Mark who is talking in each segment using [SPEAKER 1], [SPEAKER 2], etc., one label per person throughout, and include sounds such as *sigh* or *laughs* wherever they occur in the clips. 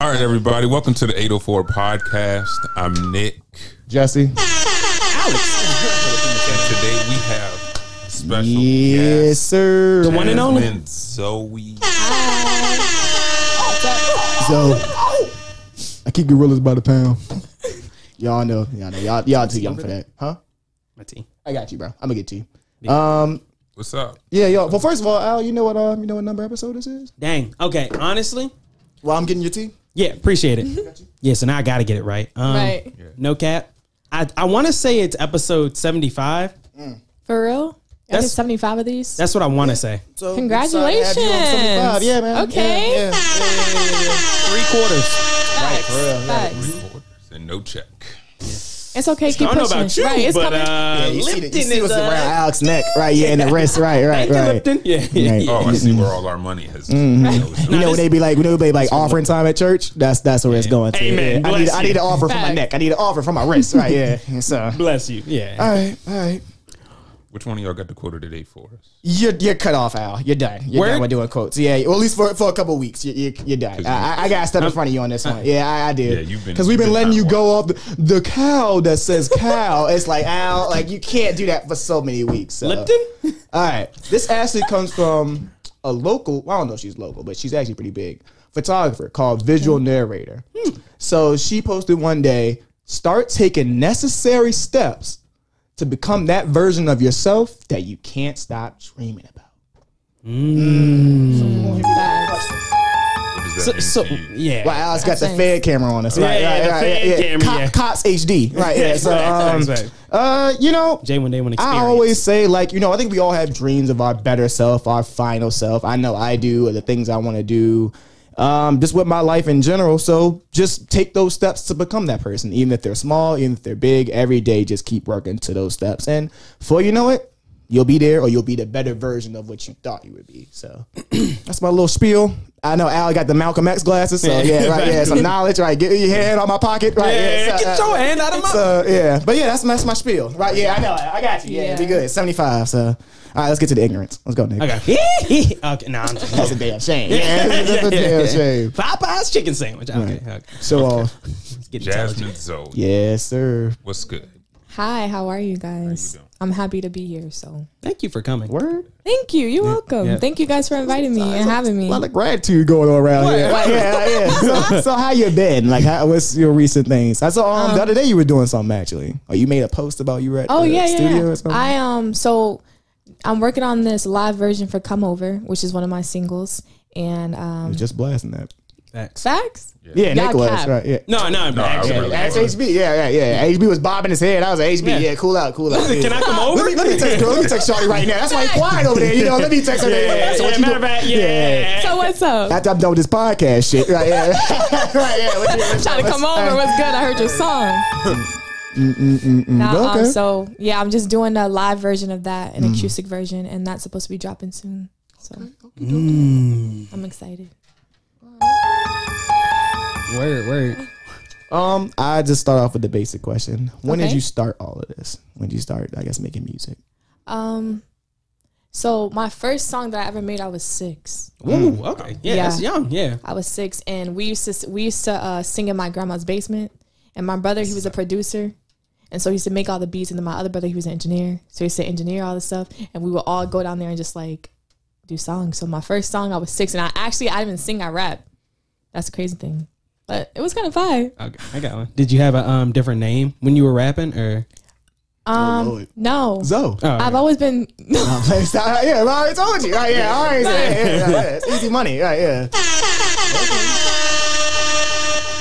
[SPEAKER 1] All right, everybody, welcome to the 804 podcast. I'm Nick,
[SPEAKER 2] Jesse.
[SPEAKER 1] and today we have special
[SPEAKER 2] Yes,
[SPEAKER 1] guest
[SPEAKER 2] sir.
[SPEAKER 3] The one and only.
[SPEAKER 1] Jasmine Zoe.
[SPEAKER 2] So I keep gorillas by the pound. Y'all know, y'all know, y'all, y'all too young for that, huh?
[SPEAKER 3] My tea.
[SPEAKER 2] I got you, bro. I'm gonna get to you. Um,
[SPEAKER 1] What's up?
[SPEAKER 2] yeah, yo. Well, first of all, Al, you know what, um, you know what number episode this is?
[SPEAKER 3] Dang. Okay. Honestly,
[SPEAKER 2] Well, I'm getting your tea.
[SPEAKER 3] yeah. Appreciate it. yeah. So now I got to get it right. Um,
[SPEAKER 4] Right.
[SPEAKER 3] No cap. I I want to say it's episode seventy five.
[SPEAKER 4] For real? I did
[SPEAKER 3] That's-
[SPEAKER 4] 75 of these.
[SPEAKER 3] That's what I want to say.
[SPEAKER 2] So
[SPEAKER 4] Congratulations.
[SPEAKER 2] we decided to have you on 75. Yeah, man.
[SPEAKER 4] Okay.
[SPEAKER 2] Yeah, yeah, yeah, yeah, yeah, yeah.
[SPEAKER 3] Three quarters.
[SPEAKER 4] Facts.
[SPEAKER 2] for real, like,
[SPEAKER 4] Facts.
[SPEAKER 1] Three quarters and no check.
[SPEAKER 4] It's okay. Keep
[SPEAKER 3] I don't know
[SPEAKER 4] pushing.
[SPEAKER 3] about you,
[SPEAKER 4] right. It's
[SPEAKER 3] but
[SPEAKER 4] coming.
[SPEAKER 3] uh,
[SPEAKER 2] You see the-
[SPEAKER 3] Lipton
[SPEAKER 2] you see
[SPEAKER 3] is
[SPEAKER 2] what's around
[SPEAKER 3] uh,
[SPEAKER 2] Alex's neck, right? Yeah, and the wrist,
[SPEAKER 4] *laughs*
[SPEAKER 2] right, right,
[SPEAKER 3] Thank you,
[SPEAKER 2] right.
[SPEAKER 3] Lipton. Yeah. yeah,
[SPEAKER 2] Right.
[SPEAKER 3] yeah.
[SPEAKER 1] Oh, I see where all our money has.
[SPEAKER 3] Mm-hmm.
[SPEAKER 1] You know, it's
[SPEAKER 2] You
[SPEAKER 1] not-
[SPEAKER 2] know when they be like, when they be like offering time at church, that's that's where it's going to.
[SPEAKER 3] Amen.
[SPEAKER 2] Yeah. I need
[SPEAKER 3] Bless
[SPEAKER 2] I need
[SPEAKER 3] you.
[SPEAKER 2] an offer from my
[SPEAKER 4] Facts.
[SPEAKER 2] neck. I need an offer from my wrist, right? Yeah. *laughs* So.
[SPEAKER 3] *laughs* Bless you. Yeah.
[SPEAKER 2] All right, all right.
[SPEAKER 1] Which one of y'all got the quote of the day for us?
[SPEAKER 2] You're you're cut off, Al. You're done. You're
[SPEAKER 3] Word?
[SPEAKER 2] done with doing quotes. Yeah, well, at least for, for a couple of weeks, you, you, you're done. I, I- I got to step in front of you on this one. Yeah, I, I did.
[SPEAKER 1] Yeah, you've been-
[SPEAKER 2] because we've
[SPEAKER 1] you've
[SPEAKER 2] been
[SPEAKER 1] been
[SPEAKER 2] letting
[SPEAKER 1] hot
[SPEAKER 2] you
[SPEAKER 1] water.
[SPEAKER 2] go off the, the cow that says cow. it's like Al, like you can't do that for so many weeks. so.
[SPEAKER 3] Lipton.
[SPEAKER 2] *laughs* All right, this actually comes from a local. Well, I don't know if she's local, but she's actually pretty big photographer called Visual
[SPEAKER 3] Hmm.
[SPEAKER 2] Narrator. So she posted one day: start taking necessary steps to become that version of yourself that you can't stop dreaming about.
[SPEAKER 3] uh,
[SPEAKER 1] What does
[SPEAKER 3] So,
[SPEAKER 1] that
[SPEAKER 3] so
[SPEAKER 1] mean to you?
[SPEAKER 3] yeah.
[SPEAKER 2] Wow, Al's got the
[SPEAKER 4] Thanks.
[SPEAKER 2] Fed camera on us.
[SPEAKER 3] Yeah,
[SPEAKER 2] Right,
[SPEAKER 3] yeah,
[SPEAKER 2] right,
[SPEAKER 3] the
[SPEAKER 2] right,
[SPEAKER 3] Fed
[SPEAKER 2] yeah, yeah.
[SPEAKER 3] camera,
[SPEAKER 2] Cop-
[SPEAKER 3] yeah.
[SPEAKER 2] Cops HD. Right, yeah. So,
[SPEAKER 3] Facts, facts,
[SPEAKER 2] um,
[SPEAKER 3] facts.
[SPEAKER 2] uh, you know,
[SPEAKER 3] Jay one day one experience.
[SPEAKER 2] I always say, like, you know, I think we all have dreams of our better self, our final self. I know I do, or the things I want to do, um, just with my life in general. So just take those steps to become that person, even if they're small, even if they're big. Every day, just keep working to those steps. And before you know it, you'll be there or you'll be the better version of what you thought you would be. So *clears throat* that's my little spiel. I know Al got the Malcolm X glasses, so yeah, right, yeah, some knowledge, right? Get your hand out of my pocket, right?
[SPEAKER 3] Yeah,
[SPEAKER 2] so,
[SPEAKER 3] get
[SPEAKER 2] uh,
[SPEAKER 3] your hand out of my.
[SPEAKER 2] so yeah, but yeah, that's that's my spiel, right? Yeah, I know, I got you. Yeah, it'd be
[SPEAKER 4] Yeah.
[SPEAKER 2] good. Seventy five. So, all right, let's get to the ignorance. Let's go,
[SPEAKER 4] *laughs*
[SPEAKER 2] Nick.
[SPEAKER 3] Okay. *laughs* okay. Nah.
[SPEAKER 2] *laughs*
[SPEAKER 3] I'm just-
[SPEAKER 2] That's a damn shame. Yeah, that's a damn shame.
[SPEAKER 3] *laughs* Popeye's chicken sandwich. Okay. okay.
[SPEAKER 2] So, off.
[SPEAKER 3] Let's get
[SPEAKER 1] Jasmine Zoe.
[SPEAKER 2] yes, sir.
[SPEAKER 1] What's good?
[SPEAKER 4] Hi, how are you guys?
[SPEAKER 1] doing?
[SPEAKER 4] I'm happy to be here. So
[SPEAKER 3] Thank you for coming.
[SPEAKER 2] Word.
[SPEAKER 4] thank you. You're welcome.
[SPEAKER 3] yeah.
[SPEAKER 4] Thank you guys for inviting me and having me.
[SPEAKER 2] A lot of gratitude going on around here.
[SPEAKER 3] What?
[SPEAKER 2] Yeah,
[SPEAKER 4] *laughs*
[SPEAKER 2] yeah. So, so how you been? Like, how, what's your recent things? I saw um, the other day you were doing something actually. Oh, you made a post about you were at
[SPEAKER 4] Oh
[SPEAKER 2] the
[SPEAKER 4] yeah,
[SPEAKER 2] studio
[SPEAKER 4] yeah.
[SPEAKER 2] or something.
[SPEAKER 4] I um so I'm working on this live version for Come Over, which is one of my singles. And um
[SPEAKER 2] just blasting that.
[SPEAKER 3] Thanks.
[SPEAKER 4] facts?
[SPEAKER 2] Yeah,
[SPEAKER 4] Y'all
[SPEAKER 2] Nick was
[SPEAKER 4] cap.
[SPEAKER 2] right. Yeah.
[SPEAKER 3] No, no,
[SPEAKER 1] No, I
[SPEAKER 3] actually,
[SPEAKER 1] really-
[SPEAKER 2] That's
[SPEAKER 1] Yeah.
[SPEAKER 2] HB. Yeah, yeah, yeah. HB was bobbing his head. I was like, HB.
[SPEAKER 3] Yeah.
[SPEAKER 2] Yeah, cool out, cool out.
[SPEAKER 3] Can I come
[SPEAKER 2] Let
[SPEAKER 3] over?
[SPEAKER 2] me- Let me text girl. Let me text Shawty right now. That's why
[SPEAKER 3] *laughs*
[SPEAKER 2] he's quiet over there. You know, let me text her.
[SPEAKER 3] Yeah,
[SPEAKER 2] Yeah, so what
[SPEAKER 3] yeah,
[SPEAKER 2] you
[SPEAKER 3] matter of
[SPEAKER 2] do-
[SPEAKER 3] fact, yeah.
[SPEAKER 4] So what's up?
[SPEAKER 2] After I'm done with this podcast shit, right? *laughs* Yeah, right. Yeah,
[SPEAKER 4] *laughs*
[SPEAKER 2] what you-
[SPEAKER 4] I'm trying to come over. What's good? I heard your song. Nah, um,
[SPEAKER 2] Okay.
[SPEAKER 4] so yeah, I'm just doing a live version of that, an acoustic version, and that's supposed to be dropping soon. So I'm excited.
[SPEAKER 3] Word, word.
[SPEAKER 2] Um, I just start off with the basic question. When did
[SPEAKER 4] Okay.
[SPEAKER 2] you start all of this? When did you start? I guess making music.
[SPEAKER 4] Um, so my first song that I ever made, I was six.
[SPEAKER 3] Ooh, okay. Yeah,
[SPEAKER 4] Yeah.
[SPEAKER 3] that's young. Yeah.
[SPEAKER 4] I was six, and we used to we used to uh, sing in my grandma's basement. And my brother, he was a producer, and so he used to make all the beats. And then my other brother, he was an engineer, so he used to engineer all the stuff. And we would all go down there and just like do songs. So my first song, I was six, and I actually I didn't even sing, I rap. That's the crazy thing, but it was kind of fun.
[SPEAKER 3] Okay, I got one. Did you have a um different name when you were rapping or?
[SPEAKER 4] Um,
[SPEAKER 2] Lord.
[SPEAKER 4] no,
[SPEAKER 2] Zo. *laughs*
[SPEAKER 3] Oh,
[SPEAKER 4] I've always been. *laughs*
[SPEAKER 2] yeah, I already told you. Right, yeah, all right, yeah, yeah, yeah, yeah. It's easy money. Right,
[SPEAKER 4] *laughs*
[SPEAKER 2] yeah.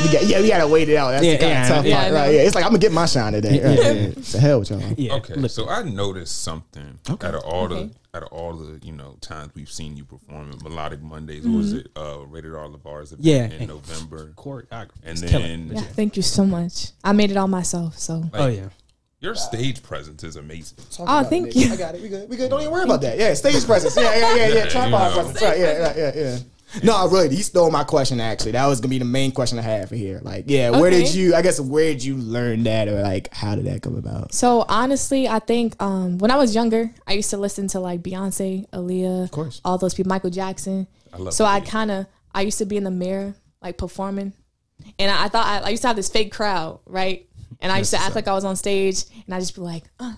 [SPEAKER 2] We got, yeah, we gotta wait it out. That's
[SPEAKER 3] Yeah,
[SPEAKER 2] the kind
[SPEAKER 3] yeah,
[SPEAKER 2] of tough
[SPEAKER 3] yeah,
[SPEAKER 2] part,
[SPEAKER 4] I know.
[SPEAKER 2] right? Yeah, it's like I'm gonna get my shine today. Right, yeah,
[SPEAKER 3] Yeah.
[SPEAKER 2] yeah. So hell with y'all.
[SPEAKER 3] yeah.
[SPEAKER 1] Okay,
[SPEAKER 3] Look,
[SPEAKER 1] so I noticed something out of all
[SPEAKER 4] Okay.
[SPEAKER 1] the out of all the you know times we've seen you perform at Melodic Mondays, or was it uh, Rated R Lavar's event
[SPEAKER 3] Mm-hmm. Yeah.
[SPEAKER 1] in November,
[SPEAKER 3] choreography.
[SPEAKER 1] and
[SPEAKER 3] It's killing.
[SPEAKER 1] then
[SPEAKER 4] Yeah, thank you so much. I made it all myself. So,
[SPEAKER 3] Oh yeah.
[SPEAKER 1] your stage presence is amazing.
[SPEAKER 4] oh, thank you.
[SPEAKER 2] I got it. We good. We good. Don't even worry about that. Yeah, stage presence. Yeah, yeah,
[SPEAKER 1] *laughs*
[SPEAKER 2] yeah, yeah. Tripod
[SPEAKER 1] you know.
[SPEAKER 2] presence. Right, yeah, right, yeah, yeah. No, I really, he stole my question. Actually, that was gonna be the main question I had for here. Like, yeah, where did
[SPEAKER 4] Okay.
[SPEAKER 2] you? I guess where did you learn that, or like, how did that come about?
[SPEAKER 4] So honestly, I think um, when I was younger, I used to listen to like Beyonce, Aaliyah, of
[SPEAKER 2] course.
[SPEAKER 4] all those people, Michael Jackson.
[SPEAKER 1] I love
[SPEAKER 4] so I
[SPEAKER 1] Aaliyah.
[SPEAKER 4] kind of I used to be in the mirror like performing, And I, I thought I, I used to have this fake crowd, right? And I used to act like I was on stage, and I just be like, uh,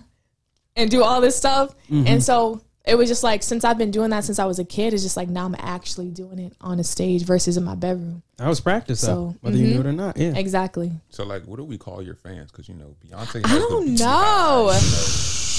[SPEAKER 4] and do all this stuff.
[SPEAKER 1] Mm-hmm.
[SPEAKER 4] And so it was just like since I've been doing that since I was a kid, it's just like now I'm actually doing it on a stage versus in my bedroom.
[SPEAKER 3] That was practice, though,
[SPEAKER 4] So,
[SPEAKER 3] whether you knew it or not. Yeah.
[SPEAKER 4] Exactly.
[SPEAKER 1] So like, what do we call your fans? Because you know, Beyonce. Has
[SPEAKER 4] I
[SPEAKER 1] the
[SPEAKER 4] don't
[SPEAKER 1] Beehive,
[SPEAKER 4] know.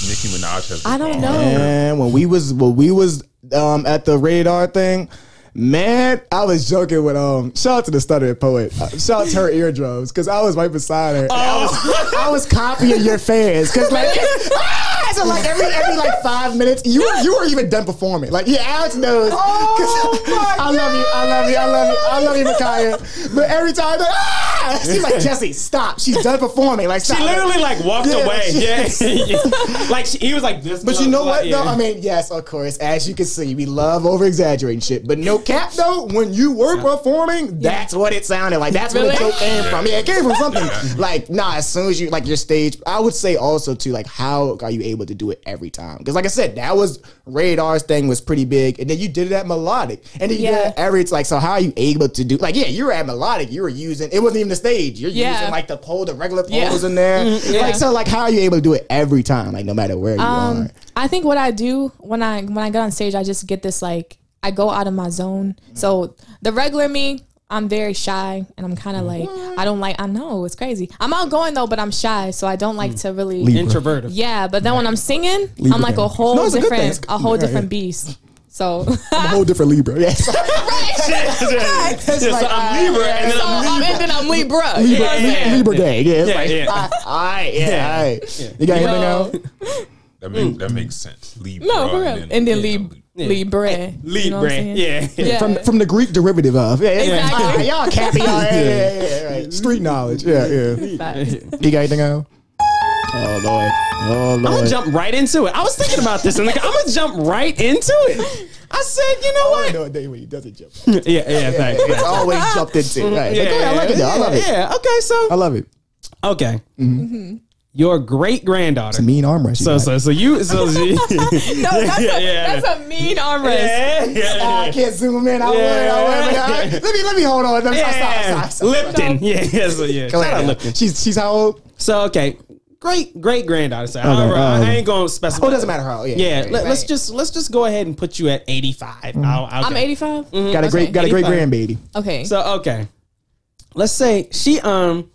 [SPEAKER 1] Nicki Minaj has. The
[SPEAKER 4] I don't
[SPEAKER 1] Beehive.
[SPEAKER 3] Oh.
[SPEAKER 4] know.
[SPEAKER 2] And when we was when we was um, at the radar thing, man, I was joking with um. Shout out to the stuttering poet. Uh, shout out to her eardrums because I was right beside her. And I
[SPEAKER 3] Oh.
[SPEAKER 2] was I was copying your fans because
[SPEAKER 3] *laughs*
[SPEAKER 2] like. ah! So like every every like five minutes, you were you were even done performing. Like yeah, Alex knows. 'Cause
[SPEAKER 3] Oh,
[SPEAKER 2] I love you, I love you, I love you, I love you, Micaiah. But every time, like, ah! she's
[SPEAKER 3] *laughs*
[SPEAKER 2] like Jesse, stop. She's done performing. Like stop.
[SPEAKER 3] She literally like walked
[SPEAKER 2] Yeah,
[SPEAKER 3] away.
[SPEAKER 2] she-
[SPEAKER 3] Yeah, *laughs* Yeah. like she, he was like this.
[SPEAKER 2] But you know what
[SPEAKER 3] Yeah.
[SPEAKER 2] though? I mean, yes, of course. As you can see, we love over exaggerating shit. But no cap though, when you were performing, that's what it sounded like. That's where the
[SPEAKER 4] Really?
[SPEAKER 2] joke came from. Yeah, it came from something. Like, nah, as soon as you like your stage, I would say also too, like, how are you able to do it every time? Because like I said, that was Radar's thing was pretty big, and then you did it at Melodic, and then you did
[SPEAKER 4] Yeah.
[SPEAKER 2] it at every. It's like, so how are you able to do? Like, yeah, you were at Melodic, you were using it wasn't even the stage. You're
[SPEAKER 4] Yeah.
[SPEAKER 2] using like the pole, the regular poles
[SPEAKER 4] Yeah.
[SPEAKER 2] in there.
[SPEAKER 4] *laughs* yeah.
[SPEAKER 2] Like, so like, how are you able to do it every time? Like, no matter where you are.
[SPEAKER 4] Um, I think what I do when I when I get on stage, I just get this like I go out of my zone. So the regular me, I'm very shy and I'm kind of like
[SPEAKER 2] Mm-hmm.
[SPEAKER 4] I don't like I know it's crazy. I'm outgoing though, but I'm shy, so I don't like
[SPEAKER 2] Mm.
[SPEAKER 4] to really.
[SPEAKER 3] introverted.
[SPEAKER 4] Yeah, but then when I'm singing, I'm like a whole
[SPEAKER 2] No, it's a good thing. It's
[SPEAKER 4] different
[SPEAKER 2] good.
[SPEAKER 4] a whole
[SPEAKER 2] Right,
[SPEAKER 4] different
[SPEAKER 2] yeah.
[SPEAKER 4] beast.
[SPEAKER 2] *laughs*
[SPEAKER 4] So *laughs*
[SPEAKER 2] I'm a whole different Libra. *laughs* Yes.
[SPEAKER 3] Yeah, so
[SPEAKER 2] like,
[SPEAKER 3] I'm Libra, and then I'm
[SPEAKER 4] I'm, and then I'm Libra.
[SPEAKER 2] Libra,
[SPEAKER 3] Yeah,
[SPEAKER 2] Li-
[SPEAKER 3] yeah.
[SPEAKER 2] Libra day. Yeah. It's
[SPEAKER 3] Yeah,
[SPEAKER 2] like,
[SPEAKER 3] yeah.
[SPEAKER 2] ah, All right. Yeah.
[SPEAKER 3] Yeah.
[SPEAKER 2] All right. You got anything
[SPEAKER 4] Yo.
[SPEAKER 2] else?
[SPEAKER 1] That makes that makes sense. Libra.
[SPEAKER 4] No, for real. And then Lib
[SPEAKER 3] Yeah.
[SPEAKER 4] Libra. You know
[SPEAKER 3] Libra.
[SPEAKER 4] what I'm saying?
[SPEAKER 3] yeah.
[SPEAKER 4] Yeah.
[SPEAKER 2] From from the Greek derivative of. Yeah. yeah.
[SPEAKER 4] Exactly.
[SPEAKER 2] All right, y'all cappy. Y'all. *laughs* Yeah, yeah, yeah, yeah, right. Street knowledge. Yeah. Yeah. *laughs*
[SPEAKER 4] Facts.
[SPEAKER 3] *laughs*
[SPEAKER 2] You got anything else? Oh lord. Oh
[SPEAKER 3] I'm gonna
[SPEAKER 2] lord.
[SPEAKER 3] jump right into it. I was thinking about this, and like I'm gonna jump right into it. I said, you know
[SPEAKER 2] I
[SPEAKER 3] what?
[SPEAKER 2] know a day when he doesn't jump. *laughs*
[SPEAKER 3] Yeah, yeah, thanks.
[SPEAKER 2] It's always jumped into. Right.
[SPEAKER 3] Yeah,
[SPEAKER 2] But go ahead, I like it. though. I love it.
[SPEAKER 3] Yeah, okay,
[SPEAKER 2] I
[SPEAKER 3] so
[SPEAKER 2] love Mm-hmm. it.
[SPEAKER 3] okay, Mm-hmm. your great granddaughter.
[SPEAKER 2] Mean arm wrestling.
[SPEAKER 3] So, so, so you,
[SPEAKER 2] *laughs*
[SPEAKER 3] so you,
[SPEAKER 4] No,
[SPEAKER 3] *laughs*
[SPEAKER 4] that's,
[SPEAKER 3] Yeah,
[SPEAKER 4] a,
[SPEAKER 3] yeah.
[SPEAKER 4] that's a mean arm wrist.
[SPEAKER 3] yeah,
[SPEAKER 2] Ah, I
[SPEAKER 3] yeah,
[SPEAKER 2] can't zoom in. I would. I would.
[SPEAKER 3] Yeah.
[SPEAKER 2] All right, *laughs* Let me let me hold on. Let me stop, stop, stop,
[SPEAKER 3] yeah.
[SPEAKER 2] stop.
[SPEAKER 3] Lipton, yeah, yeah, so yeah.
[SPEAKER 2] Go
[SPEAKER 3] Shout out
[SPEAKER 2] ahead.
[SPEAKER 3] Lipton.
[SPEAKER 2] She's she's how old?
[SPEAKER 3] So okay, great great granddaughter. So however, I-
[SPEAKER 2] um,
[SPEAKER 3] I ain't gonna specify.
[SPEAKER 2] Oh, it doesn't matter how. old, Yeah,
[SPEAKER 3] Yeah, let, us
[SPEAKER 4] Right.
[SPEAKER 3] just let's just go ahead and put you at eighty
[SPEAKER 2] Mm-hmm.
[SPEAKER 4] I'm 85.
[SPEAKER 2] Got a great,
[SPEAKER 4] Okay.
[SPEAKER 2] got a great
[SPEAKER 3] 85.
[SPEAKER 2] grandbaby.
[SPEAKER 4] Okay. So,
[SPEAKER 3] So okay, let's say she um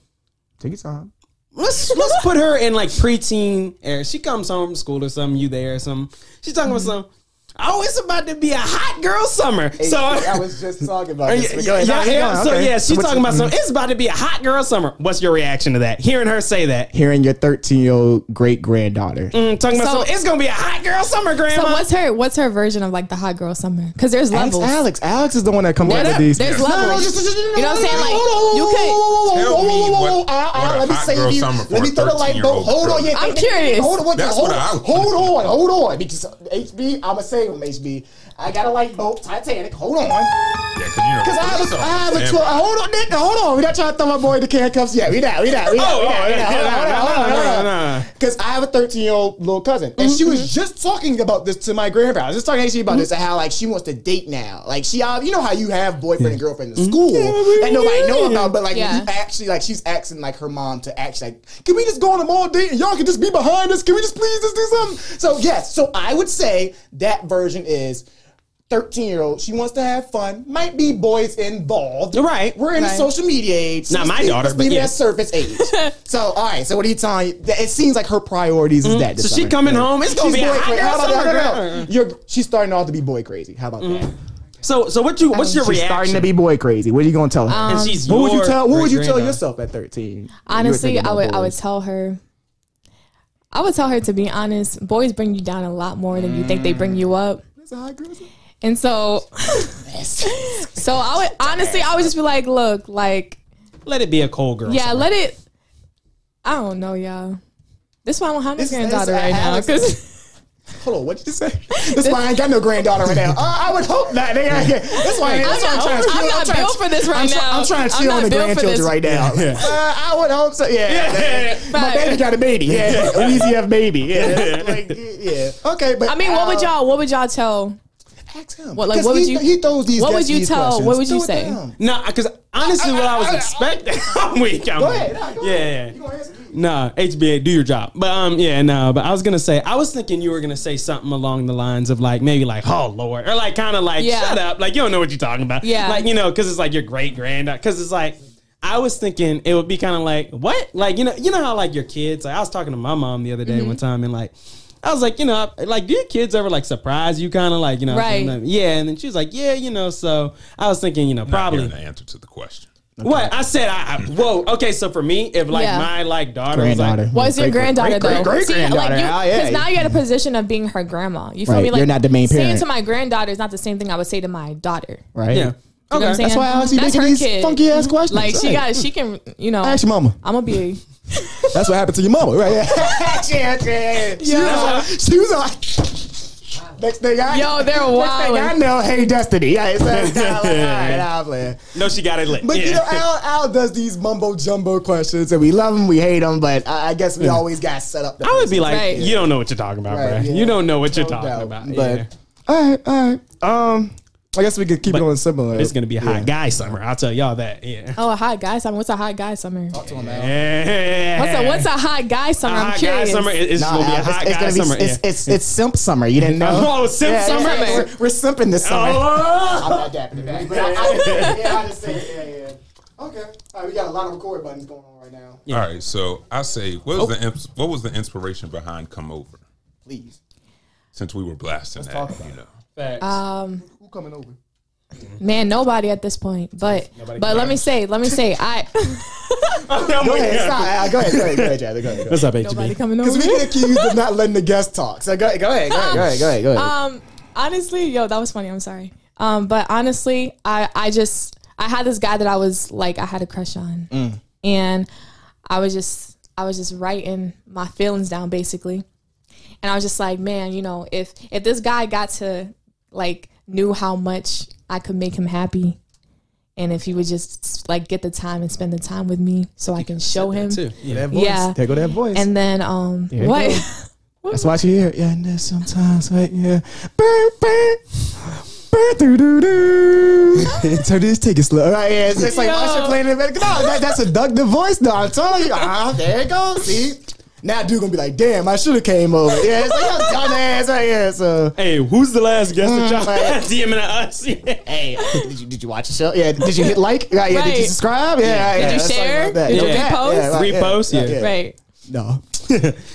[SPEAKER 2] Take your time.
[SPEAKER 3] let's let's put her in like preteen era. She comes home from school or something. You there or something? She's talking
[SPEAKER 2] Mm-hmm.
[SPEAKER 3] about something. Oh, it's about to be a hot girl summer. So
[SPEAKER 2] was just talking about
[SPEAKER 3] *laughs* Yeah, yeah, yeah, so yeah, she's talking about
[SPEAKER 2] mm-hmm.
[SPEAKER 3] something. It's about to be a hot girl summer. What's your reaction to that? Hearing her say that,
[SPEAKER 2] Hearing your 13 year old great granddaughter.
[SPEAKER 3] Mm, talking about
[SPEAKER 4] So-
[SPEAKER 3] something. It's gonna be a hot girl summer, grandma.
[SPEAKER 4] what's her what's her version of like the hot girl summer? Because there's
[SPEAKER 2] Ask
[SPEAKER 4] levels.
[SPEAKER 2] Alex. Alex is the one that comes up
[SPEAKER 4] There's
[SPEAKER 2] with these.
[SPEAKER 4] there's levels. You know what I'm saying? Like, you could-
[SPEAKER 1] Tell me
[SPEAKER 2] you
[SPEAKER 1] what- what a
[SPEAKER 2] Let me
[SPEAKER 1] hot
[SPEAKER 2] save
[SPEAKER 1] girl
[SPEAKER 2] you.
[SPEAKER 1] summer
[SPEAKER 2] Let
[SPEAKER 1] for
[SPEAKER 2] me
[SPEAKER 1] a
[SPEAKER 2] throw the light
[SPEAKER 1] 13-year-old
[SPEAKER 2] bulb. Hold on.
[SPEAKER 1] girl.
[SPEAKER 2] Yeah,
[SPEAKER 4] I'm
[SPEAKER 2] think-
[SPEAKER 4] curious.
[SPEAKER 2] Hold on.
[SPEAKER 1] That's
[SPEAKER 2] hold,
[SPEAKER 1] what I
[SPEAKER 2] on,
[SPEAKER 1] would-
[SPEAKER 2] hold on. Hold on. Because HB, I'ma save him. HB. I got a light bulb. Titanic. Hold on.
[SPEAKER 1] Yeah, because you know.
[SPEAKER 2] Cause I have a, I have a
[SPEAKER 1] Yeah,
[SPEAKER 2] twelve. Hold on, Nick, hold on. We're not trying to throw my boy in the handcuffs yet. We not. We not. We not.
[SPEAKER 3] Oh,
[SPEAKER 2] we not,
[SPEAKER 3] oh,
[SPEAKER 2] we not.
[SPEAKER 3] yeah,
[SPEAKER 2] Hold on,
[SPEAKER 3] yeah,
[SPEAKER 2] hold on,
[SPEAKER 3] nah,
[SPEAKER 2] hold on,
[SPEAKER 3] nah,
[SPEAKER 2] hold on.
[SPEAKER 3] nah, Mm-hmm. nah.
[SPEAKER 2] Cause I have a thirteen year old little cousin, and she was just talking about this to my grandparents. I was just talking to you
[SPEAKER 3] Mm-hmm.
[SPEAKER 2] about this and how like she wants to date now. Like she, uh, you know how you have boyfriend and girlfriend
[SPEAKER 3] Mm-hmm.
[SPEAKER 2] in school that nobody know about, but like when
[SPEAKER 4] Yeah.
[SPEAKER 2] you actually like she's asking like her mom to actually like, can we just go on a mall date and y'all can just be behind us? Can we just please just do something? So yes, so I would say that version is. 13 year old, she wants to have fun, might be boys involved.
[SPEAKER 3] Right.
[SPEAKER 2] We're in the
[SPEAKER 4] Right.
[SPEAKER 2] social media age. so
[SPEAKER 3] Not
[SPEAKER 2] let's
[SPEAKER 3] my
[SPEAKER 2] keep-
[SPEAKER 3] daughter,
[SPEAKER 2] let's leave
[SPEAKER 3] but
[SPEAKER 2] it
[SPEAKER 3] yeah.
[SPEAKER 2] at *laughs* surface age. so, all right, so what are you telling you? It seems like her priorities is that. this
[SPEAKER 3] So she
[SPEAKER 2] summer.
[SPEAKER 3] coming home, it's gonna
[SPEAKER 2] She's
[SPEAKER 3] be a
[SPEAKER 2] boy
[SPEAKER 3] hot
[SPEAKER 2] cra-
[SPEAKER 3] girl
[SPEAKER 2] How about that? No,
[SPEAKER 3] summer,
[SPEAKER 2] no, no.
[SPEAKER 3] girl.
[SPEAKER 2] You're, she's starting off to be boy crazy. How about that?
[SPEAKER 3] So, so what you? What's your
[SPEAKER 2] Mm-hmm. Um, She's
[SPEAKER 3] reaction?
[SPEAKER 2] starting to be boy crazy. What are you gonna tell her?
[SPEAKER 4] Um,
[SPEAKER 3] and she's
[SPEAKER 2] what would you
[SPEAKER 3] your
[SPEAKER 2] tell? What would you tell
[SPEAKER 3] great-granddaughter.
[SPEAKER 2] yourself at thirteen?
[SPEAKER 4] honestly, I would I would tell her I would tell her to be honest, boys bring you down a lot more than you think they bring you up. And so *laughs* so I would honestly I would just be like, look, like
[SPEAKER 3] Let it be a cold girl.
[SPEAKER 4] yeah,
[SPEAKER 3] summer. *laughs*
[SPEAKER 4] let it I don't know, y'all. This is why I don't have no
[SPEAKER 2] This- this-
[SPEAKER 4] granddaughter right now.
[SPEAKER 2] Alex-
[SPEAKER 4] 'cause-
[SPEAKER 2] Hold on, what you say? This why I ain't got no granddaughter right now. Uh, I would hope not. They got, that's why. That's why I'm
[SPEAKER 4] not-
[SPEAKER 2] trying to.
[SPEAKER 4] I'm
[SPEAKER 2] chill- trying
[SPEAKER 4] not
[SPEAKER 2] to-
[SPEAKER 4] built for this right
[SPEAKER 2] I'm try-
[SPEAKER 4] now.
[SPEAKER 2] I'm trying to
[SPEAKER 4] I'm
[SPEAKER 2] chill on
[SPEAKER 4] not
[SPEAKER 2] the
[SPEAKER 4] built for
[SPEAKER 2] grandchildren
[SPEAKER 4] this.
[SPEAKER 2] right now. Uh, I would hope so. Yeah. My
[SPEAKER 4] Right.
[SPEAKER 2] baby got a baby. Yeah. An easy F baby. Yeah. Like, yeah. Okay, but
[SPEAKER 4] I mean, what would
[SPEAKER 2] uh,
[SPEAKER 4] y'all what would y'all tell
[SPEAKER 2] Ask him.
[SPEAKER 4] What, like,
[SPEAKER 2] Because
[SPEAKER 4] what
[SPEAKER 2] he,
[SPEAKER 4] would you-
[SPEAKER 2] he throws these.
[SPEAKER 4] what
[SPEAKER 2] guests
[SPEAKER 4] would you
[SPEAKER 2] these
[SPEAKER 4] tell-
[SPEAKER 2] questions.
[SPEAKER 4] what would you
[SPEAKER 2] Throw it
[SPEAKER 4] say?
[SPEAKER 2] down.
[SPEAKER 3] No, because honestly, what I
[SPEAKER 2] *laughs*
[SPEAKER 3] was
[SPEAKER 2] I- I-
[SPEAKER 3] expecting, *laughs* I'm weak. I'm
[SPEAKER 2] Go
[SPEAKER 3] weak.
[SPEAKER 2] ahead. Nah, go
[SPEAKER 3] yeah,
[SPEAKER 2] ahead.
[SPEAKER 3] yeah.
[SPEAKER 2] You gonna answer me.
[SPEAKER 3] No, HBA, do your job. But um, yeah, no. But I was gonna say, I was thinking you were gonna say something along the lines of like maybe like, oh lord, or like kind of like,
[SPEAKER 4] Yeah.
[SPEAKER 3] shut up, like you don't know what you're talking about.
[SPEAKER 4] Yeah.
[SPEAKER 3] like you know, because it's like your great grand, because it's like. I was thinking it would be kind of like what, like you know, you know how like your kids. Like I was talking to my mom the other
[SPEAKER 4] Mm-hmm.
[SPEAKER 3] day one time, and like I was like, you know, like do your kids ever like surprise you, kind of like you know,
[SPEAKER 4] Right.
[SPEAKER 3] Yeah, and then she was like, yeah, you know. So I was thinking, you know,
[SPEAKER 1] Probably
[SPEAKER 3] probably
[SPEAKER 1] the answer to the question.
[SPEAKER 3] what I said, I, I whoa. Okay, so for me, if like
[SPEAKER 4] Yeah.
[SPEAKER 3] my like daughter was like,
[SPEAKER 2] Granddaughter.
[SPEAKER 4] What's your granddaughter
[SPEAKER 2] great,
[SPEAKER 4] though?
[SPEAKER 2] Great,
[SPEAKER 4] See,
[SPEAKER 2] great granddaughter.
[SPEAKER 4] Like you,
[SPEAKER 2] Ah, yeah.
[SPEAKER 4] Because now you're in a position of being her grandma. You feel
[SPEAKER 2] Right,
[SPEAKER 4] me? Like
[SPEAKER 2] you're not the main
[SPEAKER 4] saying
[SPEAKER 2] parent.
[SPEAKER 4] to my granddaughter is not the same thing I would say to my daughter.
[SPEAKER 2] right.
[SPEAKER 3] yeah,
[SPEAKER 4] You know what I'm
[SPEAKER 3] okay,
[SPEAKER 4] saying?
[SPEAKER 2] That's why I ask you
[SPEAKER 4] That's
[SPEAKER 2] making
[SPEAKER 4] her
[SPEAKER 2] these
[SPEAKER 4] kid.
[SPEAKER 2] funky ass questions.
[SPEAKER 4] Like she
[SPEAKER 2] Right.
[SPEAKER 4] got, she can, you know.
[SPEAKER 2] Ask your mama.
[SPEAKER 4] I'm gonna be.
[SPEAKER 2] That's what happened to your mama, right? *laughs* yeah,
[SPEAKER 3] *laughs*
[SPEAKER 2] yeah. She, was like, she was like, next thing I
[SPEAKER 4] Yo,
[SPEAKER 2] next
[SPEAKER 4] they're
[SPEAKER 2] thing I
[SPEAKER 4] wild.
[SPEAKER 2] know, hey Destiny. Yeah, it's like,
[SPEAKER 3] *laughs*
[SPEAKER 2] all right, I'll play.
[SPEAKER 3] no, she got it lit.
[SPEAKER 2] But you know, Al, Al does these mumbo jumbo questions, and we love him, we hate him, but I, I guess we always got set up.
[SPEAKER 3] *laughs* I would be like,
[SPEAKER 4] Right.
[SPEAKER 3] you don't know what you're talking about,
[SPEAKER 2] Right,
[SPEAKER 3] bruh.
[SPEAKER 2] yeah.
[SPEAKER 3] You don't know what you're
[SPEAKER 2] No
[SPEAKER 3] talking
[SPEAKER 2] doubt,
[SPEAKER 3] about.
[SPEAKER 2] But
[SPEAKER 3] yeah.
[SPEAKER 2] all right, all right. Um, I guess we could keep
[SPEAKER 3] But-
[SPEAKER 2] it on similar.
[SPEAKER 3] It's gonna be a hot guy summer. I'll tell y'all that. Yeah.
[SPEAKER 4] Oh, a hot guy summer. What's a hot guy summer? What's
[SPEAKER 3] *laughs* yeah.
[SPEAKER 4] a what's a hot guy summer?
[SPEAKER 3] Oh, hot
[SPEAKER 4] I'm curious.
[SPEAKER 3] guy summer? It- It's gonna be a
[SPEAKER 2] Al,
[SPEAKER 3] hot
[SPEAKER 2] it's,
[SPEAKER 3] guy
[SPEAKER 2] it's gonna
[SPEAKER 3] summer.
[SPEAKER 2] be, it's,
[SPEAKER 3] yeah.
[SPEAKER 2] it's, it's simp summer. You
[SPEAKER 3] *laughs*
[SPEAKER 2] didn't know?
[SPEAKER 3] Oh, simp summer?
[SPEAKER 2] we're, we're simping this summer.
[SPEAKER 3] Oh!
[SPEAKER 2] I'm not dapping it back. But I, I, *laughs* yeah, *laughs* I just say, yeah, yeah. Okay. All right, we got a lot of record buttons going on right now.
[SPEAKER 1] All right, so I say, what was the ins- what was the inspiration behind "Come Over"?
[SPEAKER 2] Please.
[SPEAKER 1] Since we were blasting
[SPEAKER 2] talk
[SPEAKER 1] that,
[SPEAKER 2] about
[SPEAKER 1] you
[SPEAKER 2] it.
[SPEAKER 1] know,
[SPEAKER 4] Um,
[SPEAKER 2] Who coming over?
[SPEAKER 4] man, nobody at this point. But but let me say, let me say, I
[SPEAKER 3] *laughs*
[SPEAKER 2] Go ahead. Stop. Al, Go ahead. Go ahead. Go ahead, Jazzy. Go ahead.
[SPEAKER 3] What's up,
[SPEAKER 4] *laughs* Uh,
[SPEAKER 3] E
[SPEAKER 4] nobody
[SPEAKER 3] HB?
[SPEAKER 4] coming
[SPEAKER 2] Because
[SPEAKER 4] over.
[SPEAKER 2] *laughs* we get accused of not letting the guests talk. So go ahead. Go ahead. Go ahead. Go ahead. Go ahead. Go ahead.
[SPEAKER 4] Um, honestly, yo, that was funny. I'm sorry. Um, but honestly, I I just I had this guy that I was like I had a crush on,
[SPEAKER 2] Mm.
[SPEAKER 4] and I was just I was just writing my feelings down basically, and I was just like, man, you know, if if this guy got to like knew how much I could make him happy. And if he would just like get the time and spend the time with me, so I can show him,
[SPEAKER 3] Too. Yeah.
[SPEAKER 2] that voice.
[SPEAKER 4] yeah.
[SPEAKER 2] There go that voice.
[SPEAKER 4] and then um,
[SPEAKER 2] you
[SPEAKER 4] what?
[SPEAKER 2] go. That's why she here. Yeah, and there's sometimes, right? Yeah. Burn, burn. Burn, doo, doo, doo. *laughs* so just take it slow. Right, yeah. It's, it's like
[SPEAKER 4] Yo.
[SPEAKER 2] Usher playing in the back. No, that, that's a Doug the voice. No, I'm telling you. Ah, there it goes. See? Now dude gonna be like, damn, I should have came over. Yeah, it's like, yo, dumbass right here. So.
[SPEAKER 3] Hey, who's the last guest that y'all
[SPEAKER 2] right.
[SPEAKER 3] *laughs* DMing us? Yeah.
[SPEAKER 2] Mm, Hey, did you, did you watch the show? Yeah, did you hit like? Right, yeah, did you
[SPEAKER 4] Right.
[SPEAKER 2] subscribe? Yeah, yeah.
[SPEAKER 4] Did you
[SPEAKER 2] it's like
[SPEAKER 4] share?
[SPEAKER 2] like that.
[SPEAKER 4] Did
[SPEAKER 2] Yeah,
[SPEAKER 4] you
[SPEAKER 2] yeah,
[SPEAKER 4] repost?
[SPEAKER 2] yeah, right, yeah,
[SPEAKER 3] Repost? Yeah.
[SPEAKER 4] *laughs* right?
[SPEAKER 2] No. *laughs*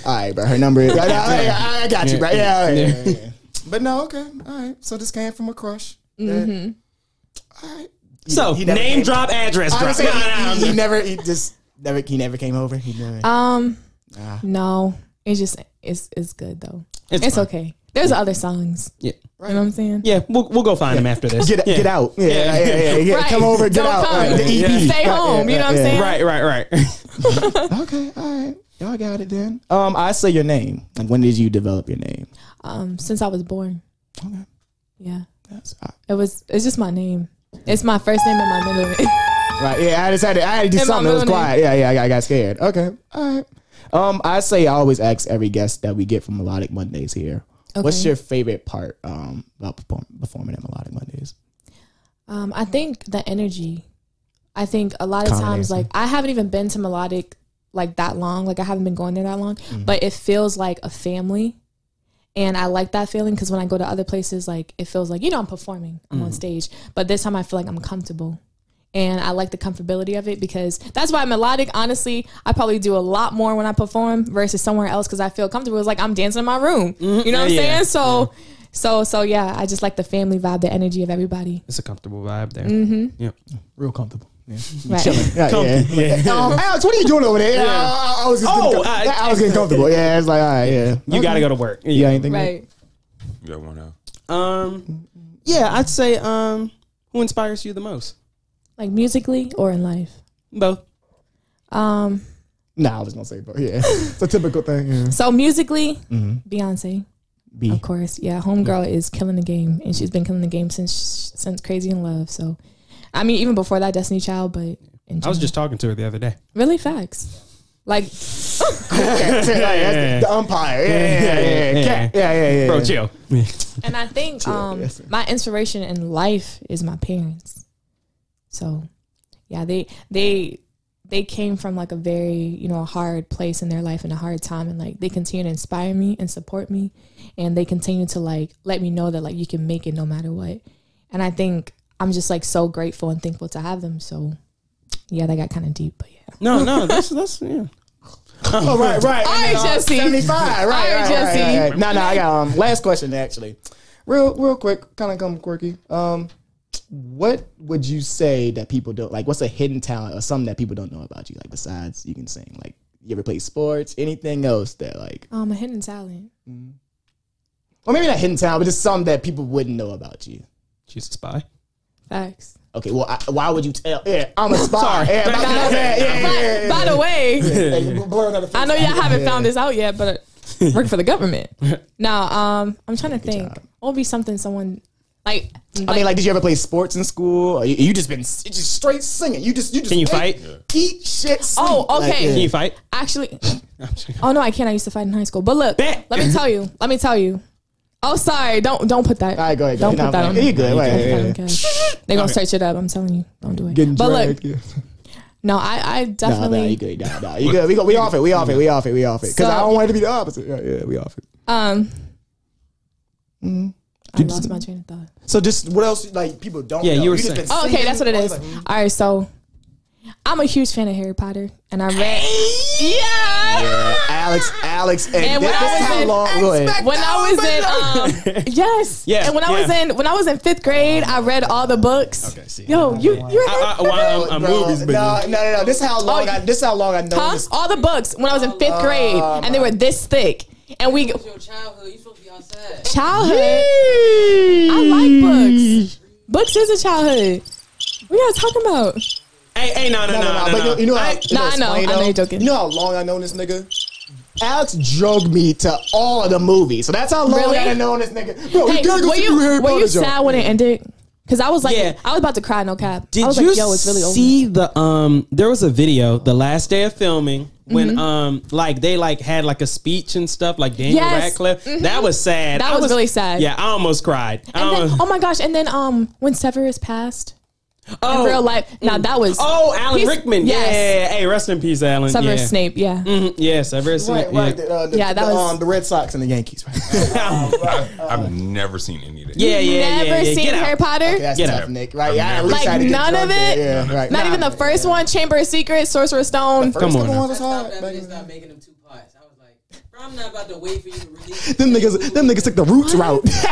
[SPEAKER 2] all right, bro. Her number is. *laughs* I, I, I got you, bro. Yeah, all right, yeah, yeah, yeah. But no, okay. All right. So this came from a crush. Mm-hmm. All right.
[SPEAKER 3] So
[SPEAKER 2] He never
[SPEAKER 3] name
[SPEAKER 2] came.
[SPEAKER 3] drop, address
[SPEAKER 2] I
[SPEAKER 3] drop.
[SPEAKER 2] say
[SPEAKER 3] No,
[SPEAKER 2] he,
[SPEAKER 3] no,
[SPEAKER 2] he-
[SPEAKER 3] no.
[SPEAKER 2] he never. He just never. He never came over. He never.
[SPEAKER 4] Um, no, it's just it's it's good though. It's,
[SPEAKER 3] fine.
[SPEAKER 4] okay. There's other songs.
[SPEAKER 3] Yeah.
[SPEAKER 4] You know what I'm saying?
[SPEAKER 3] Yeah, we'll, we'll go find him after this.
[SPEAKER 2] get
[SPEAKER 3] yeah.
[SPEAKER 2] get out. Yeah, yeah, yeah. yeah, yeah.
[SPEAKER 4] Right.
[SPEAKER 2] Come over. Get
[SPEAKER 4] Don't
[SPEAKER 2] out.
[SPEAKER 4] come.
[SPEAKER 2] Right, the
[SPEAKER 3] Yeah.
[SPEAKER 2] EP.
[SPEAKER 4] Stay
[SPEAKER 2] Right,
[SPEAKER 4] home.
[SPEAKER 2] yeah,
[SPEAKER 4] you know
[SPEAKER 2] yeah.
[SPEAKER 4] what I'm saying?
[SPEAKER 3] Right, right, right.
[SPEAKER 2] Okay. All right. Y'all got it then. Um, I say your name. Like, when did you develop your name?
[SPEAKER 4] Um, since I was born.
[SPEAKER 2] Okay.
[SPEAKER 4] Yeah.
[SPEAKER 2] That's, I,
[SPEAKER 4] It was. It's just my name. It's my first name and my middle name. *laughs*
[SPEAKER 2] Right. Yeah, I just had to, I had to do
[SPEAKER 4] In my
[SPEAKER 2] something that was
[SPEAKER 4] middle name.
[SPEAKER 2] quiet. Yeah, yeah, I got, I got scared. Okay. All right. Um, I say I always ask every guest that we get from Melodic Mondays here. What's
[SPEAKER 4] Okay.
[SPEAKER 2] your favorite part um about perform, performing at Melodic Mondays?
[SPEAKER 4] Um, I think the energy. I think a lot of times,
[SPEAKER 2] Combination.
[SPEAKER 4] like I haven't even been to melodic like that long. Like I haven't been going there that long,
[SPEAKER 3] Mm-hmm.
[SPEAKER 4] but it feels like a family, and I like that feeling because when I go to other places, like it feels like you know I'm performing, I'm
[SPEAKER 3] Mm-hmm.
[SPEAKER 4] on stage, but this time I feel like I'm comfortable. And I like the comfortability of it because that's why melodic. Honestly, I probably do a lot more when I perform versus somewhere else because I feel comfortable. It's like I'm dancing in my room. You know what I'm
[SPEAKER 3] Mm-hmm. Yeah. Mm-hmm.
[SPEAKER 4] saying? So, so, so yeah. I just like the family vibe, the energy of everybody.
[SPEAKER 3] It's a comfortable vibe there.
[SPEAKER 2] Real comfortable. Yeah.
[SPEAKER 4] Right.
[SPEAKER 2] *laughs* Yeah,
[SPEAKER 3] Comfortable,
[SPEAKER 2] yeah.
[SPEAKER 3] yeah.
[SPEAKER 2] Um, *laughs* Alex, what are you doing over there? Yeah. I, I was just getting
[SPEAKER 3] Oh,
[SPEAKER 2] com-
[SPEAKER 3] I-
[SPEAKER 2] I was getting comfortable. Yeah, it's like all right, yeah.
[SPEAKER 3] You gotta go to work.
[SPEAKER 2] *laughs* You got anything?
[SPEAKER 4] Right.
[SPEAKER 1] you got one out.
[SPEAKER 3] Um, yeah, I'd say um, who inspires you the most?
[SPEAKER 4] Like musically or in life?
[SPEAKER 3] Both.
[SPEAKER 4] Um,
[SPEAKER 2] Nah, I was gonna say, but yeah, it's a typical thing. *laughs* Yeah.
[SPEAKER 4] so musically, Beyonce,
[SPEAKER 2] B.
[SPEAKER 4] of course. Yeah, Homegirl is killing the game and she's been killing the game since since Crazy in Love. So I mean even before that Destiny Child, but in
[SPEAKER 3] I was
[SPEAKER 4] general.
[SPEAKER 3] just talking to her the other day.
[SPEAKER 4] really facts. Like,
[SPEAKER 2] the umpire. Yeah, yeah, yeah, yeah, yeah,
[SPEAKER 3] Yeah.
[SPEAKER 2] yeah, yeah, yeah, yeah.
[SPEAKER 3] Bro, chill.
[SPEAKER 4] and
[SPEAKER 2] *laughs*
[SPEAKER 4] I think um, my inspiration in life is my parents. So, yeah, they they they came from like a very you know a hard place in their life and a hard time, and like they continue to inspire me and support me, and they continue to like let me know that like you can make it no matter what. And I think I'm just like so grateful and thankful to have them. So, yeah, that got kind of deep, but yeah.
[SPEAKER 3] No, no, that's that's yeah.
[SPEAKER 2] Oh, right, right.
[SPEAKER 4] All right, Jesse.
[SPEAKER 2] Seventy-five. Right,
[SPEAKER 4] All right,
[SPEAKER 2] right, right,
[SPEAKER 4] Jesse.
[SPEAKER 2] right, right. No, no. I got um. Last question, actually. Real, real quick. Kind of come quirky. Um, what would you say that people don't like? What's a hidden talent or something that people don't know about you? Like besides you can sing. Like you ever play sports? Anything else that like,
[SPEAKER 4] Um, a hidden talent.
[SPEAKER 2] or maybe not hidden talent, but just something that people wouldn't know about you.
[SPEAKER 3] She's a spy.
[SPEAKER 4] Facts.
[SPEAKER 2] Okay, well, I, why would you tell? Yeah, I'm a
[SPEAKER 4] *laughs*
[SPEAKER 2] spy.
[SPEAKER 3] Sorry.
[SPEAKER 2] Yeah, about
[SPEAKER 4] Guys,
[SPEAKER 2] that, *laughs* yeah, yeah,
[SPEAKER 4] but,
[SPEAKER 2] yeah, yeah.
[SPEAKER 4] By the way,
[SPEAKER 2] Yeah, you blur another face.
[SPEAKER 4] I know y'all haven't found this out yet, but work for
[SPEAKER 2] *laughs*
[SPEAKER 4] the government. now, um, I'm trying to think.
[SPEAKER 2] job.
[SPEAKER 4] What would be something someone like?
[SPEAKER 2] I mean, like, did you ever play sports in school? Or you, you just been s- just straight singing. You just, you just
[SPEAKER 3] Can you
[SPEAKER 2] eat-
[SPEAKER 3] fight?
[SPEAKER 2] Eat shit. Sleep.
[SPEAKER 4] Oh,
[SPEAKER 2] Like,
[SPEAKER 4] okay.
[SPEAKER 2] yeah.
[SPEAKER 3] Can you fight?
[SPEAKER 2] *laughs*
[SPEAKER 4] actually,
[SPEAKER 3] I'm joking.
[SPEAKER 4] oh no, I can't. I used to fight in high school. But look,
[SPEAKER 3] Bet.
[SPEAKER 4] let me tell you. Let me tell you. Oh, sorry. Don't don't put that.
[SPEAKER 2] All right, go ahead. Go
[SPEAKER 4] Don't
[SPEAKER 2] ahead.
[SPEAKER 4] put that
[SPEAKER 2] Nah,
[SPEAKER 4] on.
[SPEAKER 2] You good? Right, yeah, yeah.
[SPEAKER 4] They're gonna search it up. I'm telling you, don't do it. but look, no, I I
[SPEAKER 2] Nah, nah, you
[SPEAKER 4] definitely
[SPEAKER 2] good? Nah, nah, you good? We go. We off it. We off it. We off it. We off it. Because I
[SPEAKER 4] So-
[SPEAKER 2] don't want it to be the opposite. Yeah, yeah, we off it.
[SPEAKER 4] um.
[SPEAKER 2] Mm.
[SPEAKER 4] I lost my train of thought.
[SPEAKER 2] So just what else? Like people don't.
[SPEAKER 3] Yeah,
[SPEAKER 2] know.
[SPEAKER 3] you were
[SPEAKER 2] just
[SPEAKER 3] saying.
[SPEAKER 2] been
[SPEAKER 4] Oh, okay,
[SPEAKER 2] singing
[SPEAKER 4] that's what it
[SPEAKER 2] all
[SPEAKER 4] is.
[SPEAKER 2] like-
[SPEAKER 4] All right, so I'm a huge fan of Harry Potter, and I read. Yeah.
[SPEAKER 2] Alex, Alex, and,
[SPEAKER 4] And when
[SPEAKER 2] this
[SPEAKER 4] I
[SPEAKER 2] this
[SPEAKER 4] was
[SPEAKER 2] how
[SPEAKER 4] in-
[SPEAKER 2] long? Go ahead.
[SPEAKER 4] When I was in, um, *laughs* yes,
[SPEAKER 3] Yeah,
[SPEAKER 4] And when I was
[SPEAKER 3] yeah.
[SPEAKER 4] in, when I was in fifth grade, I read all the books.
[SPEAKER 5] Okay, see.
[SPEAKER 4] Yo, you, you're
[SPEAKER 3] I, I, well, I'm, I'm
[SPEAKER 2] Bro,
[SPEAKER 3] movies, but
[SPEAKER 2] no, no, no, no. This how long?
[SPEAKER 4] Oh, you-
[SPEAKER 2] I, this how long I know
[SPEAKER 4] huh?
[SPEAKER 2] this.
[SPEAKER 4] All the books when I was in fifth grade, and they were this thick, and we
[SPEAKER 6] was your childhood. You supposed to be outside.
[SPEAKER 4] childhood. I like books. Books is a childhood. What y'all talking about?
[SPEAKER 3] hey, hey, no, no,
[SPEAKER 2] No, no, no. But you- you know how?
[SPEAKER 3] I,
[SPEAKER 2] you
[SPEAKER 4] Nah, I know.
[SPEAKER 2] explain
[SPEAKER 4] I know
[SPEAKER 2] though?
[SPEAKER 4] you're joking.
[SPEAKER 2] You know how long I known this nigga? Alex drugged me to all of the movies, so that's how long
[SPEAKER 4] Really?
[SPEAKER 2] I done known this nigga. Bro,
[SPEAKER 4] Hey,
[SPEAKER 2] you gotta go
[SPEAKER 4] were
[SPEAKER 2] see the
[SPEAKER 4] you
[SPEAKER 2] new Harry
[SPEAKER 4] were you
[SPEAKER 2] Potter joint.
[SPEAKER 4] sad when it ended? Because I was like,
[SPEAKER 3] Yeah.
[SPEAKER 4] I was about to cry. No cap.
[SPEAKER 3] did
[SPEAKER 4] I was
[SPEAKER 3] you
[SPEAKER 4] like, yo, it's really over.
[SPEAKER 3] see the um? There was a video the last day of filming when um, like they like had like a speech and stuff like Daniel
[SPEAKER 4] Yes.
[SPEAKER 3] Radcliffe. That was sad.
[SPEAKER 4] That
[SPEAKER 3] I
[SPEAKER 4] was really sad.
[SPEAKER 3] Yeah, I almost cried. I
[SPEAKER 4] And then,
[SPEAKER 3] almost-
[SPEAKER 4] oh my gosh! And then um, when Severus passed in
[SPEAKER 3] oh,
[SPEAKER 4] real life, now that was
[SPEAKER 3] Oh, Alan
[SPEAKER 4] He's-
[SPEAKER 3] Rickman. Yeah,
[SPEAKER 4] yes.
[SPEAKER 3] yeah, yeah. Hey, rest in peace, Alan.
[SPEAKER 4] Severus
[SPEAKER 3] yeah.
[SPEAKER 4] Snape. Yeah,
[SPEAKER 3] Mhm, Yes, Severus
[SPEAKER 2] Right,
[SPEAKER 3] Snape.
[SPEAKER 2] right.
[SPEAKER 3] yeah.
[SPEAKER 2] The, uh, the,
[SPEAKER 4] Yeah, that
[SPEAKER 2] the,
[SPEAKER 4] was-
[SPEAKER 2] um, the Red Sox and the Yankees. Right? okay,
[SPEAKER 1] I've, I've never seen any of that.
[SPEAKER 3] Yeah, yeah,
[SPEAKER 4] never
[SPEAKER 3] yeah, yeah.
[SPEAKER 4] seen
[SPEAKER 3] Get out.
[SPEAKER 4] Harry Potter.
[SPEAKER 2] that's
[SPEAKER 3] Get
[SPEAKER 2] tough,
[SPEAKER 3] out.
[SPEAKER 2] Nick. Right? Yeah, at least
[SPEAKER 4] Like,
[SPEAKER 2] I had to get
[SPEAKER 4] none
[SPEAKER 2] drugged
[SPEAKER 4] of
[SPEAKER 2] there.
[SPEAKER 4] it?
[SPEAKER 2] Yeah, right.
[SPEAKER 4] Not even the first one, Chamber of Secrets, Sorcerer's Stone.
[SPEAKER 2] First
[SPEAKER 3] Come on
[SPEAKER 2] couple
[SPEAKER 3] now.
[SPEAKER 2] ones was
[SPEAKER 6] I stopped
[SPEAKER 2] hard.
[SPEAKER 6] after they started making them two parts. I was like, bro, I'm not about to wait for you to release.
[SPEAKER 2] Them niggas, them niggas took the roots route. *laughs*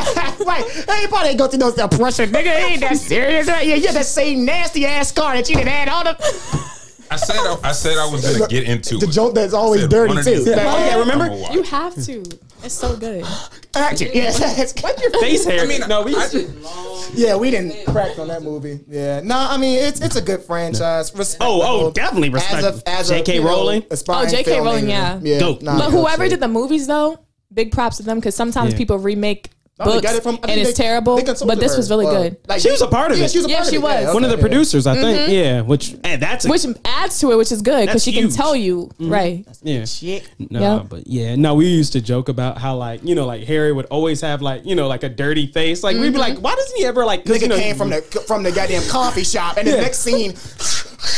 [SPEAKER 2] right. Everybody ain't go through those oppression, nigga. It Ain't that serious? Right? Yeah, you're the same nasty ass scar that you did had all the
[SPEAKER 1] I said I, I said I was gonna get into
[SPEAKER 2] the
[SPEAKER 1] it.
[SPEAKER 2] joke that's always
[SPEAKER 1] Said
[SPEAKER 2] dirty
[SPEAKER 1] one of
[SPEAKER 2] too.
[SPEAKER 1] these days
[SPEAKER 2] Like,
[SPEAKER 3] yeah,
[SPEAKER 1] I'm
[SPEAKER 3] remember?
[SPEAKER 1] gonna watch.
[SPEAKER 4] You have to. It's
[SPEAKER 2] *gasps*
[SPEAKER 4] so good.
[SPEAKER 2] at you. Yeah, that's-
[SPEAKER 3] Face hair.
[SPEAKER 1] I mean,
[SPEAKER 3] no, we.
[SPEAKER 1] I-
[SPEAKER 6] Long.
[SPEAKER 2] yeah, we didn't crack on that movie. Yeah, no, I mean it's it's a good franchise. Respectable.
[SPEAKER 3] oh, definitely
[SPEAKER 2] As
[SPEAKER 3] respectable.
[SPEAKER 2] a, as a,
[SPEAKER 3] J.K.
[SPEAKER 2] you know,
[SPEAKER 3] Rowling?
[SPEAKER 2] aspiring
[SPEAKER 4] Oh, J.K.
[SPEAKER 2] filmmaker.
[SPEAKER 4] Rowling, yeah.
[SPEAKER 3] Dope.
[SPEAKER 2] nah, dope
[SPEAKER 4] but whoever
[SPEAKER 2] shit.
[SPEAKER 4] did the movies, though, big props to them because sometimes
[SPEAKER 3] Yeah.
[SPEAKER 4] people remake
[SPEAKER 2] No, Oh, they
[SPEAKER 4] books
[SPEAKER 2] got it from- I
[SPEAKER 4] and
[SPEAKER 2] think
[SPEAKER 4] it's
[SPEAKER 2] they-
[SPEAKER 4] terrible.
[SPEAKER 2] they consulted
[SPEAKER 4] But this
[SPEAKER 2] her.
[SPEAKER 4] was really
[SPEAKER 2] Uh,
[SPEAKER 4] good,
[SPEAKER 2] like,
[SPEAKER 3] She was a part of
[SPEAKER 2] yeah,
[SPEAKER 3] it.
[SPEAKER 2] She was a
[SPEAKER 4] Yeah,
[SPEAKER 2] part
[SPEAKER 4] she
[SPEAKER 2] of it.
[SPEAKER 4] was.
[SPEAKER 3] one of
[SPEAKER 2] okay,
[SPEAKER 3] the
[SPEAKER 2] yeah.
[SPEAKER 3] producers, I think. Yeah, which hey, that's a,
[SPEAKER 4] Mm-hmm. which adds to it, which is good because
[SPEAKER 3] That's
[SPEAKER 4] she can
[SPEAKER 3] huge.
[SPEAKER 4] tell you
[SPEAKER 2] Mm-hmm.
[SPEAKER 4] right.
[SPEAKER 3] yeah.
[SPEAKER 2] Shit.
[SPEAKER 3] No,
[SPEAKER 4] Yep.
[SPEAKER 3] but yeah, no, we used to joke about how like you know like Harry would always have like you know like a dirty face. Like
[SPEAKER 4] Mm-hmm.
[SPEAKER 3] we'd be like, why doesn't he ever like? 'cause,
[SPEAKER 2] Nigga
[SPEAKER 3] you know,
[SPEAKER 2] came from the from the goddamn coffee shop, and the
[SPEAKER 3] Yeah.
[SPEAKER 2] next scene,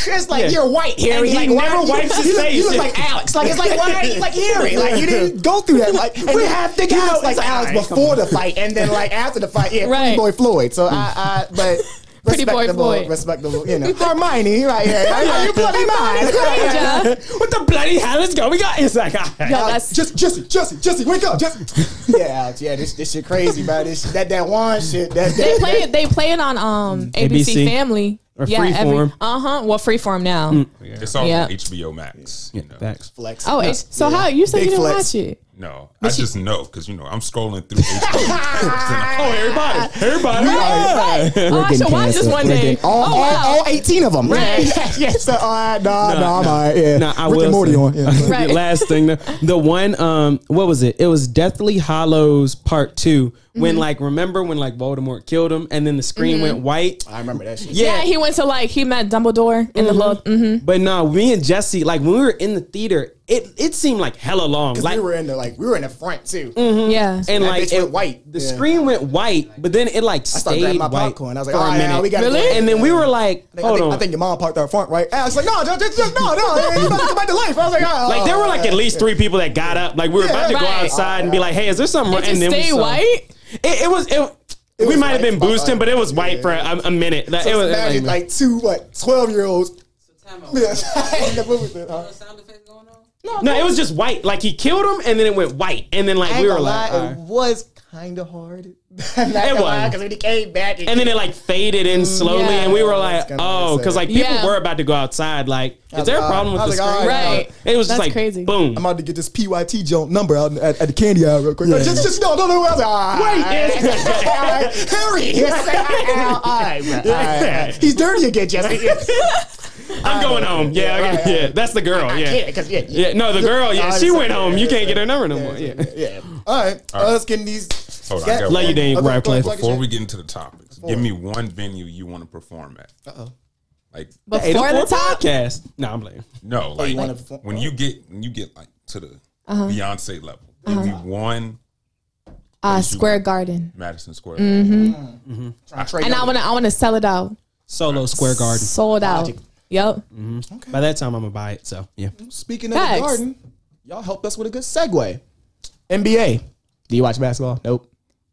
[SPEAKER 2] it's like
[SPEAKER 3] Yeah.
[SPEAKER 2] you're white, Harry.
[SPEAKER 3] he
[SPEAKER 2] like,
[SPEAKER 3] never
[SPEAKER 2] why,
[SPEAKER 3] wipes
[SPEAKER 2] you,
[SPEAKER 3] his
[SPEAKER 2] you look-
[SPEAKER 3] face.
[SPEAKER 2] You look like Alex. Like it's like why are
[SPEAKER 3] *laughs*
[SPEAKER 2] you like Harry? Like you didn't go through that. Like we have to
[SPEAKER 3] out.
[SPEAKER 2] out
[SPEAKER 3] It's
[SPEAKER 2] like
[SPEAKER 3] like,
[SPEAKER 2] Alex
[SPEAKER 3] all right, come
[SPEAKER 2] before the fight, and then like after the fight, yeah, pretty
[SPEAKER 4] Right.
[SPEAKER 2] boy Floyd. So I, I
[SPEAKER 3] *laughs*
[SPEAKER 2] but.
[SPEAKER 4] Pretty boy
[SPEAKER 2] respectable,
[SPEAKER 4] Floyd.
[SPEAKER 2] respectable, you know. Hermione, right
[SPEAKER 3] *laughs*
[SPEAKER 2] here. you bloody mine.
[SPEAKER 4] Ranger.
[SPEAKER 2] *laughs*
[SPEAKER 3] what the bloody hell is going on? It's like, *laughs* all right.
[SPEAKER 4] Yo,
[SPEAKER 2] Alex,
[SPEAKER 4] that's
[SPEAKER 2] Uh, Jesse, Jesse, Jesse, Jesse, wake up, Jesse. *laughs* yeah, Alex, yeah, this this shit crazy, bro. This that that wine shit. That, that
[SPEAKER 4] they play it. They play it on um ABC,
[SPEAKER 3] ABC.
[SPEAKER 4] Family
[SPEAKER 3] Or Freeform.
[SPEAKER 4] Uh huh. Well, Freeform now.
[SPEAKER 1] It's all
[SPEAKER 4] Yeah.
[SPEAKER 1] on HBO Max. You know.
[SPEAKER 3] Facts.
[SPEAKER 2] flex.
[SPEAKER 4] Oh, it's, so how you said
[SPEAKER 2] Big
[SPEAKER 4] you didn't
[SPEAKER 2] flex.
[SPEAKER 4] watch it?
[SPEAKER 1] No, I just know because you know I'm scrolling through. *laughs* HBO.
[SPEAKER 3] Oh, everybody, everybody.
[SPEAKER 4] Right. Oh, I should watch this one
[SPEAKER 2] We're
[SPEAKER 4] day.
[SPEAKER 2] getting- all,
[SPEAKER 4] oh,
[SPEAKER 2] all,
[SPEAKER 4] wow.
[SPEAKER 2] all 18 of them.
[SPEAKER 4] Right.
[SPEAKER 2] Yeah, *laughs* yeah, so, all right, nah,
[SPEAKER 3] Nah,
[SPEAKER 2] nah, I'm
[SPEAKER 3] nah.
[SPEAKER 2] all right. Yeah.
[SPEAKER 3] Nah, I
[SPEAKER 2] Rick
[SPEAKER 3] will
[SPEAKER 2] and Morty
[SPEAKER 3] say-
[SPEAKER 2] on. Yeah. *laughs*
[SPEAKER 4] Right.
[SPEAKER 3] The last thing, the, the one, um, what was it? It was Deathly Hollows Part Two.
[SPEAKER 4] Mm-hmm.
[SPEAKER 3] When like, remember when like Voldemort killed him, and then the screen went white.
[SPEAKER 2] I remember that shit.
[SPEAKER 4] Yeah, he went to like he met Dumbledore in the little. Mm-hmm.
[SPEAKER 3] But no, me and Jesse, like when we were in the theater, it it seemed like hella long. Like
[SPEAKER 2] we were in the like Mm, we were in the front too.
[SPEAKER 4] Yeah,
[SPEAKER 3] and
[SPEAKER 2] that
[SPEAKER 3] like
[SPEAKER 2] bitch went white.
[SPEAKER 3] The
[SPEAKER 2] Yeah.
[SPEAKER 3] screen went white, but then it like
[SPEAKER 2] I
[SPEAKER 3] stayed
[SPEAKER 2] started grabbing my
[SPEAKER 3] white
[SPEAKER 2] popcorn. I was like,
[SPEAKER 3] for
[SPEAKER 2] all
[SPEAKER 3] a
[SPEAKER 2] right,
[SPEAKER 3] minute.
[SPEAKER 2] now we got
[SPEAKER 4] Really?
[SPEAKER 3] and then we were like,
[SPEAKER 2] I think, I,
[SPEAKER 3] hold
[SPEAKER 2] think,
[SPEAKER 3] on.
[SPEAKER 2] I think your mom parked out front, right? And I was like, no, Oh, just, *laughs* just, just, no, no, you about to come back to life. I was like, oh,
[SPEAKER 3] like there were like
[SPEAKER 2] yeah.
[SPEAKER 3] at least three people that got up. Like we were about to go
[SPEAKER 4] Right.
[SPEAKER 3] outside and be like, "Hey, is there something?" wrong?"
[SPEAKER 4] it just
[SPEAKER 3] and we
[SPEAKER 4] stayed
[SPEAKER 3] saw-
[SPEAKER 4] white.
[SPEAKER 3] It, it was. It, we
[SPEAKER 2] was
[SPEAKER 3] might have
[SPEAKER 2] white
[SPEAKER 3] been
[SPEAKER 2] for a
[SPEAKER 3] boosting,
[SPEAKER 2] while.
[SPEAKER 3] but it was white
[SPEAKER 2] Yeah.
[SPEAKER 3] for a, a minute. Like,
[SPEAKER 2] So
[SPEAKER 3] it was
[SPEAKER 2] imagine
[SPEAKER 3] like,
[SPEAKER 2] like, two what twelve year olds *laughs*
[SPEAKER 6] So time out.
[SPEAKER 2] in the movie. theater, huh?
[SPEAKER 6] No sound effects going on?
[SPEAKER 3] no, it was just white. Like he killed him, and then it went white, and then like
[SPEAKER 2] I ain't
[SPEAKER 3] we were
[SPEAKER 2] gonna
[SPEAKER 3] like,
[SPEAKER 2] lie,
[SPEAKER 3] all
[SPEAKER 2] it
[SPEAKER 3] right.
[SPEAKER 2] was kind of hard. *laughs*
[SPEAKER 3] It was.
[SPEAKER 2] because when he came back,
[SPEAKER 3] and then it like faded in slowly,
[SPEAKER 4] yeah.
[SPEAKER 3] and we were like,
[SPEAKER 2] Mm, That's kinda
[SPEAKER 3] oh, because like people
[SPEAKER 4] Yeah.
[SPEAKER 3] were about to go outside. Like, is
[SPEAKER 2] was
[SPEAKER 3] there a
[SPEAKER 2] like,
[SPEAKER 3] problem with
[SPEAKER 2] I
[SPEAKER 3] the
[SPEAKER 2] was like, all
[SPEAKER 3] screen?
[SPEAKER 2] right,
[SPEAKER 4] Right.
[SPEAKER 3] It was just
[SPEAKER 4] That's
[SPEAKER 3] like
[SPEAKER 4] crazy.
[SPEAKER 3] boom.
[SPEAKER 2] I'm about to get this PYT jump number out at, at the candy aisle real quick. Just, just no, no, no. I was like, all
[SPEAKER 3] *laughs* Wait,
[SPEAKER 2] right.
[SPEAKER 3] yes.
[SPEAKER 2] all right, *laughs* hurry. all right, bro. All *laughs* right. He's dirty again, uh, Jesse.
[SPEAKER 3] *laughs* I'm going home. Yeah,
[SPEAKER 2] yeah,
[SPEAKER 3] okay.
[SPEAKER 2] right,
[SPEAKER 3] yeah. That's the girl. yeah.
[SPEAKER 2] because yeah,
[SPEAKER 3] Yeah,
[SPEAKER 2] *laughs*
[SPEAKER 3] no, the girl. Yeah,
[SPEAKER 2] I
[SPEAKER 3] she
[SPEAKER 2] said-
[SPEAKER 3] went home.
[SPEAKER 2] yeah,
[SPEAKER 3] You
[SPEAKER 2] yeah,
[SPEAKER 3] can't
[SPEAKER 2] yeah,
[SPEAKER 3] get her number no more. Yeah.
[SPEAKER 2] yeah. All right, uh, let's get in these.
[SPEAKER 1] Hold
[SPEAKER 2] *laughs*
[SPEAKER 1] on, I got
[SPEAKER 3] Love you,
[SPEAKER 1] one.
[SPEAKER 3] Daniel
[SPEAKER 2] Okay,
[SPEAKER 3] Radcliffe.
[SPEAKER 2] fuck, fuck.
[SPEAKER 1] Before we get into the topics, give me one venue you want to perform at.
[SPEAKER 2] Uh-oh.
[SPEAKER 1] Like
[SPEAKER 3] Hey,
[SPEAKER 4] Before the
[SPEAKER 3] fourth
[SPEAKER 4] top,
[SPEAKER 3] podcast. No, I'm playing.
[SPEAKER 1] no, like
[SPEAKER 2] Oh, you wanna perform-
[SPEAKER 1] when you get when you get like to the
[SPEAKER 2] Uh-huh.
[SPEAKER 1] Beyonce level, give me one
[SPEAKER 4] uh, Square Garden,
[SPEAKER 1] Madison Square.
[SPEAKER 2] Mm-hmm.
[SPEAKER 4] and I wanna I wanna sell it out,
[SPEAKER 3] Solo Square Garden.
[SPEAKER 4] sold out. Yep.
[SPEAKER 2] Mm-hmm.
[SPEAKER 3] By that time, I'm gonna buy it. So
[SPEAKER 2] *laughs*
[SPEAKER 3] yeah.
[SPEAKER 2] Speaking of
[SPEAKER 4] Facts.
[SPEAKER 2] the garden, y'all helped us with a good segue. NBA. Do you watch basketball? Nope.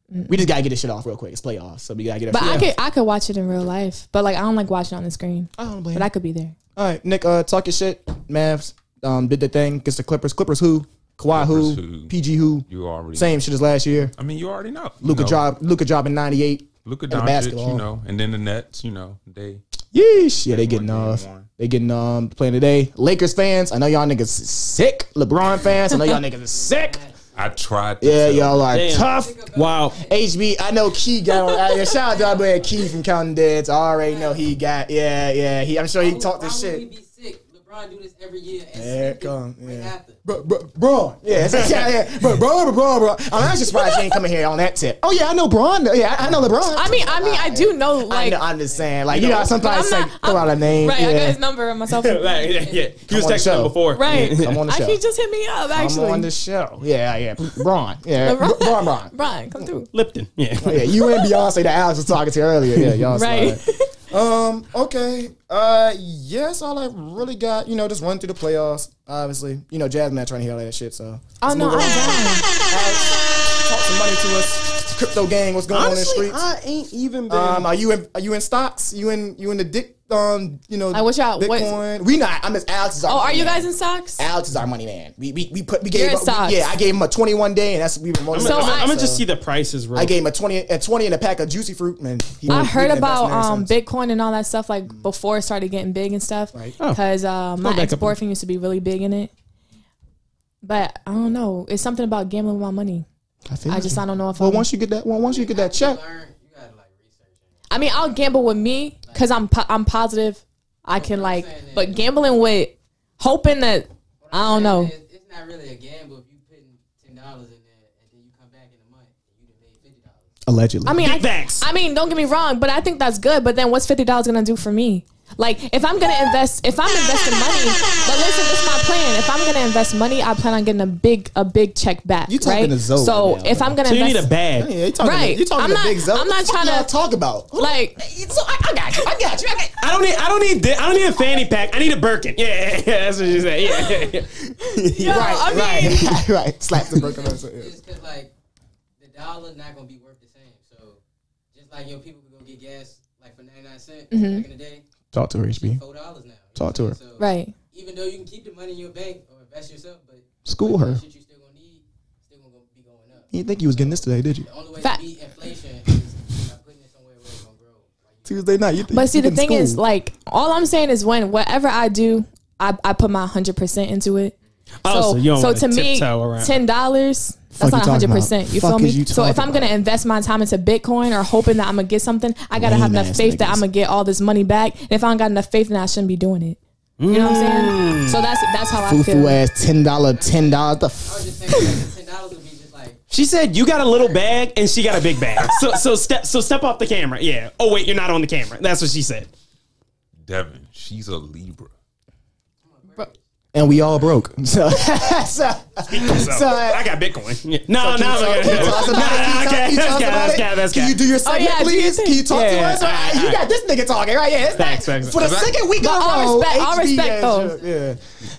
[SPEAKER 2] We just gotta get this shit off real quick. It's playoffs, so we gotta get it.
[SPEAKER 4] But
[SPEAKER 2] I,
[SPEAKER 4] I could I could watch it in real life, but like I don't like watching on the screen.
[SPEAKER 2] don't blame.
[SPEAKER 4] But I could be there.
[SPEAKER 2] All right, Nick, uh, talk your shit. Mavs um, did the thing against the Clippers. Clippers who? Kawhi who?
[SPEAKER 1] Clippers who?
[SPEAKER 2] PG who?
[SPEAKER 1] You already
[SPEAKER 2] Same shit as last year.
[SPEAKER 1] I mean, you already know. You
[SPEAKER 2] Luca
[SPEAKER 1] know,
[SPEAKER 2] drop. Luca dropping ninety eight.
[SPEAKER 1] Luka
[SPEAKER 2] the
[SPEAKER 1] Doncic,
[SPEAKER 2] basketball.
[SPEAKER 1] you know, and then the Nets, you know, they
[SPEAKER 2] Yeesh. Yeah, they getting
[SPEAKER 1] won game
[SPEAKER 2] off.
[SPEAKER 1] one.
[SPEAKER 2] They getting um playing today. Lakers fans, I know y'all niggas is sick. LeBron fans, I know y'all niggas is sick.
[SPEAKER 1] I tried to
[SPEAKER 2] Yeah,
[SPEAKER 1] tell
[SPEAKER 2] y'all are
[SPEAKER 3] Damn.
[SPEAKER 2] tough.
[SPEAKER 3] Wow.
[SPEAKER 2] HB, I know Key got on. Uh, yeah, shout out to our boy Key from Counting Deads. I already know he got. Yeah, yeah. He, I'm sure he
[SPEAKER 6] Why
[SPEAKER 2] talked this
[SPEAKER 6] would We
[SPEAKER 2] shit.
[SPEAKER 6] be sick. LeBron do this every year. and
[SPEAKER 2] There it
[SPEAKER 6] sick
[SPEAKER 2] come.
[SPEAKER 6] Right
[SPEAKER 2] Yeah.
[SPEAKER 6] after.
[SPEAKER 2] Bro, bro, bro. Yeah, it's like, yeah, yeah. Bro, bro, bro, bro, bro. I'm actually surprised you ain't coming here on that tip. Oh yeah, I know Braun. though. Yeah, I, I know LeBron.
[SPEAKER 4] I mean, I mean, I do know
[SPEAKER 2] I
[SPEAKER 4] like
[SPEAKER 2] know, I'm just saying. Like you know, how sometimes
[SPEAKER 4] I'm
[SPEAKER 2] say
[SPEAKER 4] not-
[SPEAKER 2] throw out a name.
[SPEAKER 4] right.
[SPEAKER 2] yeah.
[SPEAKER 4] I got his number on my cell phone.
[SPEAKER 3] Like, yeah, yeah. He was
[SPEAKER 2] on the
[SPEAKER 3] texting him
[SPEAKER 2] show.
[SPEAKER 3] before.
[SPEAKER 4] *laughs* Right.
[SPEAKER 2] come on the show.
[SPEAKER 4] Actually, just hit me up.
[SPEAKER 2] I'm
[SPEAKER 4] Actually,
[SPEAKER 2] on the show. Yeah, yeah. Braun. Yeah,
[SPEAKER 4] LeBron.
[SPEAKER 2] Braun, Braun.
[SPEAKER 4] Brian, come through.
[SPEAKER 3] Lipton. Yeah.
[SPEAKER 2] Oh, yeah, you and Beyonce that Alex was talking to earlier. Yeah, y'all
[SPEAKER 4] Right.
[SPEAKER 2] right. Um. Okay. Uh. Yes. All I really got, you know, just run through the playoffs. Obviously, you know, Jazz not trying to hear all that shit. So
[SPEAKER 4] *laughs* Oh no, I'm done.
[SPEAKER 2] Alex, talk some money to us. Crypto gang, what's going on
[SPEAKER 3] Honestly,
[SPEAKER 2] in the streets?
[SPEAKER 3] I ain't even been.
[SPEAKER 2] um. Are you in? Are you in stocks? You in? You in the dick? Um. You know.
[SPEAKER 4] I wish y'all- what-
[SPEAKER 2] Bitcoin. We not. I'm just Alex. Is our
[SPEAKER 4] Oh, are
[SPEAKER 2] money
[SPEAKER 4] you
[SPEAKER 2] man.
[SPEAKER 4] guys in socks?
[SPEAKER 2] Alex is our money man. We we, we put we
[SPEAKER 4] You're
[SPEAKER 2] gave
[SPEAKER 4] in
[SPEAKER 2] up-
[SPEAKER 4] stocks.
[SPEAKER 2] yeah I gave him a 21 day and that's we were
[SPEAKER 3] I'm,
[SPEAKER 4] So
[SPEAKER 3] gonna- I'm,
[SPEAKER 4] I-
[SPEAKER 3] gonna just see the prices real
[SPEAKER 2] I gave him a 20 a 20 and a pack of juicy fruit and he
[SPEAKER 4] I
[SPEAKER 2] he
[SPEAKER 4] heard
[SPEAKER 2] been
[SPEAKER 4] about
[SPEAKER 2] investing ever
[SPEAKER 4] um
[SPEAKER 2] since.
[SPEAKER 4] Bitcoin and all that stuff like before it started getting big and stuff.
[SPEAKER 2] Right.
[SPEAKER 3] Oh.
[SPEAKER 4] Because uh, my
[SPEAKER 3] back up.
[SPEAKER 4] ex boyfriend used to be really big in it. But I don't know. It's something about gambling with my money.
[SPEAKER 2] feel
[SPEAKER 4] I just I don't know if
[SPEAKER 2] Well,
[SPEAKER 4] I'm,
[SPEAKER 2] once you get that, well, once you get that check,
[SPEAKER 6] Learn. You gotta like research. it.
[SPEAKER 4] I mean I'll gamble with me because I'm po- I'm positive I can like.
[SPEAKER 6] saying is-
[SPEAKER 4] But gambling with hoping that
[SPEAKER 6] What
[SPEAKER 4] I don't
[SPEAKER 6] I'm
[SPEAKER 4] know.
[SPEAKER 6] saying is, It's not really a gamble if you putting ten dollars in there and then you come back in a month and you done made fifty dollars.
[SPEAKER 2] allegedly,
[SPEAKER 4] I mean I,
[SPEAKER 3] Facts.
[SPEAKER 4] I mean don't get me wrong, but I think that's good. But then what's fifty dollars gonna do for me? Like if I'm gonna invest, if I'm investing money, but listen, this is my plan. If I'm gonna invest money, I plan on getting a big, a big check back.
[SPEAKER 2] You talking
[SPEAKER 4] right?
[SPEAKER 2] to Zoe
[SPEAKER 4] so
[SPEAKER 2] now,
[SPEAKER 4] if
[SPEAKER 2] bro.
[SPEAKER 4] I'm gonna
[SPEAKER 3] so you
[SPEAKER 4] invest,
[SPEAKER 3] need a bag.
[SPEAKER 2] yeah, you talking,
[SPEAKER 4] Right.
[SPEAKER 2] to, you talking
[SPEAKER 4] I'm
[SPEAKER 2] to
[SPEAKER 4] not-
[SPEAKER 2] big Zoe.
[SPEAKER 4] I'm not
[SPEAKER 2] What
[SPEAKER 4] tryna-
[SPEAKER 2] y'all talk about.
[SPEAKER 4] *laughs*
[SPEAKER 2] Who-
[SPEAKER 4] like
[SPEAKER 2] So I, I got you. I got you. I got
[SPEAKER 3] I don't need. I don't need. thi- I don't need a fanny pack. I need a Birkin. Yeah, yeah, *laughs* yeah, that's what she said. Yeah, yeah, yeah.
[SPEAKER 4] yo, I mean,
[SPEAKER 2] right, right. Slap the broken on yeah.
[SPEAKER 6] Just because like the dollar not gonna be worth the same. So just like your people could go get gas like for ninety nine cents back in the day,
[SPEAKER 2] Talk to her, HB.
[SPEAKER 6] four dollars now. You
[SPEAKER 2] Talk
[SPEAKER 6] know
[SPEAKER 2] to her.
[SPEAKER 6] what I'm saying? So
[SPEAKER 4] right.
[SPEAKER 6] Even though you can keep the money in your bank or invest yourself, but
[SPEAKER 2] School her.
[SPEAKER 6] shit you still gonna need, still gonna go- be going up.
[SPEAKER 2] You didn't think you was getting this today, did you?
[SPEAKER 6] The only way
[SPEAKER 4] Fact.
[SPEAKER 6] to beat inflation is by putting it somewhere where it's gonna grow. Like, you
[SPEAKER 2] Tuesday night. You think,
[SPEAKER 4] But see,
[SPEAKER 2] you
[SPEAKER 4] the
[SPEAKER 2] in
[SPEAKER 4] thing is,
[SPEAKER 2] school.
[SPEAKER 4] like, all I'm saying is when whatever I do, I, I put my hundred percent into it.
[SPEAKER 3] Oh, so, you don't
[SPEAKER 4] so
[SPEAKER 3] wanna
[SPEAKER 4] to me,
[SPEAKER 3] tiptoe around.
[SPEAKER 4] ten dollars.
[SPEAKER 2] Fuck
[SPEAKER 4] That's not
[SPEAKER 2] you talking
[SPEAKER 4] hundred
[SPEAKER 2] about?
[SPEAKER 4] percent. You
[SPEAKER 2] Fuck
[SPEAKER 4] feel
[SPEAKER 2] is
[SPEAKER 4] me?
[SPEAKER 2] you
[SPEAKER 4] so if
[SPEAKER 2] talking
[SPEAKER 4] I'm gonna
[SPEAKER 2] about?
[SPEAKER 4] invest my time into Bitcoin or hoping that I'm gonna get something, I gotta have
[SPEAKER 2] Lame-ass
[SPEAKER 4] enough faith that
[SPEAKER 2] niggas.
[SPEAKER 4] I'm gonna get all this money back. And if I don't got enough faith, then I shouldn't be doing it. You know what I'm saying? So that's that's how I
[SPEAKER 2] Foo
[SPEAKER 4] feel.
[SPEAKER 2] foo ass ten dollar ten dollar. The *laughs*
[SPEAKER 6] I was
[SPEAKER 2] f-
[SPEAKER 6] just saying, like, ten dollars would be
[SPEAKER 2] *laughs*
[SPEAKER 6] just like
[SPEAKER 3] She said you got a little bag and she got a big bag. So so step so step off the camera. Yeah. Oh wait, you're not on the camera. That's what she said.
[SPEAKER 1] Devin, she's a Libra.
[SPEAKER 2] and we all broke. So, so,
[SPEAKER 4] Oh,
[SPEAKER 3] So,
[SPEAKER 2] So, uh,
[SPEAKER 3] I got Bitcoin. Yeah. No,
[SPEAKER 2] Can you
[SPEAKER 3] no, no.
[SPEAKER 2] talk-
[SPEAKER 3] Okay.
[SPEAKER 2] can you talk about it? Can
[SPEAKER 3] Nah, nah,
[SPEAKER 2] you talk-
[SPEAKER 3] okay.
[SPEAKER 2] can you
[SPEAKER 3] That's
[SPEAKER 2] talk about
[SPEAKER 3] got that's
[SPEAKER 2] it?
[SPEAKER 3] got that's
[SPEAKER 2] Can you
[SPEAKER 3] got.
[SPEAKER 2] do your segment,
[SPEAKER 4] Oh, yeah, do your
[SPEAKER 2] please?
[SPEAKER 4] thing.
[SPEAKER 2] Can you talk to
[SPEAKER 3] Yeah,
[SPEAKER 2] us? All right,
[SPEAKER 3] alright,
[SPEAKER 2] you
[SPEAKER 3] alright.
[SPEAKER 2] got this nigga talking right here. It's
[SPEAKER 3] Facts,
[SPEAKER 2] not-
[SPEAKER 3] facts,
[SPEAKER 2] For the
[SPEAKER 1] facts.
[SPEAKER 2] second week in a
[SPEAKER 4] But all
[SPEAKER 2] row,
[SPEAKER 4] respect- all
[SPEAKER 2] HB
[SPEAKER 4] respect, though.
[SPEAKER 2] Yeah.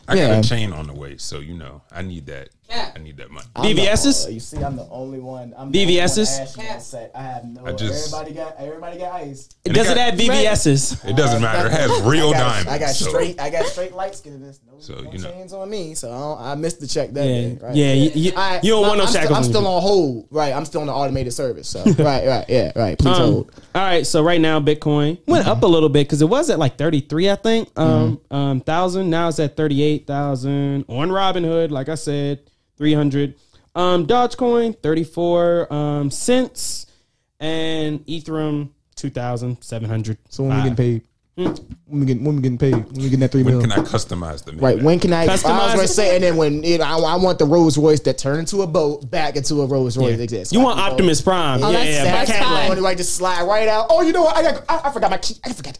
[SPEAKER 1] I
[SPEAKER 2] Yeah.
[SPEAKER 1] got a chain on the way, so you know I need that.
[SPEAKER 6] Cap.
[SPEAKER 1] I need that money.
[SPEAKER 2] I'm the-
[SPEAKER 3] BVS's?
[SPEAKER 2] you see, I'm the only one. I'm
[SPEAKER 3] BVS's?
[SPEAKER 2] The only one ashy on set. I have no.
[SPEAKER 1] I just-
[SPEAKER 2] everybody got. Everybody got ice.
[SPEAKER 1] And
[SPEAKER 3] Does
[SPEAKER 1] it
[SPEAKER 3] it
[SPEAKER 1] got-
[SPEAKER 3] have BBS's?
[SPEAKER 1] It doesn't matter. It has real
[SPEAKER 2] I got,
[SPEAKER 1] diamonds.
[SPEAKER 2] I got
[SPEAKER 1] so-
[SPEAKER 2] straight. I got straight light skin in this. No,
[SPEAKER 1] So,
[SPEAKER 2] no
[SPEAKER 1] you know.
[SPEAKER 2] chains on me. So I, don't- I missed the check that
[SPEAKER 3] Yeah.
[SPEAKER 2] day. Right?
[SPEAKER 3] Yeah. You, you,
[SPEAKER 2] I,
[SPEAKER 3] you don't
[SPEAKER 2] I-
[SPEAKER 3] want no
[SPEAKER 2] I'm
[SPEAKER 3] shackles.
[SPEAKER 2] Still, I'm
[SPEAKER 3] on
[SPEAKER 2] still
[SPEAKER 3] you.
[SPEAKER 2] on hold. Right. I'm still on the automated service. So *laughs* right. Right. Yeah. Right. Please
[SPEAKER 3] Um, all
[SPEAKER 2] hold.
[SPEAKER 3] right, so right now Bitcoin went up a little bit because it was at like thirty three, I think, um,
[SPEAKER 2] Mm-hmm.
[SPEAKER 3] um, thousand. Now it's at thirty eight thousand on Robinhood. Like I said, three hundred. Um, Dogecoin thirty four um, cents, and Ethereum two thousand seven hundred.
[SPEAKER 2] So when we getting paid?
[SPEAKER 3] Hmm.
[SPEAKER 2] When we getting when we getting paid? When we getting that three
[SPEAKER 1] When
[SPEAKER 2] million?
[SPEAKER 1] can I customize the
[SPEAKER 2] Right.
[SPEAKER 1] man?
[SPEAKER 2] When can I? I was
[SPEAKER 3] Customize
[SPEAKER 2] gonna
[SPEAKER 3] it.
[SPEAKER 2] say, and then when you know, I, I want the Rolls Royce that turned into a boat back into a Rolls Royce. Exist.
[SPEAKER 3] You want Optimus Prime?
[SPEAKER 4] Oh,
[SPEAKER 3] yeah,
[SPEAKER 4] that's-
[SPEAKER 3] yeah,
[SPEAKER 4] that's
[SPEAKER 3] by Cadillac.
[SPEAKER 4] fine.
[SPEAKER 2] Or do I just slide right out? Oh, you know what? I got, I, I forgot my key. I forgot.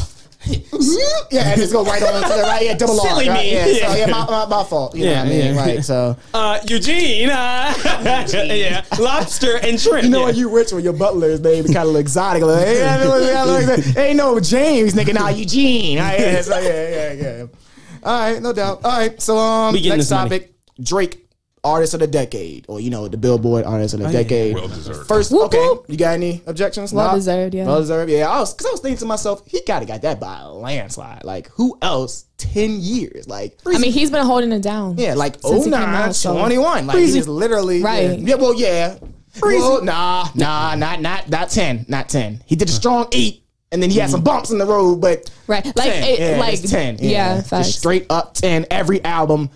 [SPEAKER 2] that. *laughs* yeah, and just go right on to the right. Yeah, double
[SPEAKER 3] Silly
[SPEAKER 2] R. Right?
[SPEAKER 3] me.
[SPEAKER 2] Yeah, so,
[SPEAKER 3] *laughs* Yeah.
[SPEAKER 2] yeah, my, my, my fault. You
[SPEAKER 3] Yeah,
[SPEAKER 2] know what I mean?
[SPEAKER 3] yeah.
[SPEAKER 2] Right. So
[SPEAKER 3] Uh, Eugene, uh, *laughs* yeah, lobster and shrimp.
[SPEAKER 2] you know
[SPEAKER 3] yeah.
[SPEAKER 2] when you rich when your butler's name kind of exotic. Like, hey, I know- I know- like, ain't no James, nigga. Nah, Eugene. All right, yeah, so, yeah, yeah, yeah. All right, no doubt. All right, so um,
[SPEAKER 3] We getting
[SPEAKER 2] next
[SPEAKER 3] this money.
[SPEAKER 2] topic: Drake, artist of the decade, or you know the Billboard artist
[SPEAKER 3] Oh,
[SPEAKER 2] of the decade.
[SPEAKER 1] Well deserved.
[SPEAKER 2] First,
[SPEAKER 4] Whoop,
[SPEAKER 2] okay,
[SPEAKER 4] whoop.
[SPEAKER 2] you got any objections?
[SPEAKER 4] Well
[SPEAKER 2] Nah?
[SPEAKER 4] deserved, yeah.
[SPEAKER 2] Well deserved, yeah. I was because I was thinking to myself, he gotta got that by a landslide. Like who else? Ten years, like
[SPEAKER 4] I mean, he's been holding it down.
[SPEAKER 2] yeah, like oh,
[SPEAKER 4] Since he came
[SPEAKER 2] 09,
[SPEAKER 4] out, so-
[SPEAKER 2] 21. Like he
[SPEAKER 3] Freezy.
[SPEAKER 2] is literally
[SPEAKER 4] Right.
[SPEAKER 2] Yeah, yeah well, yeah. Well, nah, nah, not not not ten, not ten. He did a strong eight, and then he had some bumps in the road, but
[SPEAKER 4] Right. Like
[SPEAKER 2] 10,
[SPEAKER 4] it,
[SPEAKER 2] yeah,
[SPEAKER 4] like
[SPEAKER 2] it's ten,
[SPEAKER 4] Yeah,
[SPEAKER 2] just
[SPEAKER 4] facts.
[SPEAKER 2] straight up ten. Every album,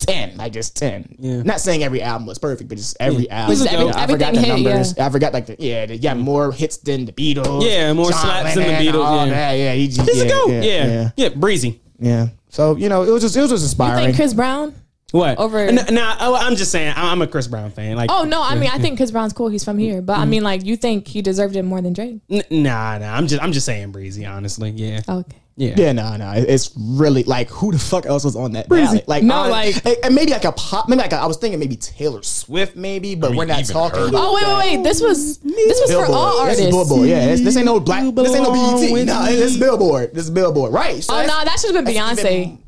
[SPEAKER 2] ten, like just ten.
[SPEAKER 3] Yeah.
[SPEAKER 2] Not saying every album was perfect, but just every album.
[SPEAKER 4] Just every-
[SPEAKER 2] I forgot
[SPEAKER 4] everything
[SPEAKER 2] the
[SPEAKER 4] hit,
[SPEAKER 2] numbers. I forgot like the yeah, they got more hits than the Beatles.
[SPEAKER 3] Yeah, more
[SPEAKER 2] John
[SPEAKER 3] slaps than the
[SPEAKER 2] Lennon,
[SPEAKER 3] Beatles,
[SPEAKER 2] all
[SPEAKER 3] yeah.
[SPEAKER 2] that. yeah, he just-
[SPEAKER 3] He's
[SPEAKER 2] yeah,
[SPEAKER 3] a goat.
[SPEAKER 2] yeah, yeah,
[SPEAKER 3] yeah, yeah, breezy.
[SPEAKER 2] yeah. So you know, it was just it was just
[SPEAKER 4] You
[SPEAKER 2] inspiring.
[SPEAKER 4] think Chris Brown?
[SPEAKER 3] What?
[SPEAKER 4] Over-
[SPEAKER 3] N- Nah, oh, I'm just saying. I- I'm a Chris Brown fan. Like,
[SPEAKER 4] Oh no, I mean I
[SPEAKER 2] *laughs*
[SPEAKER 4] think Chris Brown's cool. He's from here, but
[SPEAKER 2] Mm.
[SPEAKER 4] I mean like you think he deserved it more than Drake? Oh,
[SPEAKER 3] n- nah, nah. I'm just, I'm just saying breezy. Honestly, yeah,
[SPEAKER 4] Okay.
[SPEAKER 3] yeah.
[SPEAKER 2] Oh. Yeah, no, no, it- it's really like who the fuck else was on that ballot? Like,
[SPEAKER 4] No,
[SPEAKER 2] honest-
[SPEAKER 4] like-
[SPEAKER 2] and- and maybe like a pop, maybe like a, I was thinking maybe Taylor Swift, maybe, but
[SPEAKER 1] mean,
[SPEAKER 2] we're not
[SPEAKER 1] even
[SPEAKER 2] talking.
[SPEAKER 1] her.
[SPEAKER 2] about
[SPEAKER 4] Oh wait, wait, wait. This was this was for all
[SPEAKER 2] This
[SPEAKER 4] artists.
[SPEAKER 2] is Billboard. Yeah, this, this ain't no black.
[SPEAKER 3] You
[SPEAKER 2] This ain't no
[SPEAKER 3] belong
[SPEAKER 2] BET.
[SPEAKER 3] with
[SPEAKER 2] No,
[SPEAKER 3] me.
[SPEAKER 2] this is Billboard. This is Billboard. Right. So
[SPEAKER 4] Oh no,
[SPEAKER 2] that's-
[SPEAKER 4] that should have been
[SPEAKER 2] that's
[SPEAKER 4] Beyonce.
[SPEAKER 2] even-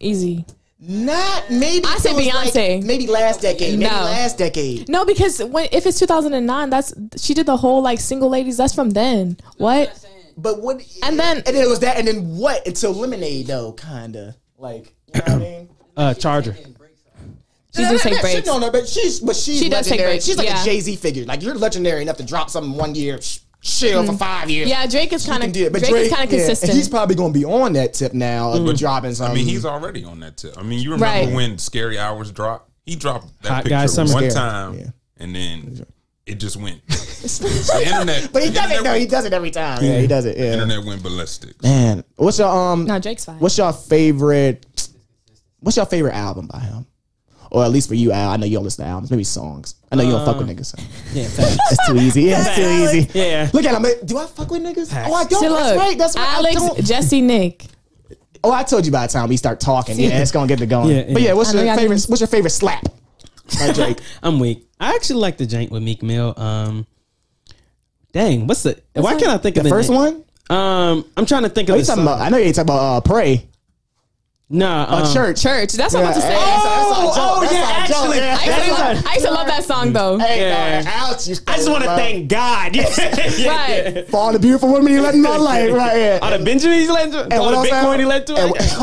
[SPEAKER 4] Easy.
[SPEAKER 2] Not maybe.
[SPEAKER 4] I
[SPEAKER 2] it
[SPEAKER 4] say
[SPEAKER 2] was like
[SPEAKER 4] Beyonce.
[SPEAKER 2] maybe last decade. Maybe
[SPEAKER 4] No.
[SPEAKER 2] last decade.
[SPEAKER 4] No, because when if it's 2009, that's she did the whole like single ladies. That's from then.
[SPEAKER 6] I'm
[SPEAKER 4] What?
[SPEAKER 6] saying
[SPEAKER 2] But what?
[SPEAKER 4] And then-
[SPEAKER 2] and then it was that. And then what? Until Lemonade though, kinda like. You know what I mean?
[SPEAKER 3] Uh, Charger.
[SPEAKER 6] taking breaks. off.
[SPEAKER 4] She does
[SPEAKER 2] That-
[SPEAKER 4] take
[SPEAKER 2] that- she-
[SPEAKER 4] breaks.
[SPEAKER 2] No, no, but she's but she's
[SPEAKER 4] She does take
[SPEAKER 2] legendary.
[SPEAKER 4] breaks,
[SPEAKER 2] She's like a
[SPEAKER 4] yeah.
[SPEAKER 2] Jay Z figure. Like you're legendary enough to drop something one year, sh- chill for five years.
[SPEAKER 4] Mm. Yeah, Drake is kind
[SPEAKER 2] You can
[SPEAKER 4] of
[SPEAKER 2] do it.
[SPEAKER 4] Drake,
[SPEAKER 2] But
[SPEAKER 4] is kind of
[SPEAKER 2] yeah,
[SPEAKER 4] consistent. Mm-hmm.
[SPEAKER 2] and he's probably going to be on that tip now of with dropping something.
[SPEAKER 1] I mean, he's already on that tip. I mean, you remember
[SPEAKER 4] Right.
[SPEAKER 1] when Scary Hours dropped? He dropped that
[SPEAKER 3] Hot
[SPEAKER 1] picture
[SPEAKER 3] Guy Summer.
[SPEAKER 1] one
[SPEAKER 2] Scary,
[SPEAKER 1] time,
[SPEAKER 2] yeah.
[SPEAKER 1] and then it just
[SPEAKER 2] *laughs*
[SPEAKER 1] went. the internet,
[SPEAKER 2] but he
[SPEAKER 1] the
[SPEAKER 2] does it.
[SPEAKER 1] internet-
[SPEAKER 2] No, he does it every time. Yeah, he does it.
[SPEAKER 1] the
[SPEAKER 2] Yeah.
[SPEAKER 1] internet went ballistic.
[SPEAKER 2] Man, what's your um?
[SPEAKER 4] no, Drake's fine.
[SPEAKER 2] What's your favorite? What's your favorite album by him? Or at least for you, Al. I know you don't listen to albums. Maybe songs. I know you don't fuck
[SPEAKER 4] Uh,
[SPEAKER 2] with niggas. So.
[SPEAKER 1] *laughs*
[SPEAKER 3] Yeah, facts.
[SPEAKER 2] It's too easy. Yeah, it's too easy.
[SPEAKER 3] Yeah.
[SPEAKER 2] Look at him. like, Do I fuck with niggas? Oh, I don't.
[SPEAKER 4] See,
[SPEAKER 2] that's
[SPEAKER 4] look,
[SPEAKER 2] right. That's right. I don't.
[SPEAKER 4] Alex, Jesse, Nick.
[SPEAKER 2] Oh, I told you by the time we start talking, yeah, it's gonna get to going.
[SPEAKER 3] *laughs* Yeah, yeah.
[SPEAKER 2] But yeah, what's
[SPEAKER 4] I know
[SPEAKER 2] your
[SPEAKER 4] y'all
[SPEAKER 2] favorite?
[SPEAKER 4] didn't-
[SPEAKER 2] What's your favorite slap?
[SPEAKER 3] *laughs*
[SPEAKER 2] By Drake.
[SPEAKER 3] I'm weak. I actually like the jank with Meek Mill. Um, dang, what's the? why
[SPEAKER 4] that?
[SPEAKER 3] can't I think of
[SPEAKER 2] the
[SPEAKER 3] the
[SPEAKER 2] first
[SPEAKER 3] name?
[SPEAKER 2] one.
[SPEAKER 3] Um, I'm trying to think
[SPEAKER 2] What
[SPEAKER 3] of
[SPEAKER 2] you
[SPEAKER 3] the
[SPEAKER 2] talking
[SPEAKER 3] song.
[SPEAKER 2] about? I know you ain't talking about uh, pray.
[SPEAKER 3] Nah,
[SPEAKER 2] Uh,
[SPEAKER 3] um,
[SPEAKER 2] church.
[SPEAKER 4] Church. That's what I'm about to say.
[SPEAKER 2] Oh,
[SPEAKER 3] oh, yeah, actually,
[SPEAKER 4] I, used to love, I used to love that song though.
[SPEAKER 3] Yeah. I just want to thank God. *laughs* Yeah,
[SPEAKER 2] *laughs*
[SPEAKER 3] yeah, yeah.
[SPEAKER 4] Right.
[SPEAKER 2] for all the beautiful women he let in my
[SPEAKER 3] *laughs*
[SPEAKER 2] life. Right. Yeah.
[SPEAKER 3] All the Benjamins he led to, all
[SPEAKER 2] what
[SPEAKER 3] the
[SPEAKER 2] else I-
[SPEAKER 3] Bitcoin he led to.
[SPEAKER 2] And-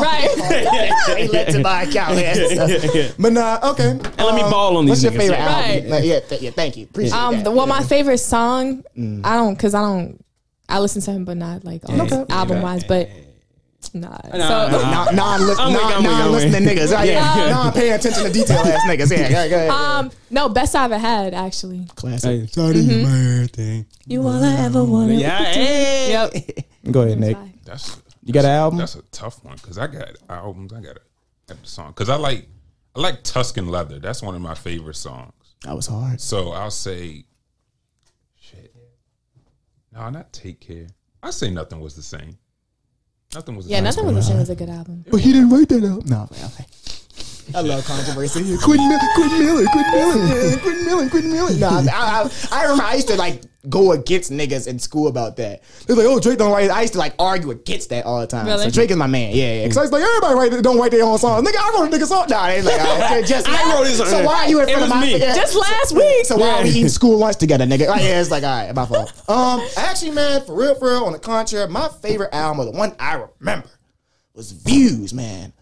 [SPEAKER 2] *laughs*
[SPEAKER 4] Right.
[SPEAKER 2] he led to my account.
[SPEAKER 3] *laughs*
[SPEAKER 2] Yeah. But nah, okay. And
[SPEAKER 3] let me ball on
[SPEAKER 2] um, What's your
[SPEAKER 3] these niggas,
[SPEAKER 2] favorite
[SPEAKER 3] yeah.
[SPEAKER 2] album?
[SPEAKER 4] Right.
[SPEAKER 2] Like, yeah, th- yeah, thank you. Appreciate
[SPEAKER 4] Um,
[SPEAKER 2] that.
[SPEAKER 4] the, well, my favorite song, I don't, cause I don't, I listen to him, but not like all
[SPEAKER 3] Okay.
[SPEAKER 4] album wise. But Nah.
[SPEAKER 3] Nah,
[SPEAKER 4] so
[SPEAKER 3] nah.
[SPEAKER 2] Non, non, li-
[SPEAKER 3] I'm with you,
[SPEAKER 2] non,
[SPEAKER 3] I'm with you, I'm
[SPEAKER 2] non
[SPEAKER 3] with
[SPEAKER 2] listening niggas.
[SPEAKER 3] *laughs*
[SPEAKER 2] Right?
[SPEAKER 4] Yeah.
[SPEAKER 2] Yeah. Non paying attention to detail ass niggas. Yeah, yeah, yeah. yeah.
[SPEAKER 4] um no, best I ever had actually.
[SPEAKER 2] Classic.
[SPEAKER 3] Hey, starting my thing.
[SPEAKER 4] You all I ever wanted.
[SPEAKER 3] Yeah, hey.
[SPEAKER 4] Yep.
[SPEAKER 2] Go ahead, Nick.
[SPEAKER 1] That's
[SPEAKER 2] You got an album?
[SPEAKER 1] that's a tough one because I got albums. I got a, a song because I like I like Tuscan Leather. That's one of my favorite songs.
[SPEAKER 2] That was hard.
[SPEAKER 1] So I'll say, shit. No, not take care. I say nothing was the same. Nothing was. The
[SPEAKER 4] Yeah,
[SPEAKER 1] same.
[SPEAKER 4] nothing was the same as a good album.
[SPEAKER 2] But he didn't write that out. No, okay, okay. I love controversy. *laughs* Quentin Miller, Quentin Miller, Quentin Miller, Quentin Miller, Quentin Miller. No, I, I, I remember I used to like go against niggas in school about that. They're like, oh, Drake don't write. it." I used to like argue against that all the time.
[SPEAKER 4] Really?
[SPEAKER 2] So Drake is my man. Yeah, yeah. Because I was like, everybody write, don't write their own songs. Nigga, I wrote a nigga song. Nah, they like, oh, just
[SPEAKER 3] I wrote his own.
[SPEAKER 2] So why are you in
[SPEAKER 3] It
[SPEAKER 2] front of
[SPEAKER 3] was
[SPEAKER 2] my?
[SPEAKER 3] me.
[SPEAKER 2] Yeah.
[SPEAKER 4] Just last week.
[SPEAKER 2] So why are we eating school lunch together, nigga? Like, yeah, it's like, all right, my fault. Um, actually, man, for real, for real, on the contrary, my favorite album, or the one I remember, was Views, man.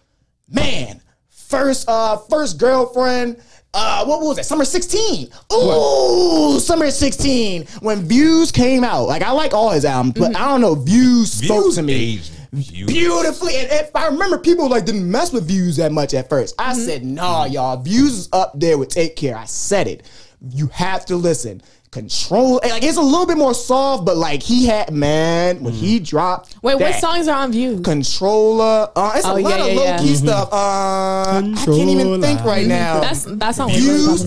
[SPEAKER 2] Man, first, uh, first girlfriend. Uh, what was that? Summer 16. Ooh, Summer 16. When Views came out, like I like all his albums, but I don't know, Views spoke
[SPEAKER 1] Mm-hmm. Views
[SPEAKER 2] to me
[SPEAKER 1] aged beautifully.
[SPEAKER 2] beautifully. And if I remember, people like didn't mess with views that much at first. I said, "Nah, y'all, views is up there with Take Care." I said it. You have to listen. Control. and, Like it's a little bit more soft, but like he had man when he dropped.
[SPEAKER 4] Wait, what
[SPEAKER 2] that
[SPEAKER 4] songs are on view?
[SPEAKER 2] Controller. Uh, it's
[SPEAKER 4] Oh,
[SPEAKER 2] a
[SPEAKER 4] yeah,
[SPEAKER 2] lot of
[SPEAKER 4] yeah,
[SPEAKER 2] low key
[SPEAKER 4] yeah.
[SPEAKER 2] stuff. Uh, I can't even think right now.
[SPEAKER 4] Mm-hmm. That's that song was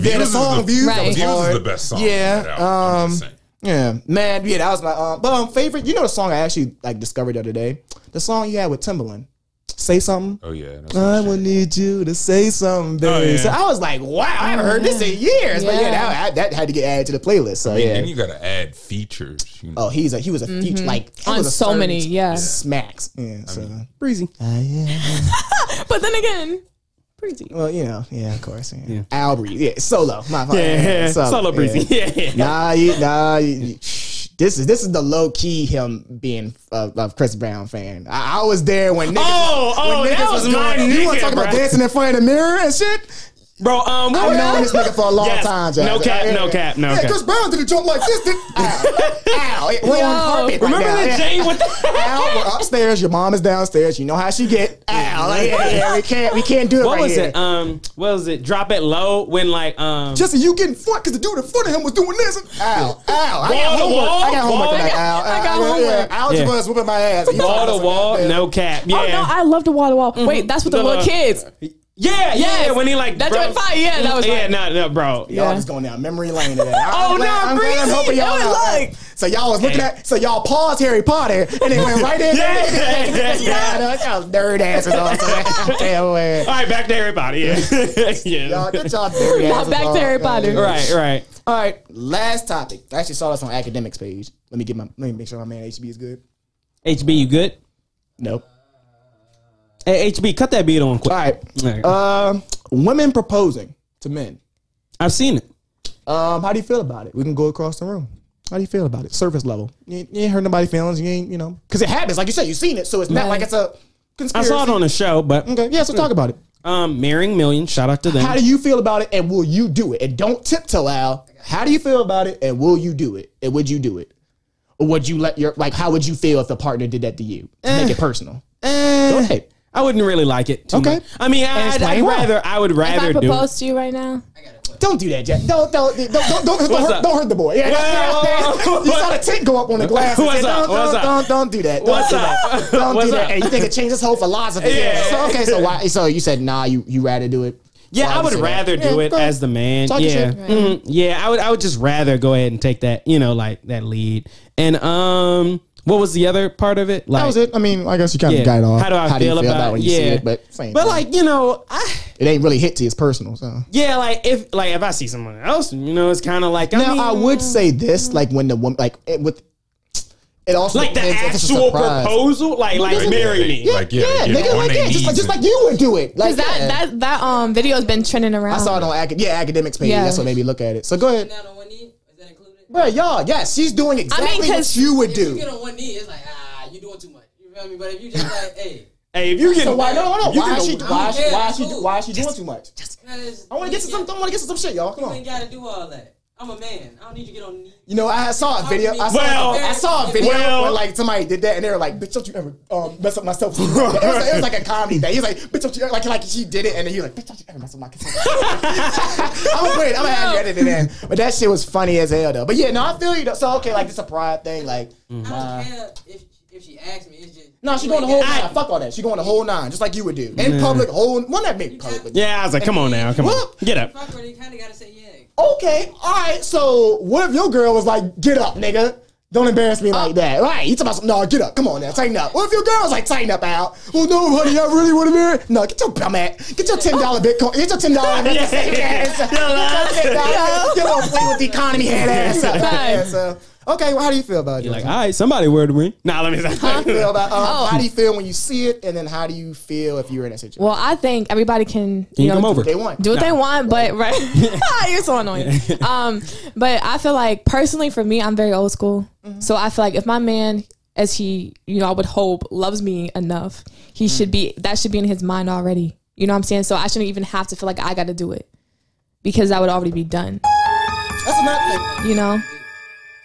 [SPEAKER 2] views.
[SPEAKER 4] really popular.
[SPEAKER 2] Yeah, the
[SPEAKER 1] Views is
[SPEAKER 2] song
[SPEAKER 1] the-
[SPEAKER 2] views.
[SPEAKER 4] Right.
[SPEAKER 2] that was
[SPEAKER 1] Views is
[SPEAKER 2] hard.
[SPEAKER 1] the best song. on
[SPEAKER 2] Yeah,
[SPEAKER 1] that album, I'm just
[SPEAKER 2] um,
[SPEAKER 1] saying.
[SPEAKER 2] Yeah, man. Yeah, that was my um, but um, favorite. You know the song I actually like discovered the other day. The song you had with Timbaland. Say something.
[SPEAKER 1] Oh yeah. That's
[SPEAKER 2] I
[SPEAKER 1] my
[SPEAKER 2] will
[SPEAKER 1] shit.
[SPEAKER 2] need you to say something, baby.
[SPEAKER 1] Oh, yeah.
[SPEAKER 2] So I was like, wow, I haven't heard this in years. But yeah,
[SPEAKER 4] Mm-hmm. Yeah.
[SPEAKER 2] that, I- that had to get added to the playlist. So
[SPEAKER 1] And
[SPEAKER 2] yeah.
[SPEAKER 1] then you gotta add features. You know.
[SPEAKER 2] oh, he's a he was a feature like he
[SPEAKER 4] Mm-hmm. On
[SPEAKER 2] was a
[SPEAKER 4] so
[SPEAKER 2] certain
[SPEAKER 4] many, yeah.
[SPEAKER 2] smacks. Yeah, so
[SPEAKER 3] Breezy.
[SPEAKER 2] uh, yeah.
[SPEAKER 4] But then again, pretty.
[SPEAKER 2] Well, you know, yeah, of course. Yeah,
[SPEAKER 3] Yeah.
[SPEAKER 2] Al Breeze, yeah, solo, my fault.
[SPEAKER 3] Yeah, solo,
[SPEAKER 2] yeah.
[SPEAKER 3] breezy. Yeah,
[SPEAKER 2] Nah, you, nah. You, you- shh. this is this is the low key him being a, a Chris Brown fan. I, I was there when niggas,
[SPEAKER 3] Oh, oh,
[SPEAKER 2] when niggas
[SPEAKER 3] that was my
[SPEAKER 2] You want to
[SPEAKER 3] nigga,
[SPEAKER 2] talk about
[SPEAKER 3] bruh.
[SPEAKER 2] dancing in front of the mirror and shit?
[SPEAKER 3] bro. Um, what
[SPEAKER 2] I've known
[SPEAKER 3] was that?
[SPEAKER 2] this nigga for a long
[SPEAKER 3] Yes.
[SPEAKER 2] time, Jack.
[SPEAKER 3] No cap, no cap, no
[SPEAKER 2] yeah,
[SPEAKER 3] cap.
[SPEAKER 2] Chris Brown did a jump like this. Did, ow, ow, it went on the
[SPEAKER 4] Yo,
[SPEAKER 2] carpet.
[SPEAKER 3] Remember
[SPEAKER 2] *laughs* right now.
[SPEAKER 3] that Jane with the
[SPEAKER 2] Ow, we're upstairs. Your mom is downstairs. You know how she get. Ow, like, yeah, yeah, we can't, we can't do it.
[SPEAKER 3] what
[SPEAKER 2] right
[SPEAKER 3] was
[SPEAKER 2] here.
[SPEAKER 3] it? Um, what was it? Drop it low when like um.
[SPEAKER 2] Justin, you getting front because the dude in front of him was doing this. And, ow, ow. I
[SPEAKER 3] Wall
[SPEAKER 2] got
[SPEAKER 3] to
[SPEAKER 2] homework.
[SPEAKER 3] wall,
[SPEAKER 2] I got homework
[SPEAKER 3] wall.
[SPEAKER 2] tonight. Ow,
[SPEAKER 4] I got
[SPEAKER 2] ow, yeah,
[SPEAKER 4] homework.
[SPEAKER 2] Yeah, algebra
[SPEAKER 3] Yeah.
[SPEAKER 2] is whooping my ass. You
[SPEAKER 3] Wall
[SPEAKER 2] talking
[SPEAKER 3] to
[SPEAKER 2] about
[SPEAKER 3] wall,
[SPEAKER 2] that.
[SPEAKER 3] no cap. Yeah,
[SPEAKER 4] Oh no, I loved the wall to wall. Wait, that's with the
[SPEAKER 3] Mm-hmm. The
[SPEAKER 4] little
[SPEAKER 3] little-
[SPEAKER 4] kids.
[SPEAKER 3] yeah, yeah.
[SPEAKER 4] Yes.
[SPEAKER 3] When he like
[SPEAKER 4] That
[SPEAKER 3] bro-
[SPEAKER 4] joint fire, yeah, that was
[SPEAKER 3] yeah,
[SPEAKER 4] fire.
[SPEAKER 3] no, no, bro.
[SPEAKER 2] *laughs* Y'all
[SPEAKER 4] Yeah.
[SPEAKER 2] just going down memory lane today. I'm
[SPEAKER 4] Oh,
[SPEAKER 2] glad-
[SPEAKER 4] no,
[SPEAKER 2] I'm glad I'm
[SPEAKER 4] Breezy,
[SPEAKER 2] helping y'all
[SPEAKER 4] that was
[SPEAKER 2] out.
[SPEAKER 4] like-
[SPEAKER 2] So y'all was looking
[SPEAKER 3] Hey.
[SPEAKER 2] at, so y'all paused Harry Potter and it went right in.
[SPEAKER 3] Yeah, yeah, yeah, yeah.
[SPEAKER 2] yeah. Y'all nerd asses on. Damn way.
[SPEAKER 3] *laughs* All right, back to everybody. Yeah, *laughs* yeah.
[SPEAKER 2] Y'all, get y'all nerd
[SPEAKER 4] Now
[SPEAKER 2] asses
[SPEAKER 4] back
[SPEAKER 2] on.
[SPEAKER 4] to Harry Potter.
[SPEAKER 2] Yeah.
[SPEAKER 3] Right, right.
[SPEAKER 2] All right, last topic. I actually saw this on academics page. Let me get my, let me make sure my man HB is good.
[SPEAKER 3] HB, you good?
[SPEAKER 2] Nope.
[SPEAKER 3] Hey, HB, cut that beat on
[SPEAKER 2] All
[SPEAKER 3] quick.
[SPEAKER 2] right.
[SPEAKER 3] All right.
[SPEAKER 2] Um, women proposing to men.
[SPEAKER 3] I've seen it.
[SPEAKER 2] Um, how do you feel about it? We can go across the room. How do you feel about it? Surface level. You, ain't- you ain't hurt nobody's feelings. You ain't, you know, because it happens. Like you said, you've seen it, so it's not
[SPEAKER 4] Right.
[SPEAKER 2] like it's a
[SPEAKER 3] I
[SPEAKER 2] conspiracy.
[SPEAKER 3] saw it on a show, but
[SPEAKER 2] Okay, yeah. So talk about it.
[SPEAKER 3] um, marrying million. Shout out to them.
[SPEAKER 2] How do you feel about it, and will you do it? And don't tiptoe out. How do you feel about it, and will you do it? And would you do it? Or would you let your like? How would you feel if the partner did that to you? To
[SPEAKER 3] Eh.
[SPEAKER 2] make it personal. Go ahead.
[SPEAKER 3] I wouldn't really like it. Too
[SPEAKER 2] Okay.
[SPEAKER 3] much. I mean, I, I'd,
[SPEAKER 2] Explain
[SPEAKER 3] I'd
[SPEAKER 2] why.
[SPEAKER 3] rather. I would
[SPEAKER 4] If
[SPEAKER 3] rather
[SPEAKER 4] I
[SPEAKER 3] do. *laughs*
[SPEAKER 4] propose to you right now,
[SPEAKER 6] I got a question.
[SPEAKER 2] Don't do that, Jack. Don't don't don't don't, don't, don't,
[SPEAKER 3] What's
[SPEAKER 2] hurt,
[SPEAKER 3] up?
[SPEAKER 2] don't hurt the boy. Yeah,
[SPEAKER 3] Well,
[SPEAKER 2] that's- you saw the tint go up on the glass.
[SPEAKER 3] What's
[SPEAKER 2] don't,
[SPEAKER 3] up?
[SPEAKER 2] Don't,
[SPEAKER 3] What's
[SPEAKER 2] don't,
[SPEAKER 3] up?
[SPEAKER 2] don't do that. Don't
[SPEAKER 3] *laughs* What's
[SPEAKER 2] do
[SPEAKER 3] up?
[SPEAKER 2] that. Don't
[SPEAKER 3] What's
[SPEAKER 2] do that.
[SPEAKER 3] up?
[SPEAKER 2] And you think it changed his whole philosophy?
[SPEAKER 3] Yeah.
[SPEAKER 2] So, okay, so why? So you said nah. You you rather do it?
[SPEAKER 3] Yeah,
[SPEAKER 2] Why
[SPEAKER 3] I
[SPEAKER 2] you
[SPEAKER 3] would
[SPEAKER 2] say that?
[SPEAKER 3] rather
[SPEAKER 2] Yeah,
[SPEAKER 3] do it
[SPEAKER 2] go ahead.
[SPEAKER 3] as the man.
[SPEAKER 2] Talk your
[SPEAKER 3] yeah,
[SPEAKER 2] shit.
[SPEAKER 4] Right.
[SPEAKER 3] Mhm. yeah, I would. I would just rather go ahead and take that. You know, like that lead. And um, what was the other part of it? Like,
[SPEAKER 2] That was it. I mean, I guess you kind of
[SPEAKER 3] Yeah.
[SPEAKER 2] got it off.
[SPEAKER 3] How do I feel
[SPEAKER 2] you
[SPEAKER 3] about-
[SPEAKER 2] when you see
[SPEAKER 3] yeah.
[SPEAKER 2] it? But same
[SPEAKER 3] But
[SPEAKER 2] thing.
[SPEAKER 3] like you know, I
[SPEAKER 2] it ain't really hit to his personal. So
[SPEAKER 3] yeah, like if like if I see someone else, you know, it's kind of like I
[SPEAKER 2] now
[SPEAKER 3] mean,
[SPEAKER 2] I would say this, like when the woman, like it, with it also
[SPEAKER 3] like the
[SPEAKER 2] depends if it's a
[SPEAKER 3] actual
[SPEAKER 2] surprise.
[SPEAKER 3] proposal, like like
[SPEAKER 1] Like,
[SPEAKER 3] marry
[SPEAKER 1] yeah,
[SPEAKER 3] me.
[SPEAKER 1] Yeah, like, yeah,
[SPEAKER 2] Yeah,
[SPEAKER 1] get
[SPEAKER 2] nigga,
[SPEAKER 1] on
[SPEAKER 2] like
[SPEAKER 1] their
[SPEAKER 2] yeah, just like
[SPEAKER 1] knees
[SPEAKER 2] just
[SPEAKER 1] and-
[SPEAKER 2] like you would do it. Like
[SPEAKER 4] because that
[SPEAKER 2] yeah.
[SPEAKER 4] that that um video has been trending around.
[SPEAKER 2] I saw it on acad- yeah academics page.
[SPEAKER 4] Yeah.
[SPEAKER 2] That's what made me look at it. So go ahead,
[SPEAKER 6] Down on one knee, is that included?
[SPEAKER 2] bro. Y'all, yes, she's doing exactly what
[SPEAKER 4] 'cause-
[SPEAKER 2] you would
[SPEAKER 6] If you
[SPEAKER 2] do.
[SPEAKER 6] get on one knee, it's like ah, you doing too much. You feel me? But if you just
[SPEAKER 2] *laughs*
[SPEAKER 6] like, hey,
[SPEAKER 3] Hey, if you get
[SPEAKER 2] So why? No, no, no.
[SPEAKER 3] you
[SPEAKER 2] Why
[SPEAKER 3] can
[SPEAKER 2] is she?
[SPEAKER 3] go-
[SPEAKER 2] Why is she? Why is she?
[SPEAKER 6] Yeah,
[SPEAKER 2] Why is she doing too much?
[SPEAKER 6] cause
[SPEAKER 2] I want to get to some. I want to get to some shit, y'all. Come
[SPEAKER 6] You ain't
[SPEAKER 2] on.
[SPEAKER 6] gotta do all that. I'm a man. I don't need you to get on knees.
[SPEAKER 2] You know, I saw a video. I saw,
[SPEAKER 3] Well,
[SPEAKER 2] I saw a video
[SPEAKER 3] well-
[SPEAKER 2] where like somebody did that, and they were like, "Bitch, don't you ever um, mess up my self." esteem." It, was like- it was
[SPEAKER 3] *laughs*
[SPEAKER 2] like a comedy thing. He's like, "Bitch, don't you ever, like like she did it," and then he was like, "Bitch, don't you ever mess up my self." *laughs* I'm gonna put it. I'm gonna have you edit it in. But that shit was funny as hell though. But yeah, no, I feel you. Though. So okay, like it's a pride thing. Like,
[SPEAKER 6] I
[SPEAKER 3] Mm-hmm.
[SPEAKER 2] nah.
[SPEAKER 6] don't care if if she asks me. It's just
[SPEAKER 2] no, she going the whole nine. Fuck all that. She going the whole nine, just like you would do in public. Whole one that big public. but-
[SPEAKER 3] Yeah, I was like, come on now, come on,
[SPEAKER 2] Whoop.
[SPEAKER 3] get
[SPEAKER 6] *laughs*
[SPEAKER 3] up.
[SPEAKER 6] Fuck her. You kind of gotta say yeah.
[SPEAKER 2] Okay, all right. So what if your girl was like, "Get up, nigga." Don't embarrass me like that. Right. You talking about some, no, get up. Come on now. Tighten up. What if your girl was like, tighten up, Al? Well, no, honey, I really want to marry. No, get your bum at. Get your $10 Bitcoin. Get your $10.
[SPEAKER 3] *laughs* Yeah.
[SPEAKER 2] That's the same ass.
[SPEAKER 3] *laughs*
[SPEAKER 2] Get your $10. You don't play with the economy head ass. up. Yeah, so, okay, well, how do you feel about it?
[SPEAKER 3] You're like, all right, somebody word ring. Nah, let me.
[SPEAKER 2] how do you feel about um,
[SPEAKER 4] Oh.
[SPEAKER 2] How do you feel when you see it? And then how do you feel if you're in that situation?
[SPEAKER 4] Well, I think everybody can,
[SPEAKER 3] Can you come
[SPEAKER 4] do-
[SPEAKER 3] over?
[SPEAKER 2] They want.
[SPEAKER 4] Do what they
[SPEAKER 3] *laughs*
[SPEAKER 4] want, but right, *laughs* you're so annoying. Um, but I feel like personally, for me, I'm very old school.
[SPEAKER 2] Mm-hmm.
[SPEAKER 4] So I feel like if my man, as he, you know, I would hope, loves me enough, he
[SPEAKER 2] Mm.
[SPEAKER 4] should be. That should be in his mind already. You know what I'm saying? So I shouldn't even have to feel like I got to do it because that would already be done.
[SPEAKER 2] That's another thing.
[SPEAKER 4] You know?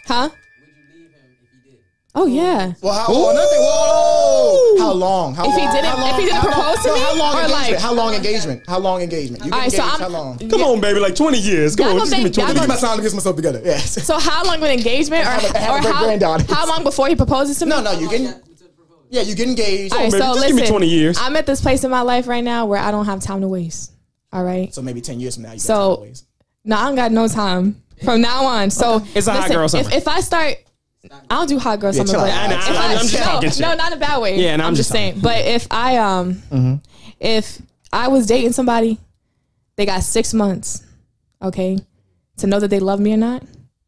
[SPEAKER 4] Huh?
[SPEAKER 6] Would you leave him if he did?
[SPEAKER 4] Oh yeah.
[SPEAKER 2] Well, how, well, another thing. Whoa. How long? How
[SPEAKER 4] If he
[SPEAKER 2] long?
[SPEAKER 4] didn't-
[SPEAKER 2] How
[SPEAKER 4] if
[SPEAKER 2] long?
[SPEAKER 4] he didn't
[SPEAKER 2] How long-
[SPEAKER 4] propose to
[SPEAKER 2] no,
[SPEAKER 4] me?
[SPEAKER 2] How long
[SPEAKER 4] Or,
[SPEAKER 2] engagement?
[SPEAKER 4] like-
[SPEAKER 2] how long engagement? How long engagement? You
[SPEAKER 4] All right. So
[SPEAKER 2] engaged
[SPEAKER 4] I'm.
[SPEAKER 2] how long? Let
[SPEAKER 3] Come on, baby, like 20 years. Come
[SPEAKER 4] Y'all
[SPEAKER 3] on,
[SPEAKER 4] gonna
[SPEAKER 3] just give me
[SPEAKER 4] think- y'all
[SPEAKER 3] 20
[SPEAKER 2] me
[SPEAKER 4] gonna-
[SPEAKER 2] get myself to get myself together. Yes.
[SPEAKER 4] So how long of
[SPEAKER 2] *laughs*
[SPEAKER 4] an engagement, or,
[SPEAKER 2] Have a- have a
[SPEAKER 4] or
[SPEAKER 2] great
[SPEAKER 4] how,
[SPEAKER 2] granddaughter.
[SPEAKER 4] how long before he proposes to me?
[SPEAKER 2] *laughs* No, no, you
[SPEAKER 6] Getting,
[SPEAKER 2] get yeah, you get engaged.
[SPEAKER 4] All right,
[SPEAKER 3] baby,
[SPEAKER 4] so
[SPEAKER 3] just give
[SPEAKER 4] listen,
[SPEAKER 3] me 20 years.
[SPEAKER 4] I'm at this place in my life right now where I don't have time to waste. All right.
[SPEAKER 2] So maybe ten years from now. You
[SPEAKER 4] So-
[SPEAKER 2] always.
[SPEAKER 4] No, I don't got no time from now on. So
[SPEAKER 3] It's a hot girl summer.
[SPEAKER 4] If, if I start, I don't do hot girl summer.
[SPEAKER 2] chill
[SPEAKER 4] But
[SPEAKER 2] out. I know,
[SPEAKER 4] if
[SPEAKER 2] I know,
[SPEAKER 4] I-
[SPEAKER 2] I'm just
[SPEAKER 4] no,
[SPEAKER 3] talking shit.
[SPEAKER 4] no, not in a bad way.
[SPEAKER 3] Yeah, and I'm just Mm-hmm.
[SPEAKER 4] saying. But if I um, if I was dating somebody, they got six months, okay, to know that they love me or not,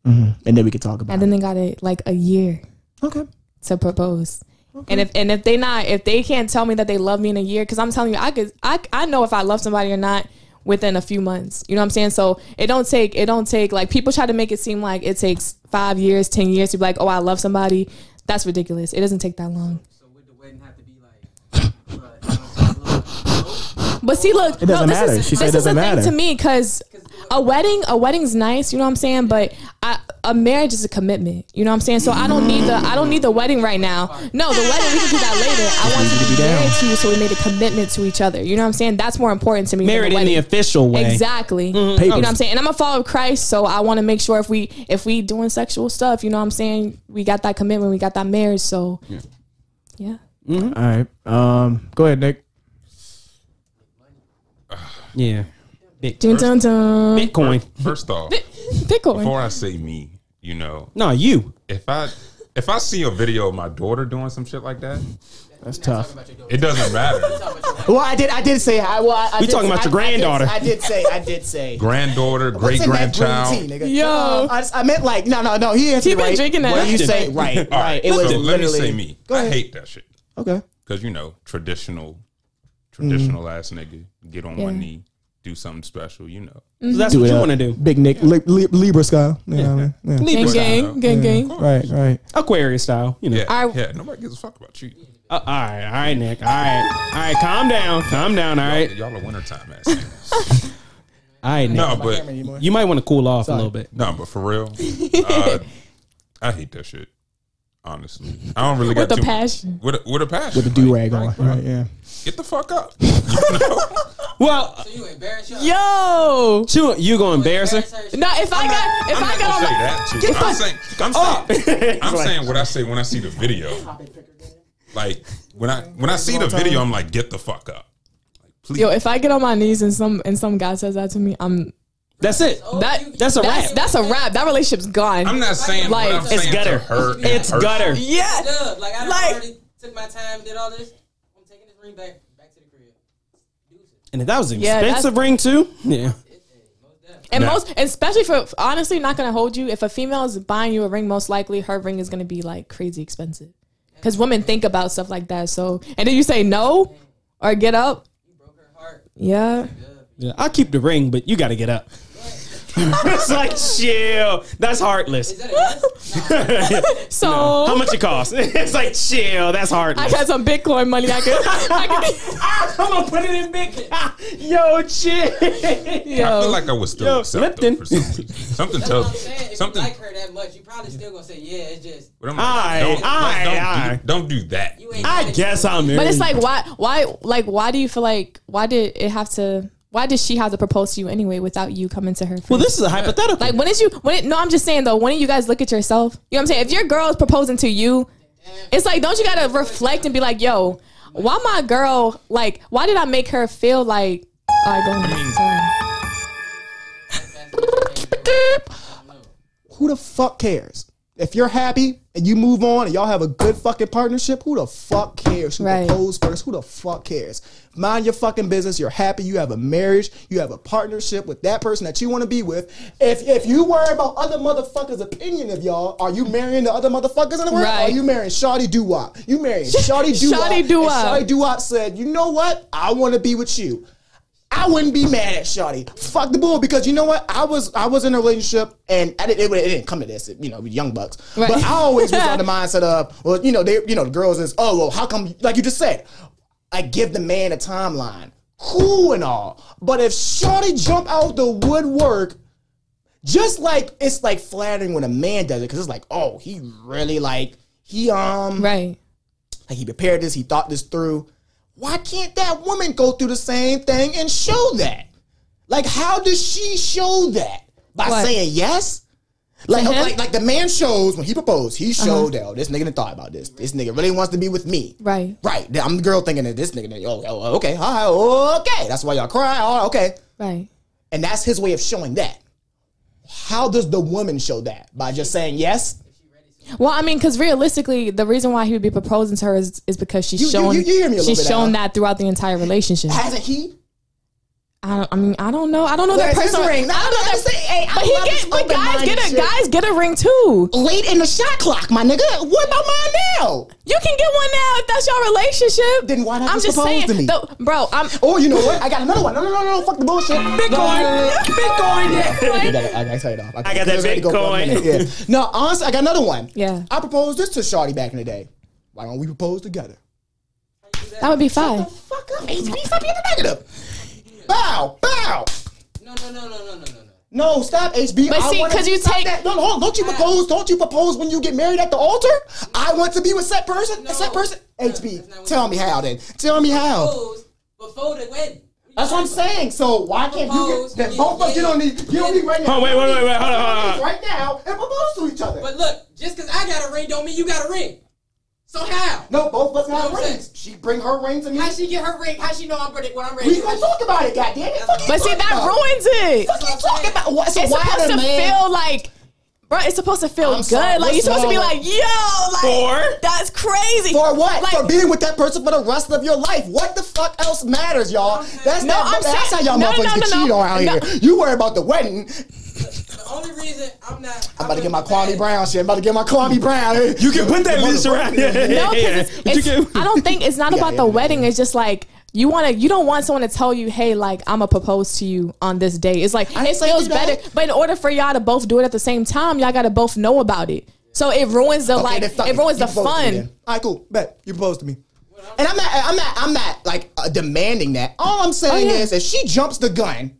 [SPEAKER 2] And then we could talk about.
[SPEAKER 4] and then they got a like a year
[SPEAKER 2] Okay.
[SPEAKER 4] to propose. And if and if they not if they can't tell me that they love me in a year, because I'm telling you, I could I I know if I love somebody or not within a few months. You know what I'm saying? So it don't take it don't take like people try to make it seem like it takes five years, ten years to be like, oh, I love somebody. That's ridiculous. It doesn't take that long.
[SPEAKER 6] So would the wedding have to be like? uh, but I don't love you?
[SPEAKER 4] But see, look, it
[SPEAKER 2] doesn't
[SPEAKER 4] no, this
[SPEAKER 2] matter.
[SPEAKER 4] Is,
[SPEAKER 2] She said
[SPEAKER 4] this
[SPEAKER 2] it
[SPEAKER 4] is the
[SPEAKER 2] doesn't matter.
[SPEAKER 4] thing to me because a wedding, a wedding's nice. You know what I'm saying? But I, a marriage is a commitment. You know what I'm saying? So I don't need the I don't need the wedding right now. No, the wedding we can do that later. I want to be married to you, so we made a commitment to each other. You know what I'm saying? That's more important to me. than
[SPEAKER 3] Married
[SPEAKER 4] the
[SPEAKER 3] in the
[SPEAKER 4] wedding.
[SPEAKER 3] official way. Mm-hmm.
[SPEAKER 4] Exactly. You know what I'm saying? And I'm a follower of Christ, so I want to make sure if we if we doing sexual stuff, you know what I'm saying, we got that commitment, we got that marriage. So yeah.
[SPEAKER 2] All right. Um. Go ahead, Nick.
[SPEAKER 3] Yeah.
[SPEAKER 4] Dun, dun, dun.
[SPEAKER 3] Bitcoin.
[SPEAKER 1] First off,
[SPEAKER 4] Bitcoin.
[SPEAKER 1] before I say me, you know,
[SPEAKER 3] No, you.
[SPEAKER 1] if I if I see a video of my daughter doing some shit like that,
[SPEAKER 2] That's tough.
[SPEAKER 6] About your daughter.
[SPEAKER 1] it doesn't matter.
[SPEAKER 2] *laughs* Well, I did. I did say. I, well, I, I
[SPEAKER 3] We
[SPEAKER 2] did-
[SPEAKER 3] talking about
[SPEAKER 2] I-
[SPEAKER 3] your
[SPEAKER 2] I did-
[SPEAKER 3] granddaughter.
[SPEAKER 2] I did say. I did *laughs* say.
[SPEAKER 1] Granddaughter,
[SPEAKER 2] What's
[SPEAKER 1] great
[SPEAKER 2] in that green
[SPEAKER 1] grandchild.
[SPEAKER 2] tea, nigga?
[SPEAKER 4] Yo.
[SPEAKER 2] Um, I, just- I meant like no, no, no. He
[SPEAKER 4] He
[SPEAKER 2] answered
[SPEAKER 4] been
[SPEAKER 2] right.
[SPEAKER 4] drinking that.
[SPEAKER 2] What you *laughs*
[SPEAKER 4] Listen.
[SPEAKER 2] say? Right, right.
[SPEAKER 1] All right,
[SPEAKER 2] It was
[SPEAKER 1] so let me
[SPEAKER 2] literally-
[SPEAKER 1] say me.
[SPEAKER 2] Go
[SPEAKER 1] I
[SPEAKER 2] ahead.
[SPEAKER 1] hate that shit
[SPEAKER 2] Okay.
[SPEAKER 1] because you know traditional, traditional ass nigga get on
[SPEAKER 4] Yeah.
[SPEAKER 1] one knee, do something special. You know,
[SPEAKER 3] That's what you want to do.
[SPEAKER 2] Big Nick, li- li- Libra style. You know what I mean? Yeah.
[SPEAKER 4] Gang,
[SPEAKER 1] Libra
[SPEAKER 4] gang,
[SPEAKER 1] style.
[SPEAKER 4] gang, gang.
[SPEAKER 2] Right, right.
[SPEAKER 3] Aquarius style, you know.
[SPEAKER 1] yeah,
[SPEAKER 4] I-
[SPEAKER 1] yeah. Nobody gives a fuck about you.
[SPEAKER 3] Uh, all right, all right, Nick. All right, all right. Calm down, calm down. All right,
[SPEAKER 1] Y'all are wintertime ass. niggas.
[SPEAKER 3] all right, Nick.
[SPEAKER 1] no, but
[SPEAKER 2] anymore.
[SPEAKER 3] You might want to cool off a little bit.
[SPEAKER 1] No, but for real, uh, I hate that shit. Honestly, I don't really
[SPEAKER 4] With
[SPEAKER 1] got
[SPEAKER 4] a
[SPEAKER 1] too-
[SPEAKER 4] passion.
[SPEAKER 1] With a, with a passion,
[SPEAKER 2] With a do rag on.
[SPEAKER 1] Like, like,
[SPEAKER 2] Right, yeah.
[SPEAKER 1] Get the fuck up. You know?
[SPEAKER 3] Well,
[SPEAKER 6] So you embarrass her.
[SPEAKER 4] Yo.
[SPEAKER 3] you you gonna embarrass her?
[SPEAKER 4] No, if I got if
[SPEAKER 1] I'm
[SPEAKER 4] i
[SPEAKER 1] not
[SPEAKER 4] got on
[SPEAKER 1] gonna say
[SPEAKER 4] my
[SPEAKER 1] that to you. I'm saying,
[SPEAKER 3] *laughs*
[SPEAKER 1] I'm saying, I'm saying what I say when I see the video. Like when I when I see the video, I'm like, get the fuck up. Like, please.
[SPEAKER 4] yo, if I get on my knees and some and some guy says that to me, I'm
[SPEAKER 3] That's it.
[SPEAKER 4] that
[SPEAKER 3] That's a
[SPEAKER 4] that's,
[SPEAKER 3] wrap.
[SPEAKER 4] that's a wrap. That relationship's gone.
[SPEAKER 1] I'm not saying
[SPEAKER 4] Like,
[SPEAKER 1] what I'm
[SPEAKER 3] It's
[SPEAKER 1] saying to
[SPEAKER 3] gutter.
[SPEAKER 1] her. in
[SPEAKER 3] It's
[SPEAKER 1] person.
[SPEAKER 3] gutter.
[SPEAKER 4] yeah.
[SPEAKER 6] Dub, like I done
[SPEAKER 4] Like-
[SPEAKER 6] already took my time, did all this. I'm taking this ring back back to the crib.
[SPEAKER 3] And if that was an
[SPEAKER 4] Yeah, that's-
[SPEAKER 3] expensive ring too, yeah.
[SPEAKER 4] And
[SPEAKER 1] Nah.
[SPEAKER 4] most and especially for honestly not gonna hold you. If a female is buying you a ring, most likely her ring is gonna be like crazy expensive. Because women think about stuff like that. So and then you say no or get up.
[SPEAKER 6] You broke her heart.
[SPEAKER 4] Yeah.
[SPEAKER 3] yeah. I'll keep the ring, but you got to get up. it's like chill. That's heartless.
[SPEAKER 6] Is that a yes?
[SPEAKER 4] So
[SPEAKER 3] *laughs* How much it costs? *laughs* it's like chill. That's
[SPEAKER 4] I *laughs*
[SPEAKER 3] heartless.
[SPEAKER 4] got some Bitcoin money. I could.
[SPEAKER 1] *laughs*
[SPEAKER 4] I
[SPEAKER 3] I'm gonna put it in big. *laughs* Yo, chill.
[SPEAKER 4] could
[SPEAKER 1] I
[SPEAKER 4] yo,
[SPEAKER 1] feel like I would still
[SPEAKER 3] Yo,
[SPEAKER 1] accept
[SPEAKER 3] Lipton.
[SPEAKER 1] them for some reason. Something
[SPEAKER 6] That's what
[SPEAKER 1] tells
[SPEAKER 6] I'm saying. If
[SPEAKER 1] something.
[SPEAKER 6] you like her that much, you probably still gonna say yeah. It's just
[SPEAKER 1] but I'm
[SPEAKER 3] Aye,
[SPEAKER 1] don't,
[SPEAKER 3] aye,
[SPEAKER 1] don't,
[SPEAKER 3] aye.
[SPEAKER 1] Do, don't do that.
[SPEAKER 6] you ain't.
[SPEAKER 3] I guess I'm.
[SPEAKER 4] but it's like why? Why? Like why do you feel like? Why did it have to? Why did she have to propose to you anyway without you coming to her? First?
[SPEAKER 3] Well, this is a hypothetical.
[SPEAKER 4] Like when did you when it, no I'm just saying though, when did you guys look at yourself? You know what I'm saying? If your girl's proposing to you, it's like don't you gotta reflect and be like, yo, why my girl like why did I make her feel like all right, go ahead. Sorry.
[SPEAKER 7] Who the fuck cares? If you're happy and you move on and y'all have a good fucking partnership, who the fuck cares? Who
[SPEAKER 4] Right.
[SPEAKER 7] proposed first? Who the fuck cares? Mind your fucking business. You're happy. You have a marriage. You have a partnership with that person that you want to be with. If if you worry about other motherfuckers' opinion of y'all, are you marrying the other motherfuckers in the world?
[SPEAKER 4] Right.
[SPEAKER 7] Are you marrying Shawty Doo-Wop?
[SPEAKER 4] *laughs*
[SPEAKER 7] You marrying Shawty Doo-Wop?
[SPEAKER 4] Shawty
[SPEAKER 7] And
[SPEAKER 4] Doo-Wop.
[SPEAKER 7] Shawty Doo-Wop said, you know what? I want to be with you. I wouldn't be mad at Shawty. Fuck the bull because you know what? I was I was in a relationship and I didn't, it, it didn't come to this. you know, we young bucks.
[SPEAKER 4] Right.
[SPEAKER 7] But I always was on the mindset of well, you know, they you know the girls is oh well, how come like you just said, I give the man a timeline, cool and all. But if Shawty jump out the woodwork just like it's like flattering when a man does it because it's like oh he really like he um
[SPEAKER 4] Right.
[SPEAKER 7] like he prepared this, he thought this through. Why can't that woman go through the same thing and show that? Like, how does she show that? By
[SPEAKER 4] What?
[SPEAKER 7] saying yes? Like,
[SPEAKER 4] To him? Uh-huh.
[SPEAKER 7] like, like the man shows when he proposed, he showed that oh, this nigga done thought about this. This nigga really wants to be with me.
[SPEAKER 4] Right.
[SPEAKER 7] Right. I'm the girl thinking that this nigga, oh, oh, okay, all right, okay. That's why y'all cry. All right, okay.
[SPEAKER 4] Right.
[SPEAKER 7] And that's his way of showing that. How does the woman show that? By just saying yes?
[SPEAKER 4] Well, I mean, because realistically, the reason why he would be proposing to her is, is because she's
[SPEAKER 7] You- you-
[SPEAKER 4] shown
[SPEAKER 7] you- you hear me a little
[SPEAKER 4] she's
[SPEAKER 7] bit,
[SPEAKER 4] shown
[SPEAKER 7] Al.
[SPEAKER 4] that throughout the entire relationship.
[SPEAKER 7] Hasn't he?
[SPEAKER 4] I don't. I mean, I don't know. I don't know that
[SPEAKER 7] Where's his
[SPEAKER 4] person.
[SPEAKER 7] ring?
[SPEAKER 4] I don't know
[SPEAKER 7] I'm
[SPEAKER 4] that.
[SPEAKER 7] saying, hey, I
[SPEAKER 4] but he
[SPEAKER 7] love this
[SPEAKER 4] get. But guys
[SPEAKER 7] open-minded
[SPEAKER 4] get a
[SPEAKER 7] shit.
[SPEAKER 4] guys get a ring too.
[SPEAKER 7] late in the shot clock, my nigga. What about mine now?
[SPEAKER 4] You can get one now if that's your relationship.
[SPEAKER 7] Then why not just propose to me?
[SPEAKER 4] though, bro? I'm
[SPEAKER 7] Oh, you know what? I got another one. No, no, no, no. Fuck the
[SPEAKER 4] *laughs*
[SPEAKER 7] bullshit.
[SPEAKER 3] Bitcoin. Bitcoin.
[SPEAKER 7] I gotta, I gotta tell you though. I,
[SPEAKER 3] got that
[SPEAKER 7] I gotta go for a
[SPEAKER 3] Bitcoin.
[SPEAKER 7] minute, Yeah. No, honestly, I got another one.
[SPEAKER 4] Yeah.
[SPEAKER 7] I proposed this to Shawty back in the day. Why don't we propose together?
[SPEAKER 4] that would be fine.
[SPEAKER 7] Fuck up, HB. Stop being the negative. Bow, bow.
[SPEAKER 6] No, no, no, no, no, no, no, no.
[SPEAKER 7] No, stop, HB.
[SPEAKER 4] But
[SPEAKER 7] I
[SPEAKER 4] see,
[SPEAKER 7] wanna-
[SPEAKER 4] 'cause you
[SPEAKER 7] stop
[SPEAKER 4] take-
[SPEAKER 7] that. No, no, hold on. don't you propose? Don't you propose when you get married at the altar? I want to be with said person.
[SPEAKER 6] No.
[SPEAKER 7] Said person.
[SPEAKER 6] No,
[SPEAKER 7] HB,
[SPEAKER 6] that's not what
[SPEAKER 7] tell
[SPEAKER 6] you-
[SPEAKER 7] me how then. Tell me how.
[SPEAKER 6] Propose before the wedding.
[SPEAKER 7] That's what I'm saying. So why can't you
[SPEAKER 6] Propose.
[SPEAKER 7] get that both of us get on the get on the right now?
[SPEAKER 3] Oh, wait, wait, wait, wait, hold on, hold on.
[SPEAKER 7] Right now and propose to each other.
[SPEAKER 6] But look, just because I got a ring don't mean you got a ring. So how?
[SPEAKER 7] no, both of us have
[SPEAKER 6] No, I'm
[SPEAKER 7] rings. She bring her ring to me.
[SPEAKER 6] How she get her ring? How she know I'm ready when I'm ready?
[SPEAKER 7] We gonna talk about it, goddamn it. Fuck you
[SPEAKER 4] But see,
[SPEAKER 7] talking
[SPEAKER 4] that
[SPEAKER 7] about?
[SPEAKER 4] ruins it.
[SPEAKER 7] Fuck you talking about? What, so
[SPEAKER 4] It's
[SPEAKER 7] why
[SPEAKER 4] supposed
[SPEAKER 7] the
[SPEAKER 4] to
[SPEAKER 7] man?
[SPEAKER 4] feel like, bro. It's supposed to feel
[SPEAKER 7] I'm
[SPEAKER 4] good. like
[SPEAKER 7] sorry,
[SPEAKER 4] you're
[SPEAKER 7] what's
[SPEAKER 4] supposed to be
[SPEAKER 7] wrong
[SPEAKER 4] like,
[SPEAKER 7] with-
[SPEAKER 4] yo, like
[SPEAKER 3] For?
[SPEAKER 4] that's crazy.
[SPEAKER 7] for what?
[SPEAKER 4] Like,
[SPEAKER 7] for being with that person for the rest of your life. What the fuck else matters, y'all? That's
[SPEAKER 4] No,
[SPEAKER 7] that,
[SPEAKER 4] I'm
[SPEAKER 7] that's
[SPEAKER 4] saying-
[SPEAKER 7] how y'all
[SPEAKER 4] no, no,
[SPEAKER 7] motherfuckers
[SPEAKER 4] no,
[SPEAKER 7] get
[SPEAKER 4] no,
[SPEAKER 7] cheated
[SPEAKER 4] no.
[SPEAKER 7] on out
[SPEAKER 4] No.
[SPEAKER 7] here. You worry about the wedding.
[SPEAKER 6] The only reason I'm not.
[SPEAKER 7] I'm about to get my Kwame Brown shit. I'm about to get my Kwame Brown.
[SPEAKER 3] You can put that bitch around. *laughs*
[SPEAKER 4] no, 'cause it's, it's- I don't think it's not about
[SPEAKER 7] yeah,
[SPEAKER 4] the
[SPEAKER 7] yeah,
[SPEAKER 4] wedding. It's just like you want to. You don't want someone to tell you, "Hey, like I'm gonna propose to you on this day." It's like
[SPEAKER 7] I
[SPEAKER 4] it
[SPEAKER 7] didn't say
[SPEAKER 4] feels
[SPEAKER 7] do that.
[SPEAKER 4] better, but in order for y'all to both do it at the same time, y'all gotta both know about it. So it ruins the
[SPEAKER 7] Okay,
[SPEAKER 4] like
[SPEAKER 7] then fuck
[SPEAKER 4] it ruins
[SPEAKER 7] You
[SPEAKER 4] the
[SPEAKER 7] propose to me
[SPEAKER 4] fun.
[SPEAKER 7] then. All right, cool. Bet you propose to me. And I'm not, I'm not, I'm not like uh, demanding that. All I'm saying
[SPEAKER 4] Oh, yeah.
[SPEAKER 7] is, if she jumps the gun,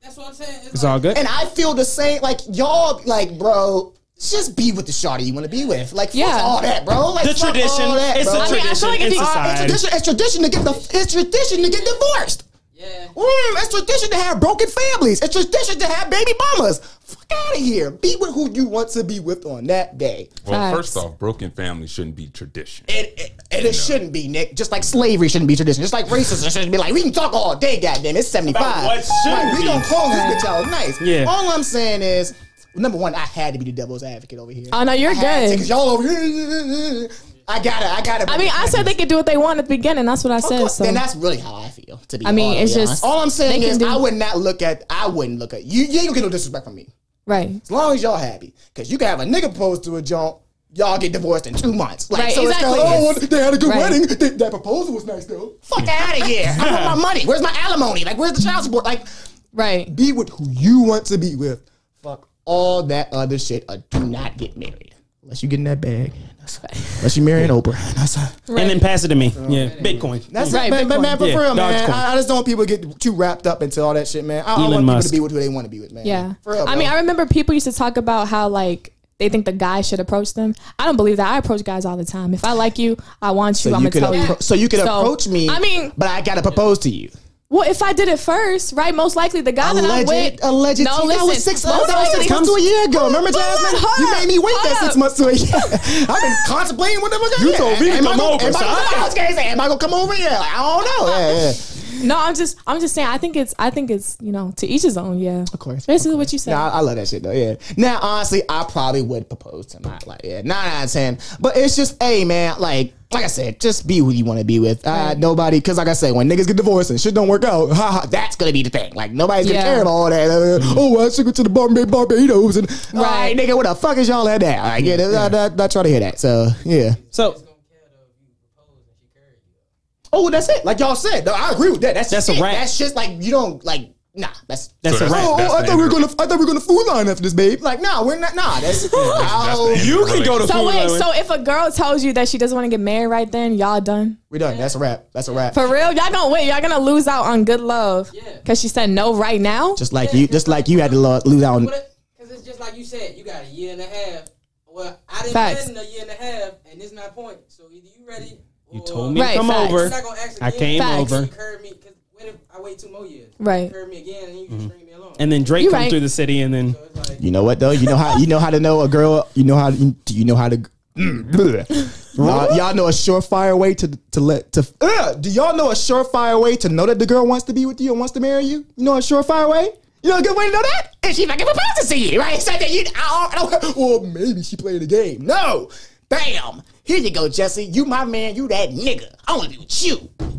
[SPEAKER 6] That's what I'm saying.
[SPEAKER 3] It's all good.
[SPEAKER 7] and I feel the same, like y'all, like bro, just be with the shawty you want to be with. Like, fuck
[SPEAKER 4] Yeah.
[SPEAKER 7] all that, bro. Like,
[SPEAKER 3] The
[SPEAKER 7] fuck
[SPEAKER 3] tradition.
[SPEAKER 7] All that,
[SPEAKER 3] It's
[SPEAKER 7] bro.
[SPEAKER 3] the
[SPEAKER 4] I mean, I feel
[SPEAKER 3] tradition
[SPEAKER 4] like
[SPEAKER 3] in
[SPEAKER 4] if you-
[SPEAKER 7] It's
[SPEAKER 3] society.
[SPEAKER 7] tradition. It's tradition to get the. It's tradition to get divorced.
[SPEAKER 6] Yeah.
[SPEAKER 7] Mm, it's tradition to have broken families. It's tradition to have baby mamas. Fuck out of here. Be with who you want to be with on that day.
[SPEAKER 1] Well,
[SPEAKER 4] Facts.
[SPEAKER 1] first off, broken family shouldn't be tradition.
[SPEAKER 7] It, it, and it shouldn't be, Nick. Just like slavery shouldn't be tradition. Just like racism shouldn't be like, we can talk all day, goddamn. It's 75.
[SPEAKER 3] About what should
[SPEAKER 7] Like,
[SPEAKER 3] be.
[SPEAKER 7] we don't close this bitch out nice.
[SPEAKER 3] Yeah.
[SPEAKER 7] All I'm saying is, number one, I had to be the devil's advocate over here.
[SPEAKER 4] Oh no, you're
[SPEAKER 7] I had to,
[SPEAKER 4] good.
[SPEAKER 7] 'cause y'all over here. I gotta, I gotta.
[SPEAKER 4] I mean, I said they could do what they want at the beginning. That's what I
[SPEAKER 7] Of
[SPEAKER 4] said.
[SPEAKER 7] course,
[SPEAKER 4] So
[SPEAKER 7] Then that's really how I feel, to be
[SPEAKER 4] I mean,
[SPEAKER 7] all the
[SPEAKER 4] it's
[SPEAKER 7] way
[SPEAKER 4] just-
[SPEAKER 7] honest. All I'm saying
[SPEAKER 4] they can
[SPEAKER 7] is,
[SPEAKER 4] do-
[SPEAKER 7] I would not look at, I wouldn't look at, you, you ain't gonna get no disrespect from me.
[SPEAKER 4] right.
[SPEAKER 7] As long as y'all happy, because you can have a nigga propose to a junk, y'all get divorced in two months. Like,
[SPEAKER 4] Right,
[SPEAKER 7] so
[SPEAKER 4] exactly.
[SPEAKER 7] it's kind of, oh, well, they had a good
[SPEAKER 4] Right.
[SPEAKER 7] wedding. They, that proposal was nice, though. Fuck out of here. I want my money. Where's my alimony? Like, where's the child support? Like,
[SPEAKER 4] Right.
[SPEAKER 2] Be with who you want to be with. Fuck all that other shit. Or do not get married. Unless you get in that bag. That's right. Unless you marry an Oprah. That's right.
[SPEAKER 3] And then pass it to me. Yeah, Bitcoin.
[SPEAKER 2] That's right,
[SPEAKER 4] Right,
[SPEAKER 2] man. But
[SPEAKER 4] Bitcoin.
[SPEAKER 2] man, for
[SPEAKER 3] Yeah,
[SPEAKER 2] real, man,
[SPEAKER 3] Dogecoin.
[SPEAKER 2] I, I just don't want people to get too wrapped up into all that shit, man. I, I
[SPEAKER 3] Elon
[SPEAKER 2] want people
[SPEAKER 3] Musk.
[SPEAKER 2] to be with who they want to be with, man.
[SPEAKER 4] Yeah.
[SPEAKER 2] for real.
[SPEAKER 4] I mean, I remember people used to talk about how like they think the guy should approach them. I don't believe that. I approach guys all the time. If I like you, I want you.
[SPEAKER 2] so
[SPEAKER 4] I'm
[SPEAKER 2] you
[SPEAKER 4] gonna
[SPEAKER 2] could
[SPEAKER 4] tell you.
[SPEAKER 2] appro- so you could approach me.
[SPEAKER 4] I mean,
[SPEAKER 2] but I gotta propose to you.
[SPEAKER 4] well, if I did it first, right? Most likely the guy that I'm
[SPEAKER 2] Alleged,
[SPEAKER 4] with.
[SPEAKER 2] alleged.
[SPEAKER 4] No,
[SPEAKER 2] that
[SPEAKER 4] listen.
[SPEAKER 2] was six
[SPEAKER 4] most
[SPEAKER 2] months. That was
[SPEAKER 4] likely-
[SPEAKER 2] six months to a year ago. Remember,
[SPEAKER 4] Hold on,
[SPEAKER 2] Jasmine?
[SPEAKER 4] hold
[SPEAKER 2] You
[SPEAKER 4] up,
[SPEAKER 2] made me wait
[SPEAKER 4] hold
[SPEAKER 2] that
[SPEAKER 4] up.
[SPEAKER 2] six months to a year. *laughs* I've been contemplating what the fuck.
[SPEAKER 1] You told me to
[SPEAKER 2] Am I
[SPEAKER 1] come
[SPEAKER 2] gonna-
[SPEAKER 1] over,
[SPEAKER 2] Am I
[SPEAKER 1] so
[SPEAKER 2] gonna-
[SPEAKER 1] I-
[SPEAKER 2] I was gonna say, am I gonna come over here? Like, I don't know. Yeah, yeah.
[SPEAKER 4] No, I'm just, I'm just saying. I think it's, I think it's, you know, to each his own. Yeah, of
[SPEAKER 2] course,
[SPEAKER 4] Basically, what you said.
[SPEAKER 2] Nah, I love that shit though. Yeah. Now, honestly, I probably would propose tonight. Like, yeah, nine out of ten. But it's just, hey, man, like, like I said, just be who you want to be with. Uh, nobody, because like I said, when niggas get divorced and shit don't work out, haha, that's gonna be the thing. Like, nobody's gonna
[SPEAKER 4] Yeah.
[SPEAKER 2] care about all that. Uh, oh, I should go to the Bombay Barbados and all right,
[SPEAKER 4] Right.
[SPEAKER 2] nigga, what the fuck is y'all at that? Like, yeah, Not, not, not trying to hear that. So, yeah.
[SPEAKER 3] So
[SPEAKER 6] Don't care though if you propose and she carried you.
[SPEAKER 2] Oh, that's it. Like y'all said, no, I agree with that. That's
[SPEAKER 3] That's
[SPEAKER 2] that's
[SPEAKER 3] a
[SPEAKER 2] it.
[SPEAKER 3] wrap.
[SPEAKER 2] That's just like you don't like. Nah, that's
[SPEAKER 3] that's
[SPEAKER 1] So
[SPEAKER 3] a
[SPEAKER 1] that's-
[SPEAKER 3] wrap.
[SPEAKER 2] Oh,
[SPEAKER 1] that's
[SPEAKER 2] I
[SPEAKER 1] the
[SPEAKER 2] thought we were
[SPEAKER 1] end
[SPEAKER 2] gonna. I thought we were gonna food line after this, babe. Like, nah, we're not. Nah, that's.
[SPEAKER 1] the end.
[SPEAKER 2] oh,
[SPEAKER 1] You can go to
[SPEAKER 4] so
[SPEAKER 3] Cool,
[SPEAKER 4] wait,
[SPEAKER 3] Owen.
[SPEAKER 4] so if a girl tells you that she doesn't want to get married right then, y'all done
[SPEAKER 2] we're done. That's a wrap. That's a wrap.
[SPEAKER 4] for real? Y'all gonna wait? Y'all gonna lose out on good love because she said no right now.
[SPEAKER 2] Just like you, just like you had to lo- lose out. on
[SPEAKER 6] Because it's just like you said, you got a year and a half. Well, I didn't
[SPEAKER 4] Facts.
[SPEAKER 6] plan in a year and a half, and this is my point. So either you ready?
[SPEAKER 3] you
[SPEAKER 6] or-
[SPEAKER 3] told me
[SPEAKER 4] Right,
[SPEAKER 3] to come
[SPEAKER 4] facts.
[SPEAKER 6] You're
[SPEAKER 3] over.
[SPEAKER 6] not gonna ask
[SPEAKER 3] I
[SPEAKER 6] again.
[SPEAKER 3] came
[SPEAKER 4] Facts.
[SPEAKER 6] You
[SPEAKER 3] over,
[SPEAKER 6] curve me because what if I wait two more years?
[SPEAKER 4] Right.
[SPEAKER 6] You curve me again, and you just string me along.
[SPEAKER 3] Mm-hmm. and then Drake
[SPEAKER 4] You
[SPEAKER 3] come
[SPEAKER 4] right.
[SPEAKER 3] through the city, and then
[SPEAKER 6] so it's like,
[SPEAKER 2] You know what though? You know how you know how to know a girl. You know how you, do you know how to. *laughs* Mm, bleh. y'all, y'all know a surefire way to to let to. Uh, do y'all know a surefire way to know that the girl wants to be with you and wants to marry you? You know a surefire way. You know a good way to know that? Is she fucking proposes to you, right? So that you, I don't, I don't, well, maybe she played a game. No, bam. Here you go, Jesse. You my man. You that nigga. I want to be with you.
[SPEAKER 4] Oh,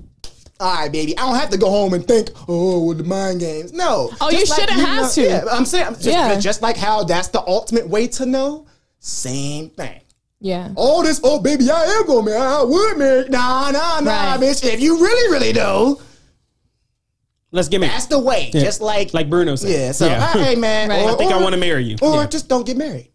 [SPEAKER 2] All right, baby. I don't have to go home and think, oh, with the mind games. No.
[SPEAKER 4] Oh, you shouldn't have
[SPEAKER 2] know-
[SPEAKER 4] to.
[SPEAKER 2] Yeah, I'm saying, I'm just,
[SPEAKER 4] Yeah.
[SPEAKER 2] just like how that's the ultimate way to know, same thing.
[SPEAKER 4] Yeah.
[SPEAKER 2] All this, oh, baby, I am going to marry. I would marry. Nah, nah, nah,
[SPEAKER 4] Right.
[SPEAKER 2] bitch. If you really, really know,
[SPEAKER 3] let's get married.
[SPEAKER 2] that's the way. Just like,
[SPEAKER 3] Like Bruno said.
[SPEAKER 2] yeah. So,
[SPEAKER 3] Yeah.
[SPEAKER 2] hey, man.
[SPEAKER 4] *laughs* Right.
[SPEAKER 2] or-
[SPEAKER 4] I
[SPEAKER 3] *laughs* think I
[SPEAKER 2] or-
[SPEAKER 3] wanna marry you.
[SPEAKER 2] Or
[SPEAKER 3] Yeah.
[SPEAKER 2] just don't get married.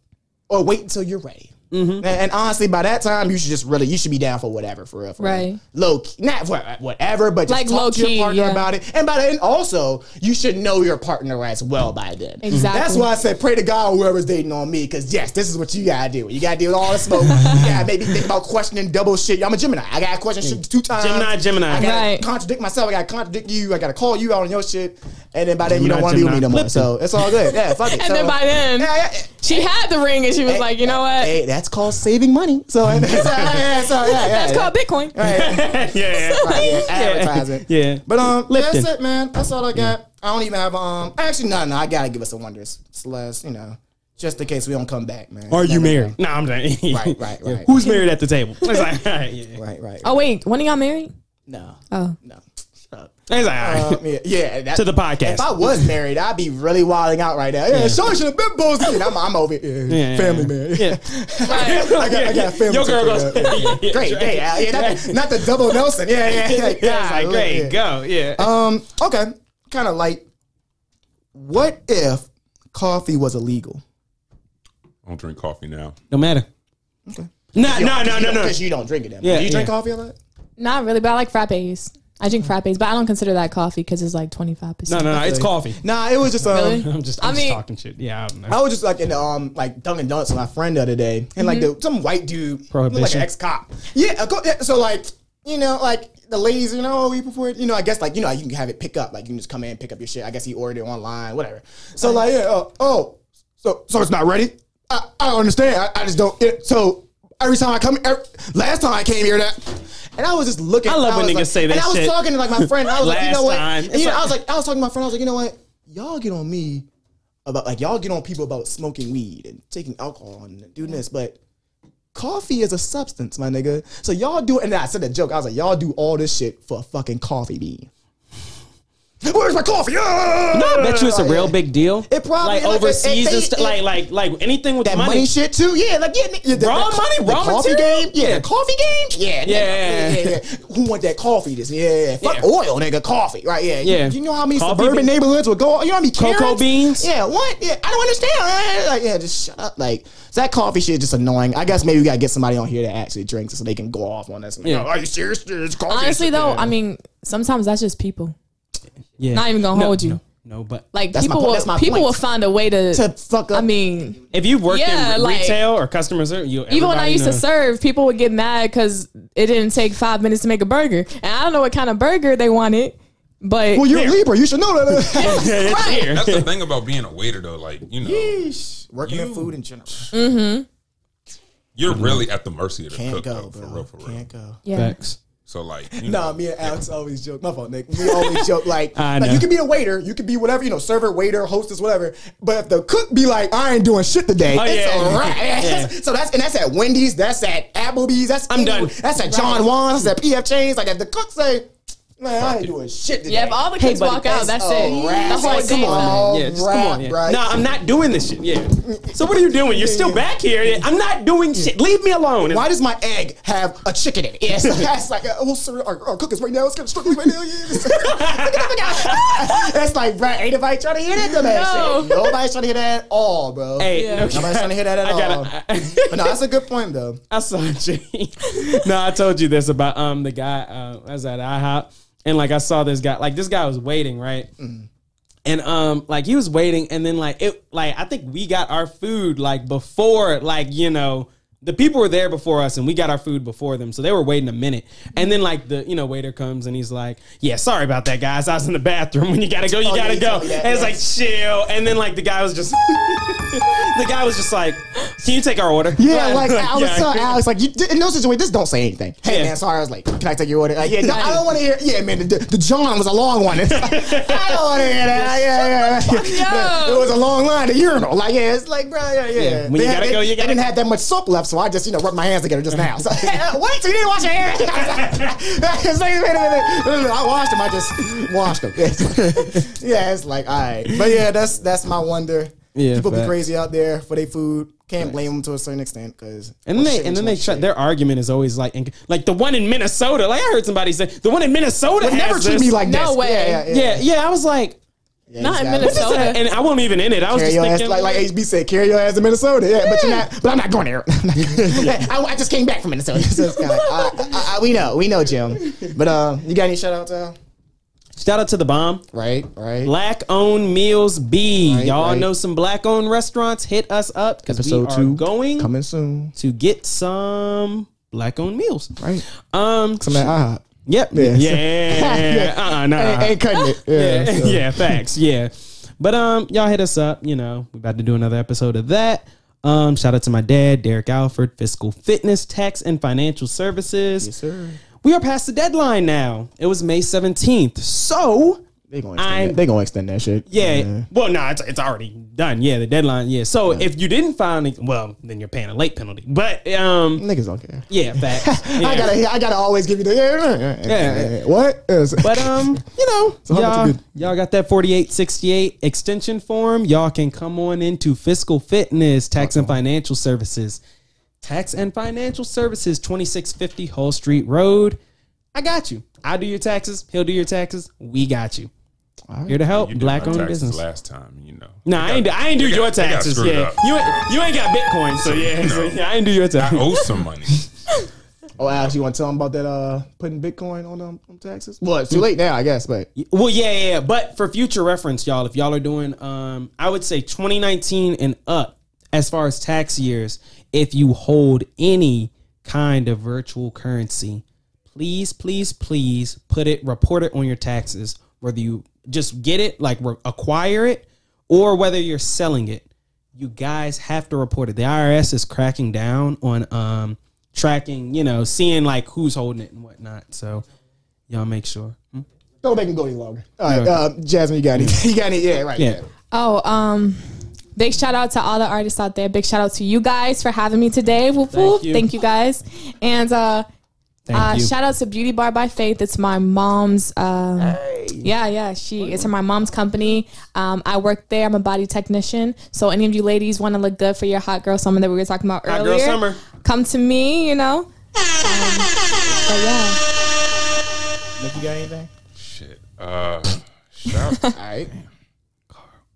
[SPEAKER 2] Or wait until you're ready.
[SPEAKER 4] Mm-hmm.
[SPEAKER 2] And, and honestly, by that time, you should just really, you should be down for whatever, for real. For real.
[SPEAKER 4] Right.
[SPEAKER 2] Low key, not wha- whatever, but just
[SPEAKER 4] Like
[SPEAKER 2] talk to
[SPEAKER 4] low-key,
[SPEAKER 2] your partner
[SPEAKER 4] yeah.
[SPEAKER 2] about it. And by then, also, you should know your partner as well by then.
[SPEAKER 4] Exactly.
[SPEAKER 2] That's why I said pray to God whoever's dating on me, because yes, this is what you gotta do. You gotta deal with all the
[SPEAKER 4] *laughs*
[SPEAKER 2] smoke. you gotta maybe think about questioning double shit. I'm a Gemini. I gotta question shit two times.
[SPEAKER 3] Gemini, Gemini.
[SPEAKER 2] I gotta
[SPEAKER 4] Right.
[SPEAKER 2] contradict myself. I gotta contradict you. I gotta call you out on your shit. And then by then, you don't
[SPEAKER 3] Gemini,
[SPEAKER 2] want to be with me no
[SPEAKER 3] Gemini.
[SPEAKER 2] more. So it's all good. Yeah, fuck it.
[SPEAKER 4] *laughs* And
[SPEAKER 2] So-
[SPEAKER 4] then by then,
[SPEAKER 2] yeah, yeah.
[SPEAKER 4] *laughs* she had the ring, and she was like, you know what?
[SPEAKER 2] Hey, that's *laughs* called saving money. So, *laughs* so, yeah, so yeah, yeah,
[SPEAKER 4] That's
[SPEAKER 2] yeah.
[SPEAKER 4] called Bitcoin.
[SPEAKER 2] Right.
[SPEAKER 3] *laughs* yeah.
[SPEAKER 2] Right, yeah,
[SPEAKER 4] *laughs*
[SPEAKER 2] advertising.
[SPEAKER 3] Yeah.
[SPEAKER 2] But um,
[SPEAKER 3] Lipton.
[SPEAKER 2] that's it, man. That's all I got. I don't even have um. Actually, no, no. I gotta give us a wonders slash, you know, just in case we don't come back, man.
[SPEAKER 3] Are you
[SPEAKER 2] Never
[SPEAKER 3] married? No, I'm *laughs* saying.
[SPEAKER 2] Right, right,
[SPEAKER 3] Yeah.
[SPEAKER 2] right.
[SPEAKER 3] Who's married at the table? It's like, *laughs* all right, yeah.
[SPEAKER 2] know. Right, right.
[SPEAKER 4] Oh wait, when are y'all married?
[SPEAKER 2] no,
[SPEAKER 4] Oh,
[SPEAKER 2] no. Shut up.
[SPEAKER 3] It's like, all *laughs* right.
[SPEAKER 2] Um, yeah, yeah that-
[SPEAKER 3] To the podcast.
[SPEAKER 2] If I was married, I'd be really wilding out right now. Yeah, Sean should have been posted. I'm, I'm over here. Yeah,
[SPEAKER 3] Yeah.
[SPEAKER 2] family man.
[SPEAKER 3] Yeah.
[SPEAKER 2] *laughs* I got, I got family.
[SPEAKER 3] Your
[SPEAKER 2] to
[SPEAKER 3] girl
[SPEAKER 2] figure
[SPEAKER 3] goes,
[SPEAKER 2] out.
[SPEAKER 3] *laughs* yeah,
[SPEAKER 2] great,
[SPEAKER 3] yeah,
[SPEAKER 2] great. Yeah, not, the, not the double Nelson. Yeah, yeah, yeah.
[SPEAKER 3] Yeah, it's like,
[SPEAKER 2] God,
[SPEAKER 3] great,
[SPEAKER 2] yeah.
[SPEAKER 3] go. Yeah.
[SPEAKER 2] Um, okay, kind of light. What if coffee was illegal?
[SPEAKER 1] I don't drink coffee now.
[SPEAKER 3] no matter. No, no, no, no, no.
[SPEAKER 2] Because you don't drink it. Then.
[SPEAKER 3] Yeah,
[SPEAKER 2] Yeah, Do you drink
[SPEAKER 3] yeah.
[SPEAKER 2] coffee a lot?
[SPEAKER 4] not really, but I like frappes. I drink frappes, but I don't consider that coffee because it's like twenty five
[SPEAKER 3] No,
[SPEAKER 4] percent.
[SPEAKER 3] no, no. It's coffee. *laughs*
[SPEAKER 2] Nah, it was just um.
[SPEAKER 4] Really?
[SPEAKER 3] I'm just,
[SPEAKER 4] I
[SPEAKER 3] I'm just
[SPEAKER 4] mean-
[SPEAKER 3] talking shit. Yeah, I don't know.
[SPEAKER 2] I was just like in the, um like Dunkin' Donuts with my friend the other day, and like
[SPEAKER 3] Mm-hmm.
[SPEAKER 2] the, some white dude, looked like
[SPEAKER 3] Prohibition.
[SPEAKER 2] an ex cop. Yeah, of cour- yeah, so like you know like the ladies, you know, we prefer it. You know, I guess like you know you can have it pick up, like you can just come in and pick up your shit. I guess he ordered it online, whatever. So like yeah, oh, oh so so it's not ready. I, I don't understand. I, I just don't. It, so every time I come, every, last time I came here that. And I was just looking.
[SPEAKER 3] I love when
[SPEAKER 2] was
[SPEAKER 3] niggas
[SPEAKER 2] like-
[SPEAKER 3] say that
[SPEAKER 2] And I was
[SPEAKER 3] shit.
[SPEAKER 2] talking to like my
[SPEAKER 3] *laughs*
[SPEAKER 2] friend. I was like, you
[SPEAKER 3] Last
[SPEAKER 2] know what?
[SPEAKER 3] time.
[SPEAKER 2] And,
[SPEAKER 3] It's
[SPEAKER 2] you know,
[SPEAKER 3] like-
[SPEAKER 2] I was like, I was talking to my friend. I was like, you know what? Y'all get on me about like y'all get on people about smoking weed and taking alcohol and doing this, but coffee is a substance, my nigga. So y'all do and I said a joke. I was like, y'all do all this shit for a fucking coffee bean. *laughs* Where's my coffee? Ah!
[SPEAKER 3] I bet you it's a real big deal.
[SPEAKER 2] It probably-
[SPEAKER 3] like
[SPEAKER 2] like,
[SPEAKER 3] overseas
[SPEAKER 2] it- it-
[SPEAKER 3] and stuff.
[SPEAKER 2] it-
[SPEAKER 3] Like like like anything with
[SPEAKER 2] that money.
[SPEAKER 3] money.
[SPEAKER 2] shit too. Yeah, like yeah, yeah the,
[SPEAKER 3] Raw
[SPEAKER 2] the-
[SPEAKER 3] money,
[SPEAKER 2] the
[SPEAKER 3] raw
[SPEAKER 2] coffee
[SPEAKER 3] material?
[SPEAKER 2] game. Yeah,
[SPEAKER 3] Yeah.
[SPEAKER 2] the coffee game. Yeah, nigga.
[SPEAKER 3] Yeah.
[SPEAKER 2] yeah, yeah, yeah. Who want that coffee? This yeah, fuck
[SPEAKER 3] Yeah.
[SPEAKER 2] oil, nigga. Coffee, right? Yeah,
[SPEAKER 3] Yeah.
[SPEAKER 2] You, you know how many
[SPEAKER 3] Coffee
[SPEAKER 2] suburban
[SPEAKER 3] be-
[SPEAKER 2] neighborhoods would go? You know how many
[SPEAKER 3] Cocoa
[SPEAKER 2] Karens?
[SPEAKER 3] beans?
[SPEAKER 2] Yeah, what? Yeah, I don't understand. Like yeah, just shut up. Like so that coffee shit is just annoying. I guess maybe we gotta get somebody on here that actually drinks it so they can go off on this. Like,
[SPEAKER 3] *laughs* Yeah.
[SPEAKER 2] oh, are you serious? It's coffee.
[SPEAKER 4] Honestly, though, I mean, sometimes that's just people.
[SPEAKER 3] Yeah.
[SPEAKER 4] Not even gonna
[SPEAKER 3] No,
[SPEAKER 4] hold you.
[SPEAKER 3] No, no, but
[SPEAKER 4] Like
[SPEAKER 2] That's my
[SPEAKER 4] people
[SPEAKER 2] point.
[SPEAKER 4] will
[SPEAKER 2] That's my
[SPEAKER 4] people
[SPEAKER 2] point.
[SPEAKER 4] will find a way to.
[SPEAKER 2] to fuck up.
[SPEAKER 4] I mean,
[SPEAKER 3] if you worked
[SPEAKER 4] Yeah,
[SPEAKER 3] in re-
[SPEAKER 4] like-
[SPEAKER 3] retail or customer service, you
[SPEAKER 4] even when I
[SPEAKER 3] everybody
[SPEAKER 4] used to
[SPEAKER 3] knows.
[SPEAKER 4] serve, people would get mad because it didn't take five minutes to make a burger, and I don't know what kind of burger they wanted, but
[SPEAKER 2] well, you're a
[SPEAKER 3] Here.
[SPEAKER 2] Libra. You should know
[SPEAKER 3] *laughs*
[SPEAKER 2] that.
[SPEAKER 3] *laughs* Yeah, it's here.
[SPEAKER 1] That's the thing about being a waiter, though. Like you know,
[SPEAKER 2] Yeesh. Working in
[SPEAKER 1] You-
[SPEAKER 2] food in general.
[SPEAKER 1] you're really at the mercy of the
[SPEAKER 2] Can't
[SPEAKER 1] cook,
[SPEAKER 2] go,
[SPEAKER 1] though, for
[SPEAKER 2] bro.
[SPEAKER 1] real, for real.
[SPEAKER 2] Can't go.
[SPEAKER 4] yeah,
[SPEAKER 1] So like, you
[SPEAKER 2] Nah,
[SPEAKER 1] know,
[SPEAKER 2] me and Alex always joke. My fault, Nick. We always joke
[SPEAKER 3] *laughs*
[SPEAKER 2] like,
[SPEAKER 3] I
[SPEAKER 2] like
[SPEAKER 3] know.
[SPEAKER 2] you can be the waiter, you can be whatever, you know, server, waiter, hostess, whatever. But if the cook be like, I ain't doing shit today,
[SPEAKER 3] Oh,
[SPEAKER 2] it's
[SPEAKER 3] yeah.
[SPEAKER 2] a wrap.
[SPEAKER 3] *laughs* Yeah.
[SPEAKER 2] *laughs* So that's and that's at Wendy's, that's at Applebee's, that's
[SPEAKER 3] I'm done.
[SPEAKER 2] That's at John Juan's, that's at PF Chang's. Like if the cook say, Man, I ain't doing shit today.
[SPEAKER 4] yeah. If all the
[SPEAKER 2] Hey,
[SPEAKER 4] kids
[SPEAKER 2] buddy,
[SPEAKER 4] walk out, that's
[SPEAKER 2] a
[SPEAKER 4] it.
[SPEAKER 2] wrap.
[SPEAKER 4] The whole
[SPEAKER 2] Like, Oh, come
[SPEAKER 4] day.
[SPEAKER 2] on, man.
[SPEAKER 3] Yeah, just come on.
[SPEAKER 2] Wrap,
[SPEAKER 3] Yeah.
[SPEAKER 2] right?
[SPEAKER 3] No, I'm not doing this shit. Yeah. So what are you doing? You're still back here. I'm not doing shit. Leave me alone.
[SPEAKER 2] Why does my egg have a chicken in it? Yes, *laughs* that's like uh, oh, sir, our, our cook is right now. It's gonna struggle right
[SPEAKER 3] *laughs*
[SPEAKER 2] now. Yes. Look at that, look at that. *laughs* that's like, bro, ain't nobody trying to hear that dumb ass
[SPEAKER 4] No.
[SPEAKER 2] shit. Nobody's trying to hear that at all, bro.
[SPEAKER 3] Hey,
[SPEAKER 4] Yeah.
[SPEAKER 3] no,
[SPEAKER 2] Nobody's trying to hear that at
[SPEAKER 3] I
[SPEAKER 2] all.
[SPEAKER 3] gotta-
[SPEAKER 2] But no, that's a good point though.
[SPEAKER 3] I saw *laughs* Jay. no, I told you this about um the guy uh, I was at IHOP and like I saw this guy like this guy was waiting right, and um like he was waiting and then like it like I think we got our food like before like you know the people were there before us and we got our food before them so they were waiting a minute and then like the you know waiter comes and he's like yeah sorry about that guys I was in the bathroom *laughs* when you gotta go you
[SPEAKER 2] Oh, yeah,
[SPEAKER 3] gotta
[SPEAKER 2] he
[SPEAKER 3] go
[SPEAKER 2] told me that,
[SPEAKER 3] and it's
[SPEAKER 2] yeah.
[SPEAKER 3] like chill and then like the guy was just *laughs* the guy was just like can you take our order *laughs*
[SPEAKER 2] Yeah, like I was
[SPEAKER 3] Yeah.
[SPEAKER 2] telling Alex, like you, in those situations, just don't say anything. Hey
[SPEAKER 3] Yeah.
[SPEAKER 2] man, sorry. I was like, can I take your order? Like, yeah, no, I don't want to hear. Yeah, man, the, the John was a long one. *laughs* It's like, I don't want to hear that. *laughs* Yeah, yeah, yeah.
[SPEAKER 4] up.
[SPEAKER 2] It was a long line to urinal. Like, yeah, it's like, bro, yeah, yeah.
[SPEAKER 3] Yeah, when you
[SPEAKER 2] They
[SPEAKER 3] gotta
[SPEAKER 2] had-
[SPEAKER 3] go, you
[SPEAKER 2] they
[SPEAKER 3] gotta
[SPEAKER 2] didn't
[SPEAKER 3] go.
[SPEAKER 2] have that much soap left, so I just you know rubbed my hands together just now. *laughs* So, *laughs* what? So you didn't wash your hair? *laughs* it's like, wait a minute. No, no, no, I washed them. I just *laughs* washed them. yeah, it's like, all right, but yeah, that's that's my wonder.
[SPEAKER 3] Yeah,
[SPEAKER 2] people be
[SPEAKER 3] facts.
[SPEAKER 2] crazy out there for their food. Can't blame them to a certain extent because
[SPEAKER 3] And then they and then they shut. Their argument is always like, and- like the one in Minnesota. Like I heard somebody say, the one in Minnesota
[SPEAKER 2] But
[SPEAKER 3] has
[SPEAKER 2] never treat
[SPEAKER 3] this.
[SPEAKER 2] me like
[SPEAKER 4] No
[SPEAKER 2] this.
[SPEAKER 4] way.
[SPEAKER 2] Yeah, yeah,
[SPEAKER 3] Yeah, yeah. I was like,
[SPEAKER 2] yeah,
[SPEAKER 4] Not in
[SPEAKER 2] exactly.
[SPEAKER 4] Minnesota. Minnesota.
[SPEAKER 3] and I wasn't even in it. I was
[SPEAKER 2] Carry
[SPEAKER 3] just
[SPEAKER 2] your ass,
[SPEAKER 3] thinking,
[SPEAKER 2] like, like HB said, carry your ass to Minnesota. Yeah, but you're not. But I'm not going
[SPEAKER 7] *laughs*
[SPEAKER 2] there. I, I just came back from Minnesota. So it's kinda like, uh, uh, uh, we know, we know, Jim. But uh, you got any shout outs? Al?
[SPEAKER 3] shout out to the bomb.
[SPEAKER 2] Right, right.
[SPEAKER 3] Black owned meals B.
[SPEAKER 2] Right,
[SPEAKER 3] Y'all all
[SPEAKER 2] right.
[SPEAKER 3] know some black owned restaurants. Hit us up because we
[SPEAKER 2] Episode
[SPEAKER 3] are
[SPEAKER 2] two
[SPEAKER 3] going
[SPEAKER 2] coming soon.
[SPEAKER 3] to get some black owned meals.
[SPEAKER 2] Right,
[SPEAKER 3] Um.
[SPEAKER 2] come at IHOP.
[SPEAKER 3] Yep.
[SPEAKER 2] Yeah.
[SPEAKER 3] Yeah.
[SPEAKER 2] *laughs*
[SPEAKER 3] Yeah. Uh. Nah.
[SPEAKER 2] Ain't, ain't cutting it. Yeah,
[SPEAKER 3] yeah,
[SPEAKER 2] so.
[SPEAKER 3] *laughs* yeah, facts. Yeah. But um, y'all hit us up. You know, we about to do another episode of that. Um, shout out to my dad, Derek Alford, Fiscal Fitness, Tax and Financial Services. Yes,
[SPEAKER 2] sir.
[SPEAKER 3] We are past the deadline now. It was May 17th. So
[SPEAKER 2] They gonna
[SPEAKER 3] I'm-
[SPEAKER 2] extend that. they gonna extend that shit.
[SPEAKER 3] yeah. Well, no, it's, it's already done. Yeah, the deadline. Yeah. So if you didn't find it, well, then you're paying a late penalty. But um,
[SPEAKER 2] niggas don't care.
[SPEAKER 3] yeah, facts.
[SPEAKER 2] *laughs* I
[SPEAKER 3] Yeah.
[SPEAKER 2] gotta, I gotta always give you the yeah. uh,
[SPEAKER 3] Yeah.
[SPEAKER 2] What?
[SPEAKER 3] But um, you know,
[SPEAKER 2] So how much
[SPEAKER 3] y'all,
[SPEAKER 2] you get?
[SPEAKER 3] y'all got that 4868 extension form. Y'all can come on into fiscal fitness, tax and financial services. Tax and financial services, 2650 Hull Street Road. I got you. I do your taxes, he'll do your taxes. We got you. Here to help
[SPEAKER 1] you did my
[SPEAKER 3] black owned
[SPEAKER 1] taxes
[SPEAKER 3] business.
[SPEAKER 1] last time, you know.
[SPEAKER 3] Nah, I ain't, I ain't do
[SPEAKER 1] they got-
[SPEAKER 3] your
[SPEAKER 1] they got
[SPEAKER 3] taxes.
[SPEAKER 1] screwed
[SPEAKER 3] Yeah.
[SPEAKER 1] up.
[SPEAKER 3] You ain't, you ain't got Bitcoin, so yeah, so
[SPEAKER 1] No.
[SPEAKER 3] yeah, I ain't do your
[SPEAKER 1] I
[SPEAKER 3] taxes.
[SPEAKER 1] owe some money.
[SPEAKER 2] Oh, Alex, you want to tell them about that? Uh, putting Bitcoin on them on taxes. Well, it's too late now, I guess. But
[SPEAKER 3] Well, yeah, yeah, yeah. But for future reference, y'all, if y'all are doing, um, I would say 2019 and up as far as tax years, if you hold any kind of virtual currency, please, please, please put it, report it on your taxes, whether you just get it, like re- acquire it, or whether you're selling it. You guys have to report it. The IRS is cracking down on um, tracking, you know, seeing like who's holding it and whatnot. So y'all make sure.
[SPEAKER 2] don't make them go any longer. All right, uh, Jasmine, you got any? You got any? Yeah, right.
[SPEAKER 3] Yeah.
[SPEAKER 4] Oh, um, big shout out to all the artists out there. Big shout out to you guys for having me today. Whoop, whoop.
[SPEAKER 3] you.
[SPEAKER 4] Thank you guys. And uh,
[SPEAKER 3] Thank
[SPEAKER 4] Uh,
[SPEAKER 3] you.
[SPEAKER 4] shout out to Beauty Bar by Faith. It's my mom's. Um, Yeah, yeah. She it's in my mom's company. Um, I work there. I'm a body technician. So any of you ladies want to look good for your hot girl summer that we were talking about
[SPEAKER 3] Hot girl
[SPEAKER 4] earlier?
[SPEAKER 3] summer.
[SPEAKER 4] Come to me.
[SPEAKER 2] *laughs*
[SPEAKER 4] You know. Um, but yeah.
[SPEAKER 7] Nick, you got anything?
[SPEAKER 1] Shit. Uh, shout,
[SPEAKER 3] *laughs*
[SPEAKER 7] All right.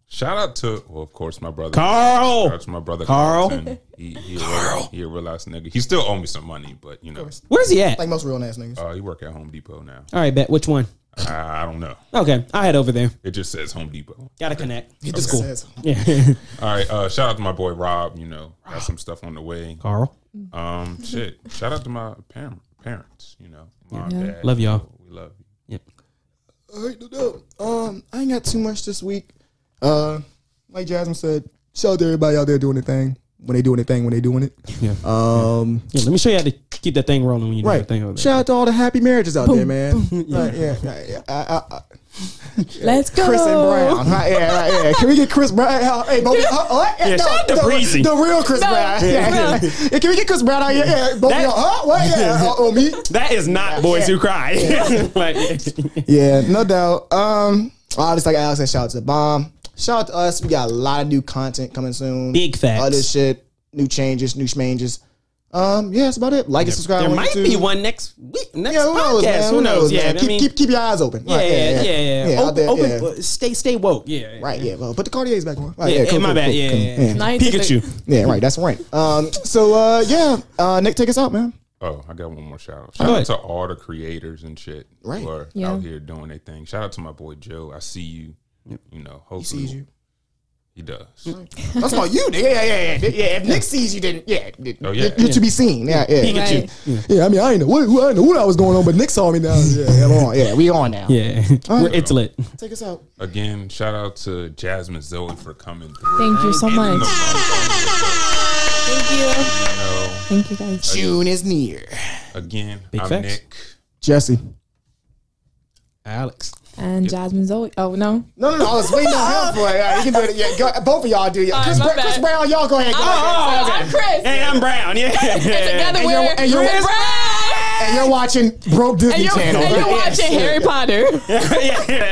[SPEAKER 1] shout out to, well, of course, my brother. Shout
[SPEAKER 3] Carl,
[SPEAKER 1] out to my brother.
[SPEAKER 3] Carl.
[SPEAKER 1] Carlton. He, he, a real- he a real ass nigga. He still owe me some money, but you know,
[SPEAKER 3] where's he at?
[SPEAKER 7] Like most real ass niggas.
[SPEAKER 1] uh, he work at Home Depot now.
[SPEAKER 3] All right, bet which one?
[SPEAKER 1] I, I don't know.
[SPEAKER 3] Okay, I head over there.
[SPEAKER 1] It just says Home Depot.
[SPEAKER 3] Gotta connect.
[SPEAKER 7] That's
[SPEAKER 1] cool.
[SPEAKER 7] Says,
[SPEAKER 3] Yeah,
[SPEAKER 1] All right. Uh, shout out to my boy Rob. You know, got some stuff on the way.
[SPEAKER 3] Carl.
[SPEAKER 1] Um, shit. Shout out to my parent, parents. You know, mom, dad.
[SPEAKER 3] Love y'all.
[SPEAKER 1] We love you.
[SPEAKER 3] Yep.
[SPEAKER 7] All right, no doubt. Um, I ain't got too much this week. Uh, like Jasmine said, shout out to everybody out there doing their thing when they doing their thing when they doing it.
[SPEAKER 3] Yeah.
[SPEAKER 7] Um,
[SPEAKER 3] Yeah, let me show you how to keep that thing rolling when you do
[SPEAKER 7] right.
[SPEAKER 3] that thing over there.
[SPEAKER 7] Shout out to all the happy marriages out there, man. Right, yeah, yeah, yeah. I, I, I,
[SPEAKER 4] Let's go.
[SPEAKER 7] Chris and Brown. Right, yeah, right, *laughs* yeah. Can we get Chris Brown? Hell, Hey, both, uh, what?
[SPEAKER 3] Yeah, shout out to
[SPEAKER 7] the,
[SPEAKER 3] Breezy.
[SPEAKER 7] The real Chris
[SPEAKER 4] No,
[SPEAKER 7] Brown.
[SPEAKER 4] Chris
[SPEAKER 7] Yeah,
[SPEAKER 4] Brown.
[SPEAKER 7] yeah. Yeah, Can we get Chris Brown out here? Yeah, both of
[SPEAKER 3] That-
[SPEAKER 7] y'all, huh? What? Yeah, uh, oh, me?
[SPEAKER 3] That is not boys who cry. *laughs* like,
[SPEAKER 7] Yeah, no doubt. Um, I just like Alex said, shout out to the bomb. Shout out to us. We got a lot of new content coming soon.
[SPEAKER 3] Big facts.
[SPEAKER 7] Other shit, new changes, new changes. Um, yeah, that's about it. Like and subscribe.
[SPEAKER 3] there
[SPEAKER 7] on
[SPEAKER 3] might
[SPEAKER 7] YouTube.
[SPEAKER 3] be one next week, next
[SPEAKER 7] Yeah, who knows?
[SPEAKER 3] podcast.
[SPEAKER 7] man?
[SPEAKER 3] who knows? Yeah,
[SPEAKER 7] man?
[SPEAKER 3] I
[SPEAKER 7] keep,
[SPEAKER 3] mean,
[SPEAKER 7] keep keep your eyes open.
[SPEAKER 3] yeah,
[SPEAKER 7] Right,
[SPEAKER 3] yeah, yeah, yeah.
[SPEAKER 7] out
[SPEAKER 3] Open,
[SPEAKER 7] there,
[SPEAKER 3] open,
[SPEAKER 7] yeah.
[SPEAKER 3] uh, stay, stay woke. Yeah, yeah.
[SPEAKER 7] Right, yeah. Well, put the Cartiers back on. Right,
[SPEAKER 3] Yeah,
[SPEAKER 7] cool,
[SPEAKER 3] my
[SPEAKER 7] cool,
[SPEAKER 3] bad.
[SPEAKER 7] cool,
[SPEAKER 3] yeah,
[SPEAKER 7] cool.
[SPEAKER 3] yeah, yeah.
[SPEAKER 4] Nice.
[SPEAKER 3] Pikachu.
[SPEAKER 7] Yeah, right. That's right. Um, so uh, yeah, uh, Nick, take us out, man.
[SPEAKER 1] Oh, I got one more shout out. Shout
[SPEAKER 3] Go
[SPEAKER 1] out
[SPEAKER 3] ahead.
[SPEAKER 1] to all the creators and shit
[SPEAKER 7] Right.
[SPEAKER 1] who are
[SPEAKER 4] Yeah.
[SPEAKER 1] out here doing their thing. Shout out to my boy Joe. I see you. You know, hopefully
[SPEAKER 7] sees you.
[SPEAKER 1] He does.
[SPEAKER 7] That's
[SPEAKER 3] Oh,
[SPEAKER 7] about you. nigga. Yeah, yeah, yeah. yeah if Nick sees you, then yeah,
[SPEAKER 1] Oh, yeah.
[SPEAKER 7] you, you should be seen. Yeah, yeah.
[SPEAKER 3] Pikachu.
[SPEAKER 4] Right.
[SPEAKER 7] Yeah, I mean, I ain't know what who, I ain't know what I was going on, but Nick saw me now. Yeah, *laughs* yeah, I'm on. Yeah, we on now.
[SPEAKER 3] Yeah, we're it's lit.
[SPEAKER 7] Take us out.
[SPEAKER 1] Again, shout out to Jasmine Zoe for coming through.
[SPEAKER 4] Thank you so
[SPEAKER 1] And in the
[SPEAKER 4] much. Thank you.
[SPEAKER 1] you know,
[SPEAKER 4] Thank you guys.
[SPEAKER 7] June is near.
[SPEAKER 1] again,
[SPEAKER 3] Big
[SPEAKER 1] I'm
[SPEAKER 3] facts.
[SPEAKER 1] Nick.
[SPEAKER 7] Jesse.
[SPEAKER 3] Alex.
[SPEAKER 4] And Jasmine Zoe. Oh no.
[SPEAKER 7] No, no, no. I was waiting on him for it. All right, you can do it. Yeah, go, both of y'all do it.
[SPEAKER 4] All right,
[SPEAKER 7] Chris,
[SPEAKER 4] my
[SPEAKER 7] Bra-
[SPEAKER 4] bad.
[SPEAKER 7] Chris Brown, y'all go ahead. Go ahead.
[SPEAKER 4] Oh, I'm Chris.
[SPEAKER 3] Hey, I'm Brown. Yeah,
[SPEAKER 4] And together
[SPEAKER 7] you're-
[SPEAKER 4] we're
[SPEAKER 7] *laughs* and you're-
[SPEAKER 4] Chris Brown.
[SPEAKER 7] And you're watching Broke Disney
[SPEAKER 4] And you're,
[SPEAKER 7] Channel.
[SPEAKER 4] and you're
[SPEAKER 7] Yeah,
[SPEAKER 4] watching
[SPEAKER 7] shit.
[SPEAKER 4] Harry Potter.
[SPEAKER 3] yeah.